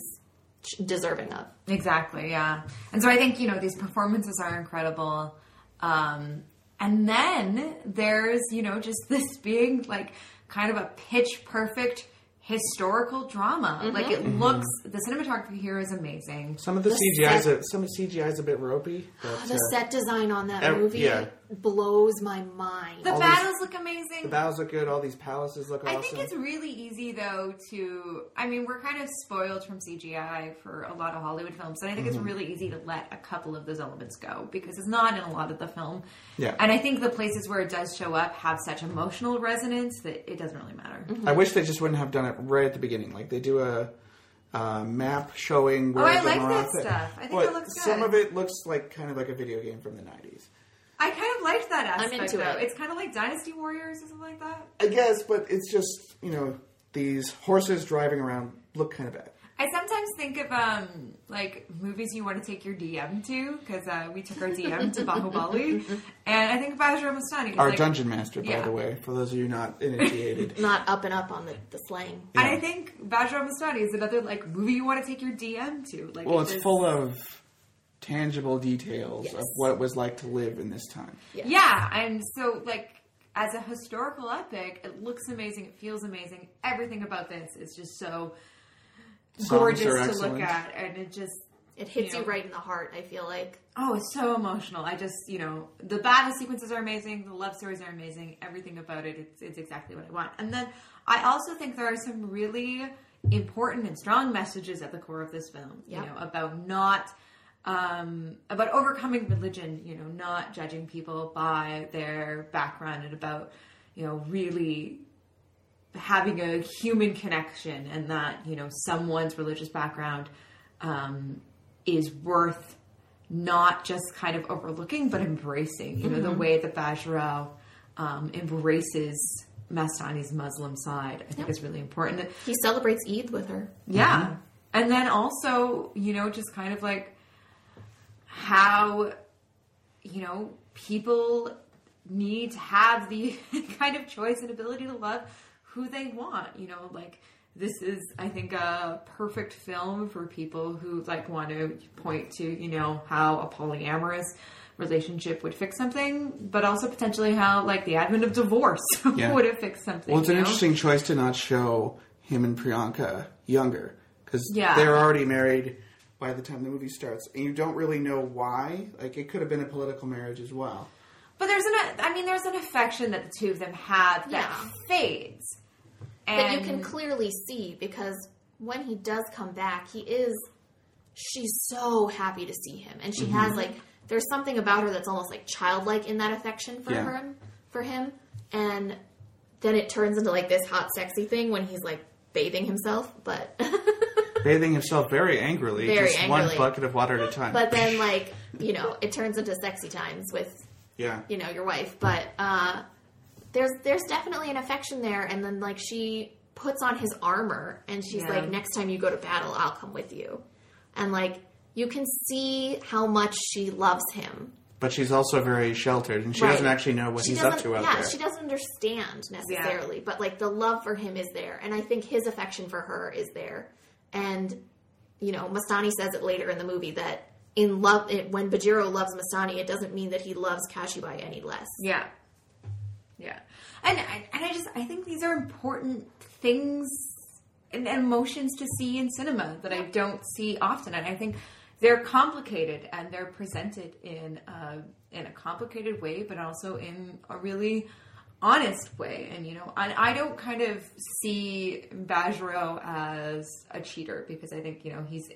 [SPEAKER 3] deserving of.
[SPEAKER 1] Exactly, yeah. And so I think, you know, these performances are incredible. Um, and then there's, you know, just <laughs> this being like kind of a pitch perfect historical drama. Like it
[SPEAKER 2] Mm-hmm.
[SPEAKER 1] looks, the cinematography here is amazing.
[SPEAKER 2] Some of the,
[SPEAKER 3] The
[SPEAKER 2] CGI is
[SPEAKER 3] set-
[SPEAKER 2] a, some of the CGI is a bit ropey.
[SPEAKER 1] Oh,
[SPEAKER 2] But,
[SPEAKER 3] The
[SPEAKER 2] uh,
[SPEAKER 3] set design on that
[SPEAKER 2] ev-
[SPEAKER 3] movie
[SPEAKER 2] yeah.
[SPEAKER 3] blows my mind.
[SPEAKER 1] The
[SPEAKER 2] All these-
[SPEAKER 1] battles look amazing.
[SPEAKER 2] the battles look good. All these palaces look
[SPEAKER 1] I
[SPEAKER 2] awesome.
[SPEAKER 1] think it's really easy though to I mean we're kind of spoiled from CGI for a lot of Hollywood films and I think
[SPEAKER 2] Mm-hmm.
[SPEAKER 1] it's really easy to let a couple of those elements go because it's not in a lot of the film.
[SPEAKER 2] Yeah.
[SPEAKER 1] And I think the places where it does show up have such emotional resonance that it doesn't really matter.
[SPEAKER 3] Mm-hmm.
[SPEAKER 2] I wish they just wouldn't have done it right at the beginning. Like they do a, uh map showing where
[SPEAKER 1] Oh, I
[SPEAKER 2] the
[SPEAKER 1] like that
[SPEAKER 2] Maratha-
[SPEAKER 1] stuff. I think
[SPEAKER 2] Well,
[SPEAKER 1] it looks good.
[SPEAKER 2] Some of it looks like kind of like a video game from the nineties.
[SPEAKER 1] I kind of liked that aspect
[SPEAKER 3] into
[SPEAKER 1] though.
[SPEAKER 3] it.
[SPEAKER 1] It's kind of like Dynasty Warriors or something like that.
[SPEAKER 2] I guess, but it's just you know these horses driving around look kind of bad.
[SPEAKER 1] I sometimes think of um, like movies you want to take your DM to because uh, we took our DM
[SPEAKER 3] <laughs>
[SPEAKER 1] to Bahubali,
[SPEAKER 3] Mm-hmm.
[SPEAKER 1] and I think Bajra Mastani. is
[SPEAKER 2] Our
[SPEAKER 1] like,
[SPEAKER 2] dungeon master, by
[SPEAKER 1] yeah.
[SPEAKER 2] the way, for those of you not
[SPEAKER 1] <laughs>
[SPEAKER 2] initiated.
[SPEAKER 3] Not up and up on the, the slang.
[SPEAKER 1] And I think Bajra Mastani is another like movie you want to take your DM to. Like,
[SPEAKER 2] well, it's
[SPEAKER 1] is-
[SPEAKER 2] full of tangible details of what it was like to live in this time.
[SPEAKER 1] Yeah, and so like as a historical epic, it looks amazing. It feels amazing. Everything about this is just so
[SPEAKER 2] Songs
[SPEAKER 1] gorgeous
[SPEAKER 2] are
[SPEAKER 1] to look
[SPEAKER 2] excellent.
[SPEAKER 1] at, and it just
[SPEAKER 3] It hits
[SPEAKER 1] Yeah.
[SPEAKER 3] you right in the heart, I feel like.
[SPEAKER 1] oh, it's so emotional. I just you know the battle sequences are amazing. The love stories are amazing. Everything about it, it's it's exactly what I want. And then I also think there are some really important and strong messages at the core of this film.
[SPEAKER 3] Yeah.
[SPEAKER 1] You know about not um, about overcoming religion, you know, not judging people by their background and about, you know, really having a human connection and that, you know, someone's religious background um, is worth not just kind of overlooking but embracing, you know, the way that Bajrao um, embraces Mastani's Muslim side, I think is really important.
[SPEAKER 3] He celebrates Eid with her.
[SPEAKER 1] Yeah.
[SPEAKER 2] Mm-hmm.
[SPEAKER 1] And then also, you know, just kind of like how, you know, people need to have the <laughs> kind of choice and ability to love who they want. You know, like this is, I think, a perfect film for people who like want to point to, you know, how a polyamorous relationship would fix something, but also potentially how like the advent of divorce <laughs>
[SPEAKER 2] Yeah.
[SPEAKER 1] would have fixed something.
[SPEAKER 2] Well, it's an
[SPEAKER 1] you know?
[SPEAKER 2] interesting choice to not show him and Priyanka younger because
[SPEAKER 1] Yeah.
[SPEAKER 2] they're already married by the time the movie starts, and you don't really know why. Like, it could have been a political marriage as well.
[SPEAKER 1] But there's an, I mean, there's an affection that the two of them have that
[SPEAKER 3] Yeah.
[SPEAKER 1] fades. And
[SPEAKER 3] That you can clearly see because when he does come back, he is she's so happy to see him. And she
[SPEAKER 1] Mm-hmm.
[SPEAKER 3] has like there's something about her that's almost like childlike in that affection for
[SPEAKER 2] Yeah.
[SPEAKER 3] her for him. And then it turns into like this hot sexy thing when he's like bathing himself, but <laughs>
[SPEAKER 2] Bathing himself very angrily,
[SPEAKER 3] Very
[SPEAKER 2] just one
[SPEAKER 3] angrily.
[SPEAKER 2] bucket of water at a time.
[SPEAKER 3] but then like, you know, it turns into sexy times with
[SPEAKER 2] <laughs> yeah,
[SPEAKER 3] you know your wife but uh there's there's definitely an affection there and then like she puts on his armor and she's
[SPEAKER 1] Yeah.
[SPEAKER 3] like next time you go to battle i'll come with you and like you can see how much she loves him
[SPEAKER 2] but she's also very sheltered, and she
[SPEAKER 3] Right.
[SPEAKER 2] doesn't actually know what
[SPEAKER 3] she
[SPEAKER 2] he's
[SPEAKER 3] doesn't
[SPEAKER 2] up to out
[SPEAKER 3] yeah
[SPEAKER 2] there.
[SPEAKER 3] she doesn't understand necessarily but like the love for him is there and i think his affection for her is there and you know mastani says it later in the movie that in love it, when bajiro loves mastani it doesn't mean that he loves kashibai any less
[SPEAKER 1] Yeah. Yeah. And I, and I just, I think these are important things and emotions to see in cinema that I don't see often, and I think they're complicated and they're presented in a, in a complicated way, but also in a really honest way. And you know, I, I don't kind of see Bajro as a cheater because I think you know he's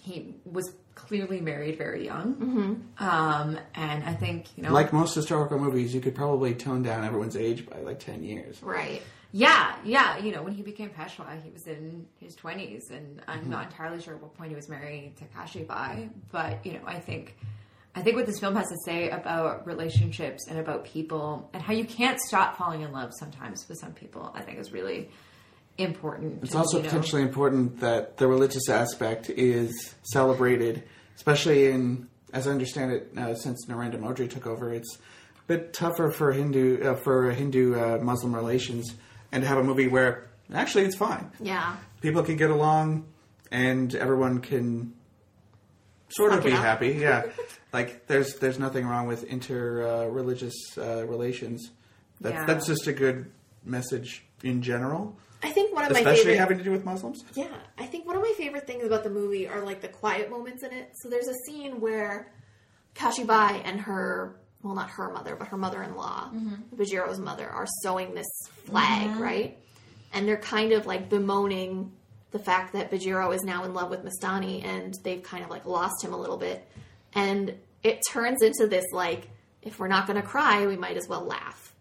[SPEAKER 1] he was clearly married very young, um, and I think you know
[SPEAKER 2] Like most historical movies, you could probably tone down everyone's age by like 10 years.
[SPEAKER 3] Right.
[SPEAKER 1] Yeah, yeah. You know, when he became Peshwa, he was in his 20s, and I'm
[SPEAKER 2] Mm-hmm.
[SPEAKER 1] not entirely sure at what point he was marrying Takashi by, but, you know, I think. I think what this film has to say about relationships and about people and how you can't stop falling in love sometimes with some people, I think is really important.
[SPEAKER 2] It's
[SPEAKER 1] to,
[SPEAKER 2] also
[SPEAKER 1] you know-
[SPEAKER 2] potentially important that the religious aspect is celebrated, especially in, as I understand it, uh, since Narendra Modi took over, it's a bit tougher for Hindu uh, for Hindu uh, Muslim relations, and to have a movie where actually it's fine,
[SPEAKER 3] Yeah.
[SPEAKER 2] people can get along, and everyone can sort of
[SPEAKER 3] Suck it
[SPEAKER 2] be
[SPEAKER 3] up.
[SPEAKER 2] happy. Yeah, like there's there's nothing wrong with inter uh, religious uh, relations. That's
[SPEAKER 1] Yeah.
[SPEAKER 2] that's just a good message in general,
[SPEAKER 6] I think one of my
[SPEAKER 2] especially
[SPEAKER 6] favorite.
[SPEAKER 2] having to do with Muslims.
[SPEAKER 6] Yeah, I think one of my favorite things about the movie are like the quiet moments in it.
[SPEAKER 3] So there's a scene where Kashibai and her, well, not her mother, but her mother in law, Bajiro's mother, are sewing this flag, right? And they're kind of like bemoaning the fact that Bajiro is now in love with Mastani and they've kind of like lost him a little bit. And it turns into this like, if we're not going to cry, we might as well laugh.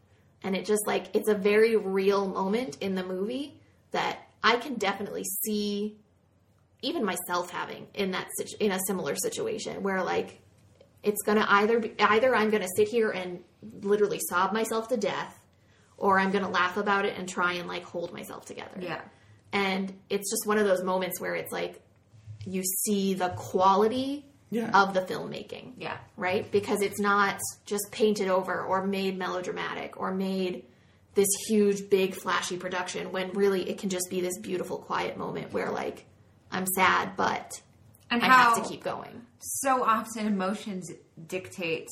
[SPEAKER 3] And it just like, it's a very real moment in the movie that I can definitely see even myself having in that situ- in a similar situation where like it's gonna either be either I'm gonna sit here and literally sob myself to death, or I'm gonna laugh about it and try and like hold myself together.
[SPEAKER 1] Yeah.
[SPEAKER 3] and it's just one of those moments where it's like you see the quality
[SPEAKER 2] Yeah.
[SPEAKER 3] of the filmmaking
[SPEAKER 1] Yeah.
[SPEAKER 3] right? Because it's not just painted over or made melodramatic or made this huge, big, flashy production when really it can just be this beautiful, quiet moment where, like, I'm sad, but
[SPEAKER 1] And
[SPEAKER 3] I
[SPEAKER 1] how
[SPEAKER 3] have to keep going.
[SPEAKER 1] so often emotions dictate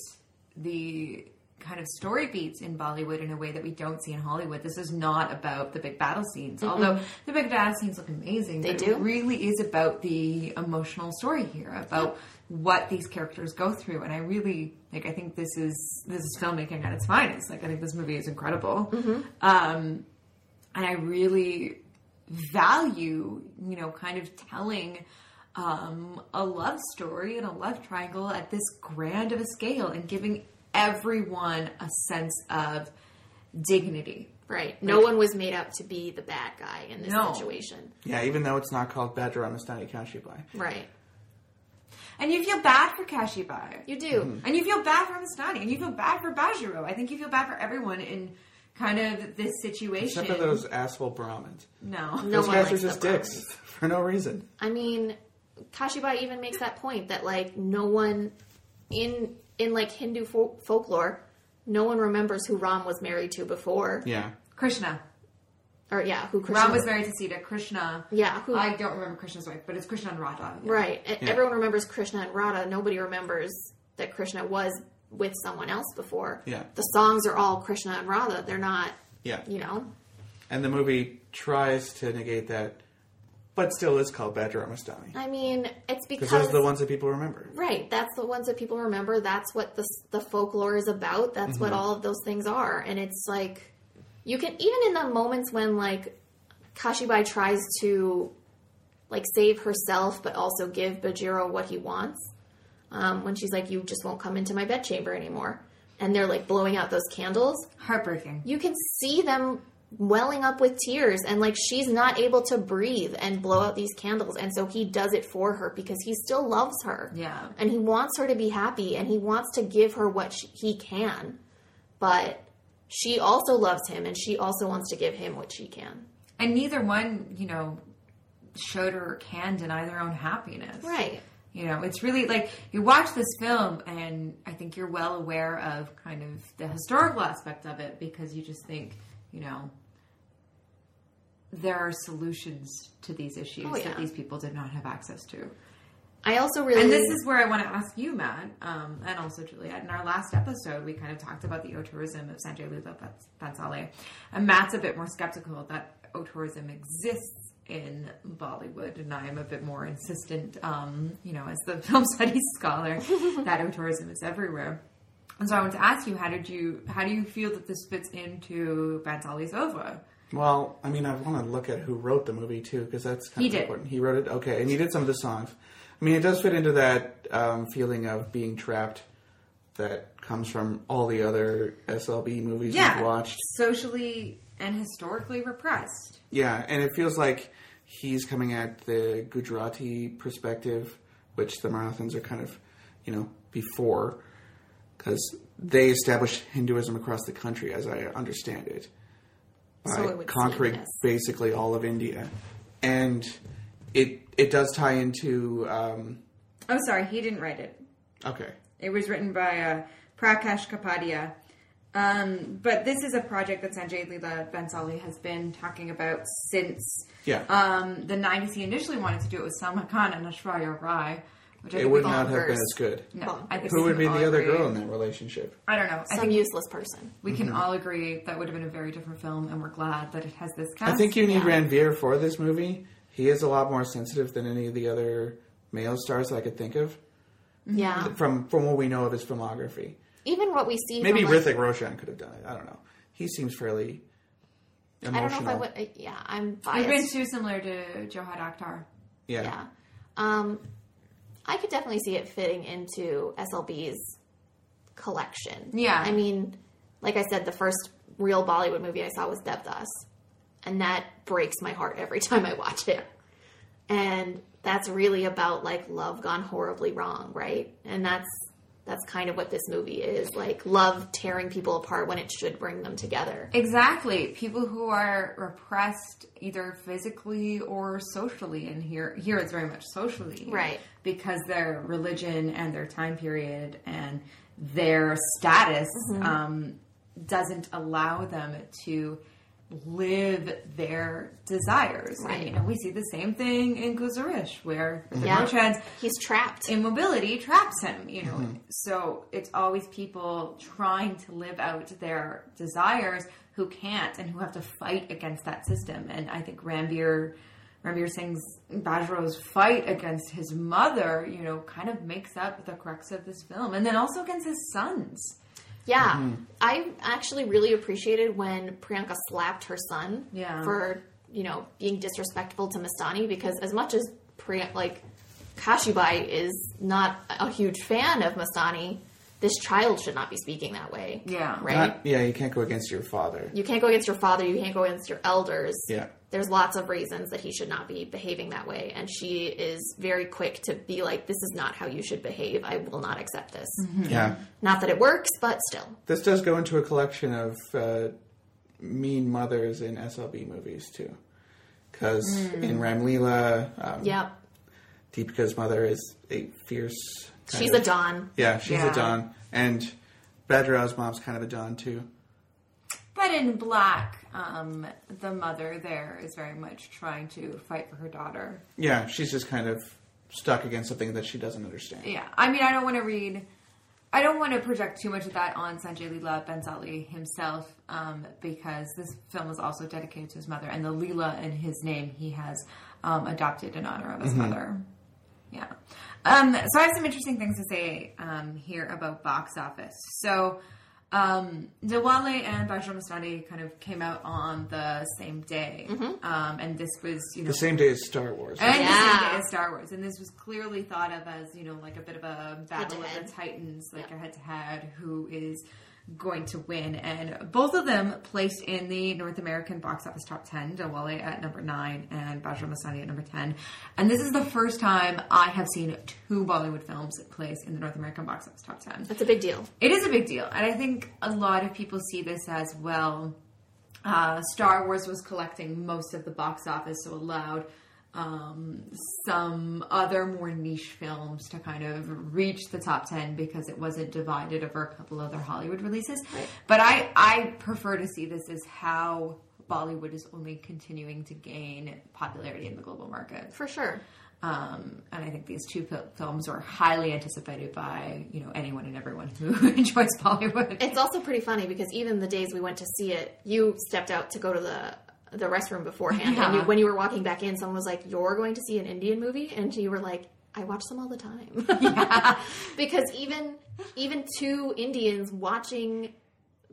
[SPEAKER 1] the kind of story beats in Bollywood in a way that we don't see in Hollywood. This is not about the big battle scenes, although the big battle scenes look amazing. They
[SPEAKER 3] do.
[SPEAKER 1] It really is about the emotional story here, about what these characters go through. And I really like. I think this is this is filmmaking at its finest. Like I think this movie is incredible. Um, and I really value, you know, kind of telling um, a love story and a love triangle at this grand of a scale and giving everyone a sense of dignity.
[SPEAKER 3] Right. No one was made out to be the bad guy in this
[SPEAKER 1] No.
[SPEAKER 3] situation.
[SPEAKER 2] Yeah, even though it's not called Badger Amistani Kashibai.
[SPEAKER 3] Right.
[SPEAKER 1] And you feel bad for Kashibai.
[SPEAKER 3] You do.
[SPEAKER 1] And you feel bad for Amistani. And you feel bad for Bajiro. I think you feel bad for everyone in kind of this situation.
[SPEAKER 2] Except for those asshole Brahmins.
[SPEAKER 1] no.
[SPEAKER 3] No
[SPEAKER 2] those
[SPEAKER 3] one
[SPEAKER 2] guys are
[SPEAKER 3] likes
[SPEAKER 2] just
[SPEAKER 3] the
[SPEAKER 2] dicks for no reason.
[SPEAKER 3] I mean, Kashibai even makes that point that like no one in in like Hindu fol- folklore, no one remembers who Ram was married to before,
[SPEAKER 2] Yeah.
[SPEAKER 1] Krishna.
[SPEAKER 3] or yeah, who Krishna
[SPEAKER 1] Ram was married to Sita. Krishna.
[SPEAKER 3] Yeah, who
[SPEAKER 1] I don't remember Krishna's wife, but it's Krishna and Radha. Yeah.
[SPEAKER 3] Right. E-
[SPEAKER 2] Yeah.
[SPEAKER 3] Everyone remembers Krishna and Radha. Nobody remembers that Krishna was with someone else before.
[SPEAKER 2] Yeah.
[SPEAKER 3] The songs are all Krishna and Radha. They're not,
[SPEAKER 2] Yeah.
[SPEAKER 3] you know.
[SPEAKER 2] And the movie tries to negate that, but still is called Badger Amistani.
[SPEAKER 3] I mean, it's
[SPEAKER 2] Because
[SPEAKER 3] because
[SPEAKER 2] those are the ones that people remember.
[SPEAKER 3] right. That's the ones that people remember. That's what the s- the folklore is about. That's what all of those things are. And it's like you can even in the moments when like Kashibai tries to like save herself, but also give Bajiro what he wants. Um, when she's like, "You just won't come into my bedchamber anymore," and they're like blowing out those candles,
[SPEAKER 1] Heartbreaking.
[SPEAKER 3] you can see them welling up with tears, and like she's not able to breathe and blow out these candles, and so he does it for her because he still loves her,
[SPEAKER 1] Yeah.
[SPEAKER 3] and he wants her to be happy, and he wants to give her what she, he can, but she also loves him, and she also wants to give him what she can.
[SPEAKER 1] And neither one, you know, showed or can deny their own happiness.
[SPEAKER 3] Right.
[SPEAKER 1] You know, it's really like you watch this film, and I think you're well aware of kind of the historical aspect of it because you just think, you know, there are solutions to these issues
[SPEAKER 3] Oh, yeah.
[SPEAKER 1] that these people did not have access to.
[SPEAKER 3] I also really
[SPEAKER 1] And this is where I want to ask you, Matt, um, and also Juliet. In our last episode, we kind of talked about the tourism of Sanjay Lila Pans- Pansale. And Matt's a bit more skeptical that otourism exists in Bollywood, and I am a bit more insistent, um, you know, as the <laughs> film studies <laughs> scholar, that otourism is everywhere. And so I want to ask you, how did you, how do you feel that this fits into Bansali's oeuvre?
[SPEAKER 2] Well, I mean, I want to look at who wrote the movie too, because that's kind
[SPEAKER 1] He
[SPEAKER 2] of
[SPEAKER 1] did.
[SPEAKER 2] important. He wrote it, okay, and he did some of the songs. I mean, it does fit into that um, feeling of being trapped that comes from all the other SLB movies
[SPEAKER 1] Yeah.
[SPEAKER 2] we've watched.
[SPEAKER 1] Socially and historically repressed.
[SPEAKER 2] Yeah, and it feels like he's coming at the Gujarati perspective, which the Marathons are kind of, you know, before, because they established Hinduism across the country, as I understand it, by
[SPEAKER 3] So it would seem,
[SPEAKER 2] conquering
[SPEAKER 3] yes.
[SPEAKER 2] basically all of India, and it it does tie into um,
[SPEAKER 1] Oh, sorry, he didn't write it.
[SPEAKER 2] okay,
[SPEAKER 1] It was written by uh, Prakash Kapadia. Um, but this is a project that Sanjay Leela Bensali has been talking about since
[SPEAKER 2] Yeah.
[SPEAKER 3] Uh,
[SPEAKER 1] um, the 90s. He initially wanted to do it with Salma Khan and Ashwarya Rai, which I
[SPEAKER 2] it
[SPEAKER 1] think
[SPEAKER 2] would
[SPEAKER 1] we
[SPEAKER 2] not have been
[SPEAKER 3] bonkers.
[SPEAKER 2] as good.
[SPEAKER 1] No, I think
[SPEAKER 2] Who
[SPEAKER 1] we
[SPEAKER 2] would
[SPEAKER 1] can
[SPEAKER 2] be
[SPEAKER 1] all
[SPEAKER 2] the other
[SPEAKER 1] agree-
[SPEAKER 2] girl Mm-hmm. in that relationship?
[SPEAKER 1] I don't know. I
[SPEAKER 3] Some
[SPEAKER 1] think
[SPEAKER 3] useless person.
[SPEAKER 1] we can all agree that would have been a very different film, and we're glad that it has this cast.
[SPEAKER 2] I think you need Ranveer for this movie. He is a lot more sensitive than any of the other male stars that I could think of
[SPEAKER 1] Mm-hmm.
[SPEAKER 3] Yeah.
[SPEAKER 2] from from what we know of his filmography.
[SPEAKER 3] Even what we see.
[SPEAKER 2] Maybe
[SPEAKER 3] from, like,
[SPEAKER 2] Rithik Roshan could have done it. I don't know. He seems fairly
[SPEAKER 3] I
[SPEAKER 2] emotional.
[SPEAKER 3] don't know if I would. uh, Yeah, I'm
[SPEAKER 1] It's
[SPEAKER 3] biased.
[SPEAKER 1] been too similar to Johad Akhtar.
[SPEAKER 2] Yeah.
[SPEAKER 3] yeah. Um, I could definitely see it fitting into SLB's collection.
[SPEAKER 1] Yeah.
[SPEAKER 3] I mean, like I said, the first real Bollywood movie I saw was Devdas, and that breaks my heart every <laughs> time I watch it. And that's really about like love gone horribly wrong, right? And that's that's kind of what this movie is like love tearing people apart when it should bring them together.
[SPEAKER 1] Exactly. People who are repressed either physically or socially, and here here it's very much socially,
[SPEAKER 3] Right.
[SPEAKER 1] Because their religion and their time period and their status
[SPEAKER 3] Mm-hmm.
[SPEAKER 1] um, doesn't allow them to live their desires. And,
[SPEAKER 3] Right.
[SPEAKER 1] you know, we see the same thing in Guzarish, where the
[SPEAKER 3] Yeah.
[SPEAKER 1] Rochans
[SPEAKER 3] He's trapped.
[SPEAKER 1] immobility traps him, you know. So it's always people trying to live out their desires who can't and who have to fight against that system. And I think Rambir Rambir Singh's Bajro's fight against his mother, you know, kind of makes up the crux of this film. And then also against his sons.
[SPEAKER 3] Yeah.
[SPEAKER 1] Mm-hmm.
[SPEAKER 3] I actually really appreciated when Priyanka slapped her son
[SPEAKER 1] Yeah.
[SPEAKER 3] for, you know, being disrespectful to Mastani because as much as Priyanka, like, Kashibai is not a huge fan of Mastani, this child should not be speaking that way.
[SPEAKER 1] Yeah.
[SPEAKER 3] Right?
[SPEAKER 2] Not- yeah, you can't go against your father.
[SPEAKER 3] you can't go against your father, you can't go against your elders.
[SPEAKER 2] Yeah.
[SPEAKER 3] There's lots of reasons that he should not be behaving that way. And she is very quick to be like, this is not how you should behave. I will not accept this.
[SPEAKER 1] Mm-hmm.
[SPEAKER 2] Yeah.
[SPEAKER 3] Not that it works, but still.
[SPEAKER 2] This does go into a collection of uh, mean mothers in SLB movies too. Because
[SPEAKER 3] Hmm.
[SPEAKER 2] in Ramleela, um,
[SPEAKER 3] Yeah.
[SPEAKER 2] Deepika's mother is a fierce. kind
[SPEAKER 3] She's
[SPEAKER 2] of-
[SPEAKER 3] a Don.
[SPEAKER 2] Yeah, she's
[SPEAKER 1] Yeah.
[SPEAKER 2] a Don. And Badrao's mom's kind of a Don, too.
[SPEAKER 1] But in black, um, the mother there is very much trying to fight for her daughter.
[SPEAKER 2] Yeah, she's just kind of stuck against something that she doesn't understand.
[SPEAKER 1] Yeah, I mean, I don't want to read. I don't want to project too much of that on Sanjay Leela Bensali himself, um, because this film is also dedicated to his mother, and the Leela in his name he has um, adopted in honor of
[SPEAKER 2] Mm-hmm.
[SPEAKER 1] his mother. Yeah. Um, so I have some interesting things to say um, here about box office. So um, Diwali and Bajram Mastani kind of came out on the same day, um, and this was you know
[SPEAKER 2] Mm-hmm. The same day as Star Wars.
[SPEAKER 1] and the same
[SPEAKER 3] Yeah.
[SPEAKER 1] day as Star Wars. And this was clearly thought of as, you know, like a bit of a battle of
[SPEAKER 3] Head-to-head.
[SPEAKER 1] the Titans, like a head to head, who is going to win. And both of them placed in the North American box office top 10, Dawale at number 9 and Bajra Masani at number 10. And this is the first time I have seen two Bollywood films place in the North American box office top 10
[SPEAKER 3] That's a big deal.
[SPEAKER 1] it is a big deal and i think a lot of people see this as well uh, star wars was collecting most of the box office so allowed um, some other more niche films to kind of reach the top 10 because it wasn't divided over a couple other hollywood releases but i i prefer to see this as how bollywood is only continuing to gain popularity in the global market
[SPEAKER 3] For sure.
[SPEAKER 1] um, and I think these two fil- films are highly anticipated by you know anyone and everyone who <laughs> enjoys Bollywood.
[SPEAKER 3] It's also pretty funny because even the days we went to see it, you stepped out to go to the the restroom beforehand. And
[SPEAKER 1] Yeah.
[SPEAKER 3] you, when you were walking back in, someone was like, "You're going to see an Indian movie," and you were like, "I watch them all the time." <laughs> because even even two Indians watching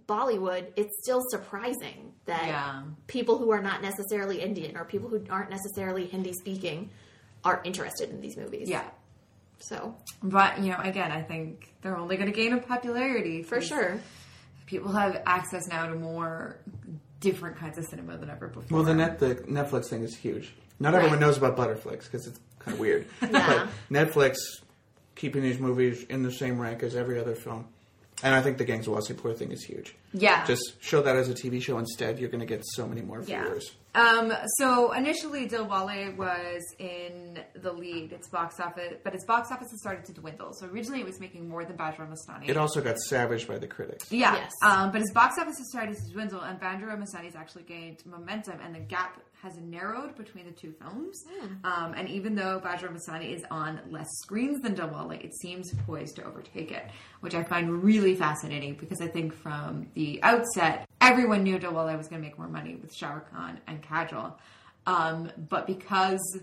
[SPEAKER 3] Bollywood, it's still surprising that
[SPEAKER 1] Yeah.
[SPEAKER 3] people who are not necessarily Indian or people who aren't necessarily Hindi speaking are interested in these movies.
[SPEAKER 1] Yeah.
[SPEAKER 3] So
[SPEAKER 1] But, you know, again, I think they're only going to gain in popularity.
[SPEAKER 3] for sure.
[SPEAKER 1] People have access now to more different kinds of cinema than ever before.
[SPEAKER 2] Well, the, net, the Netflix thing is huge. Not everyone knows about Butterflix because it's kind
[SPEAKER 1] <laughs>
[SPEAKER 2] of weird.
[SPEAKER 3] Yeah.
[SPEAKER 2] But Netflix keeping these movies in the same rank as every other film. And I think the Gangs of Wasseypur thing is huge.
[SPEAKER 1] Yeah.
[SPEAKER 2] Just show that as a TV show instead. You're going to get so many more viewers.
[SPEAKER 1] Um, so initially, Dilwale was in the lead. Its box office, but its box office has started to dwindle. So originally, it was making more than Bajra Mastani.
[SPEAKER 2] It also got savaged by the critics.
[SPEAKER 1] yeah,
[SPEAKER 3] Yes.
[SPEAKER 1] um, but its box office has started to dwindle, and Bandura Masani's actually gained momentum, and the gap has narrowed between the two films. Um, and even though Bajra Masani is on less screens than Dilwale, it seems poised to overtake it, which I find really fascinating because I think from the outset, everyone knew Dilwale was going to make more money with Shah Rukh Khan and Kajol. Um, but because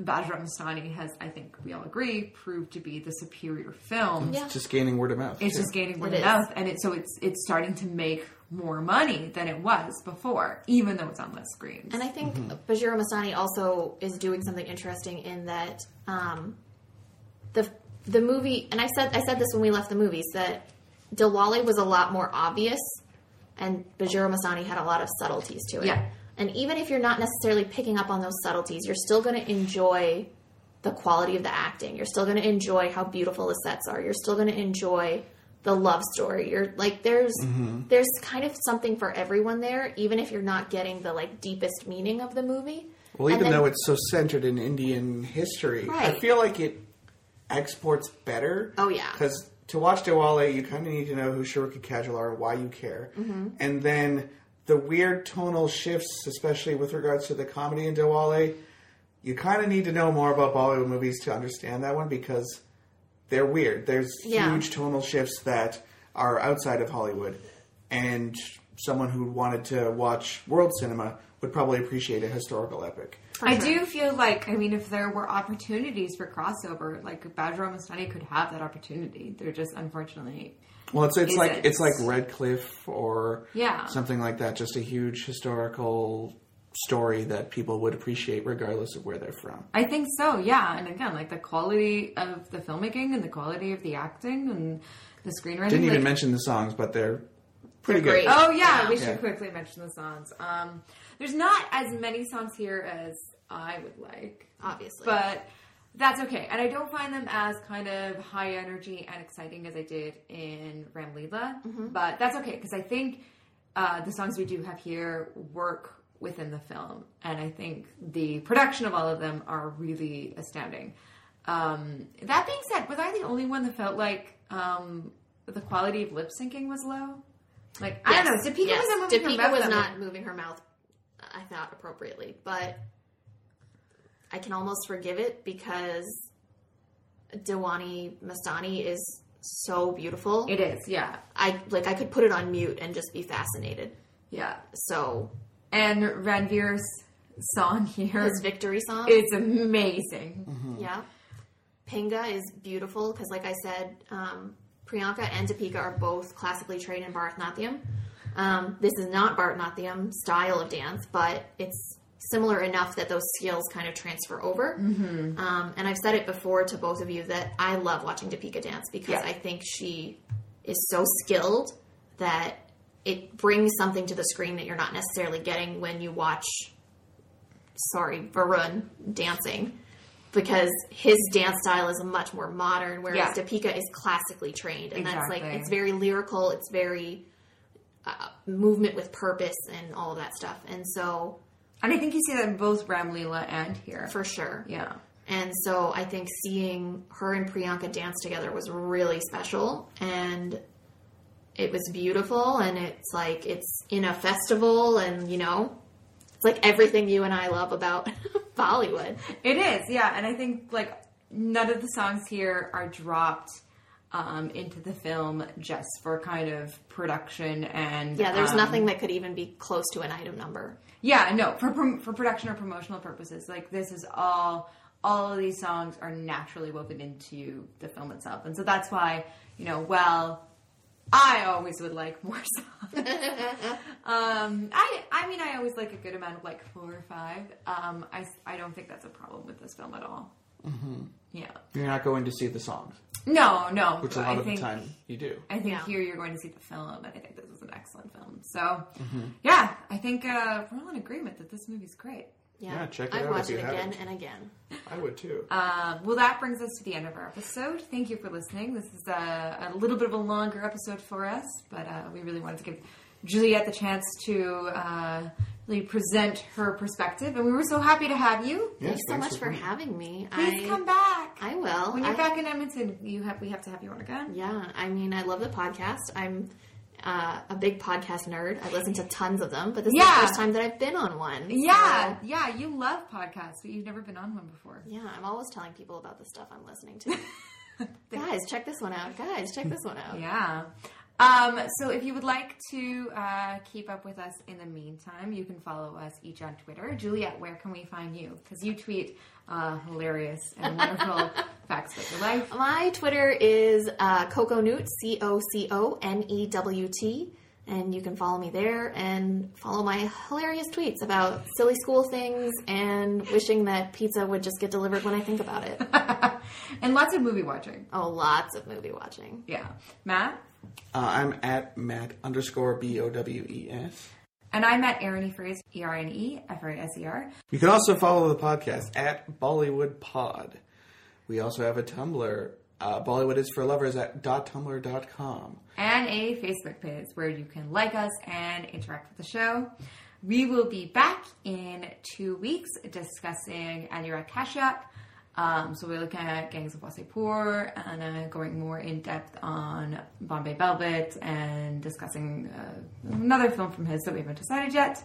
[SPEAKER 1] Bajra Masani has, I think we all agree, proved to be the superior film,
[SPEAKER 2] It's just gaining word of mouth.
[SPEAKER 1] it's
[SPEAKER 2] too.
[SPEAKER 1] just gaining word of
[SPEAKER 3] is.
[SPEAKER 1] mouth, and it so it's it's starting to make more money than it was before, even though it's on less screens.
[SPEAKER 3] And I think Bajira Masani also is doing something interesting in that um, the the movie, and I said I said this when we left the movies that Dilwale was a lot more obvious, and Bajira Masani had a lot of subtleties to it.
[SPEAKER 1] Yeah.
[SPEAKER 3] And even if you're not necessarily picking up on those subtleties, you're still going to enjoy the quality of the acting. You're still going to enjoy how beautiful the sets are. You're still going to enjoy the love story. You're like there's
[SPEAKER 2] Mm-hmm.
[SPEAKER 3] there's kind of something for everyone there, even if you're not getting the like deepest meaning of the movie.
[SPEAKER 2] Well,
[SPEAKER 3] And
[SPEAKER 2] even
[SPEAKER 3] then-
[SPEAKER 2] though it's so centered in Indian history, I
[SPEAKER 3] Right.
[SPEAKER 2] feel like it exports better.
[SPEAKER 3] Oh, yeah.
[SPEAKER 2] because to watch Diwali, you kind of need to know who Shiruki Kajal are, why you care,
[SPEAKER 3] Mm-hmm.
[SPEAKER 2] and then the weird tonal shifts, especially with regards to the comedy in Diwali. You kind of need to know more about Bollywood movies to understand that one because they're weird. There's
[SPEAKER 3] Yeah.
[SPEAKER 2] huge tonal shifts that are outside of Hollywood, and someone who wanted to watch world cinema would probably appreciate a historical epic.
[SPEAKER 1] I do feel like I mean, if there were opportunities for crossover, like Bajra Mastani could have that opportunity. They're just unfortunately,
[SPEAKER 2] Well, it's it's
[SPEAKER 1] Is
[SPEAKER 2] like
[SPEAKER 1] it-
[SPEAKER 2] it's like Redcliffe or
[SPEAKER 1] Yeah.
[SPEAKER 2] something like that. Just a huge historical story that people would appreciate regardless of where they're from.
[SPEAKER 1] I think so. Yeah, and again, like the quality of the filmmaking and the quality of the acting and the screenwriting.
[SPEAKER 2] Didn't even
[SPEAKER 1] like-
[SPEAKER 2] mention the songs, but they're pretty
[SPEAKER 3] They're
[SPEAKER 2] good.
[SPEAKER 3] great.
[SPEAKER 1] Oh yeah, we should
[SPEAKER 2] Yeah.
[SPEAKER 1] quickly mention the songs. Um, there's not as many songs here as I would like.
[SPEAKER 3] Obviously,
[SPEAKER 1] but that's okay. And I don't find them as kind of high energy and exciting as I did in Ramlila,
[SPEAKER 3] Mm-hmm.
[SPEAKER 1] but that's okay because I think uh, the songs we do have here work within the film, and I think the production of all of them are really astounding. Um, that being said, was I the only one that felt like um, the quality of lip syncing was low? Like I don't know. Topeka
[SPEAKER 3] Yes.
[SPEAKER 1] was not moving her
[SPEAKER 3] Topeka
[SPEAKER 1] mouth
[SPEAKER 3] was
[SPEAKER 1] that
[SPEAKER 3] not moving her mouth. I thought appropriately, but I can almost forgive it because Dewani Mastani is so beautiful.
[SPEAKER 1] much. It is, yeah,
[SPEAKER 3] I like I could put it on mute and just be fascinated.
[SPEAKER 1] yeah.
[SPEAKER 3] So
[SPEAKER 1] And Ranveer's song here
[SPEAKER 3] his victory song,
[SPEAKER 1] It's amazing.
[SPEAKER 3] yeah. Pinga is beautiful because, like I said, um, Priyanka and Topeka are both classically trained in Bharatanatyam. Um, this is not Bharatanatyam style of dance, but it's similar enough that those skills kind of transfer over.
[SPEAKER 1] Mm-hmm.
[SPEAKER 3] Um, and I've said it before to both of you that I love watching Topeka dance because
[SPEAKER 1] Yeah.
[SPEAKER 3] I think she is so skilled that it brings something to the screen that you're not necessarily getting when you watch, sorry, Varun dancing. Because his dance style is much more modern, whereas
[SPEAKER 1] Yeah.
[SPEAKER 3] Topeka is classically trained, and that's like
[SPEAKER 1] Exactly.
[SPEAKER 3] it's very lyrical, it's very uh, movement with purpose, and all of that stuff. And so,
[SPEAKER 1] And I think you see that in both Ramlila and here.
[SPEAKER 3] for sure,
[SPEAKER 1] yeah.
[SPEAKER 3] And so I think seeing her and Priyanka dance together was really special and it was beautiful and it's like it's in a festival and you know it's like everything you and I love about <laughs> Bollywood.
[SPEAKER 1] It is, yeah. And I think like none of the songs here are dropped um, into the film just for kind of production and
[SPEAKER 3] Yeah, there's
[SPEAKER 1] um,
[SPEAKER 3] nothing that could even be close to an item number.
[SPEAKER 1] Yeah, no, for prom- for production or promotional purposes, like this is all all of these songs are naturally woven into the film itself, and so that's why you know, well, I always would like more <laughs> songs. um, I I mean, I always like a good amount of like four or five. Um, I s- I don't think that's a problem with this film at all. Mm-hmm. Yeah,
[SPEAKER 2] You're not going to see the songs,
[SPEAKER 1] no, no,
[SPEAKER 2] which a
[SPEAKER 1] I
[SPEAKER 2] lot of
[SPEAKER 1] think-
[SPEAKER 2] the time you do.
[SPEAKER 1] I think
[SPEAKER 3] Yeah.
[SPEAKER 1] here you're going to see the film, and I think this is an excellent film. So,
[SPEAKER 2] Mm-hmm.
[SPEAKER 1] yeah, I think uh, we're all in agreement that this movie's great.
[SPEAKER 3] Yeah,
[SPEAKER 2] Yeah, check it
[SPEAKER 3] I'd
[SPEAKER 2] out
[SPEAKER 3] watch
[SPEAKER 2] if you
[SPEAKER 3] it again
[SPEAKER 2] haven't.
[SPEAKER 3] and again.
[SPEAKER 2] I would too.
[SPEAKER 1] Um, well, that brings us to the end of our episode. Thank you for listening. This is a, a little bit of a longer episode for us, but uh, we really wanted to give Juliet the chance to uh, really present her perspective, and we were so happy to have you.
[SPEAKER 2] Yes,
[SPEAKER 3] Thanks so much for
[SPEAKER 2] coming.
[SPEAKER 3] having me.
[SPEAKER 1] Please
[SPEAKER 3] I,
[SPEAKER 1] come back
[SPEAKER 3] I will.
[SPEAKER 1] when you're
[SPEAKER 3] I-
[SPEAKER 1] back in Edmonton. You have we have to have you on again.
[SPEAKER 3] Yeah, I mean, I love the podcast. I'm uh, a big podcast nerd. I listen to tons of them, but this is
[SPEAKER 1] Yeah.
[SPEAKER 3] the first time that I've been on one. so-
[SPEAKER 1] Yeah, yeah, you love podcasts, but you've never been on one before.
[SPEAKER 3] yeah, I'm always telling people about the stuff I'm
[SPEAKER 1] <laughs>
[SPEAKER 3] listening to. Guys, check this one out. Guys, check this one out.
[SPEAKER 1] Yeah. Um, so if you would like to uh, keep up with us in the meantime, you can follow us each on Twitter. Juliet, where can we find you? Because you tweet uh, hilarious and wonderful facts about your life.
[SPEAKER 3] My Twitter is uh, Coco Newt, C O C O N E W T, and you can follow me there and follow my hilarious tweets about silly school things and wishing that pizza would just get delivered when I think about
[SPEAKER 1] <laughs>
[SPEAKER 3] it.
[SPEAKER 1] and lots of movie watching.
[SPEAKER 3] Oh, lots of movie watching.
[SPEAKER 1] Yeah. Matt?
[SPEAKER 2] Uh, I'm at Matt underscore B O W E S.
[SPEAKER 1] And I'm at Erin Fraser, E R N E F R A S E R.
[SPEAKER 2] You can also follow the podcast at Bollywood Pod. We also have a Tumblr. Uh, Bollywood is for lovers at .tumblr.com.
[SPEAKER 1] and a Facebook page where you can like us and interact with the show. We will be back in two weeks discussing Anurag Kashyap. Um, so we're looking at Gangs of Wasseypur and uh, going more in depth on Bombay Velvet and discussing uh, another film from his that we haven't decided yet.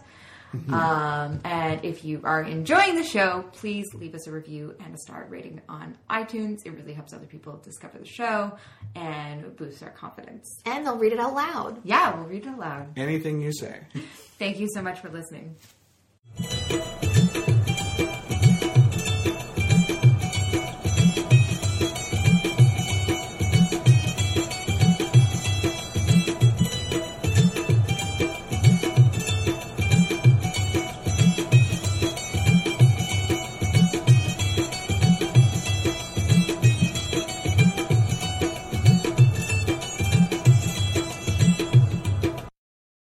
[SPEAKER 1] Um, and if you are enjoying the show, please leave us a review and a star rating on iTunes. It really helps other people discover the show and boosts our confidence.
[SPEAKER 3] And they'll read it out loud.
[SPEAKER 1] Yeah, we'll read it aloud.
[SPEAKER 2] Anything you say.
[SPEAKER 1] Thank you so much for listening.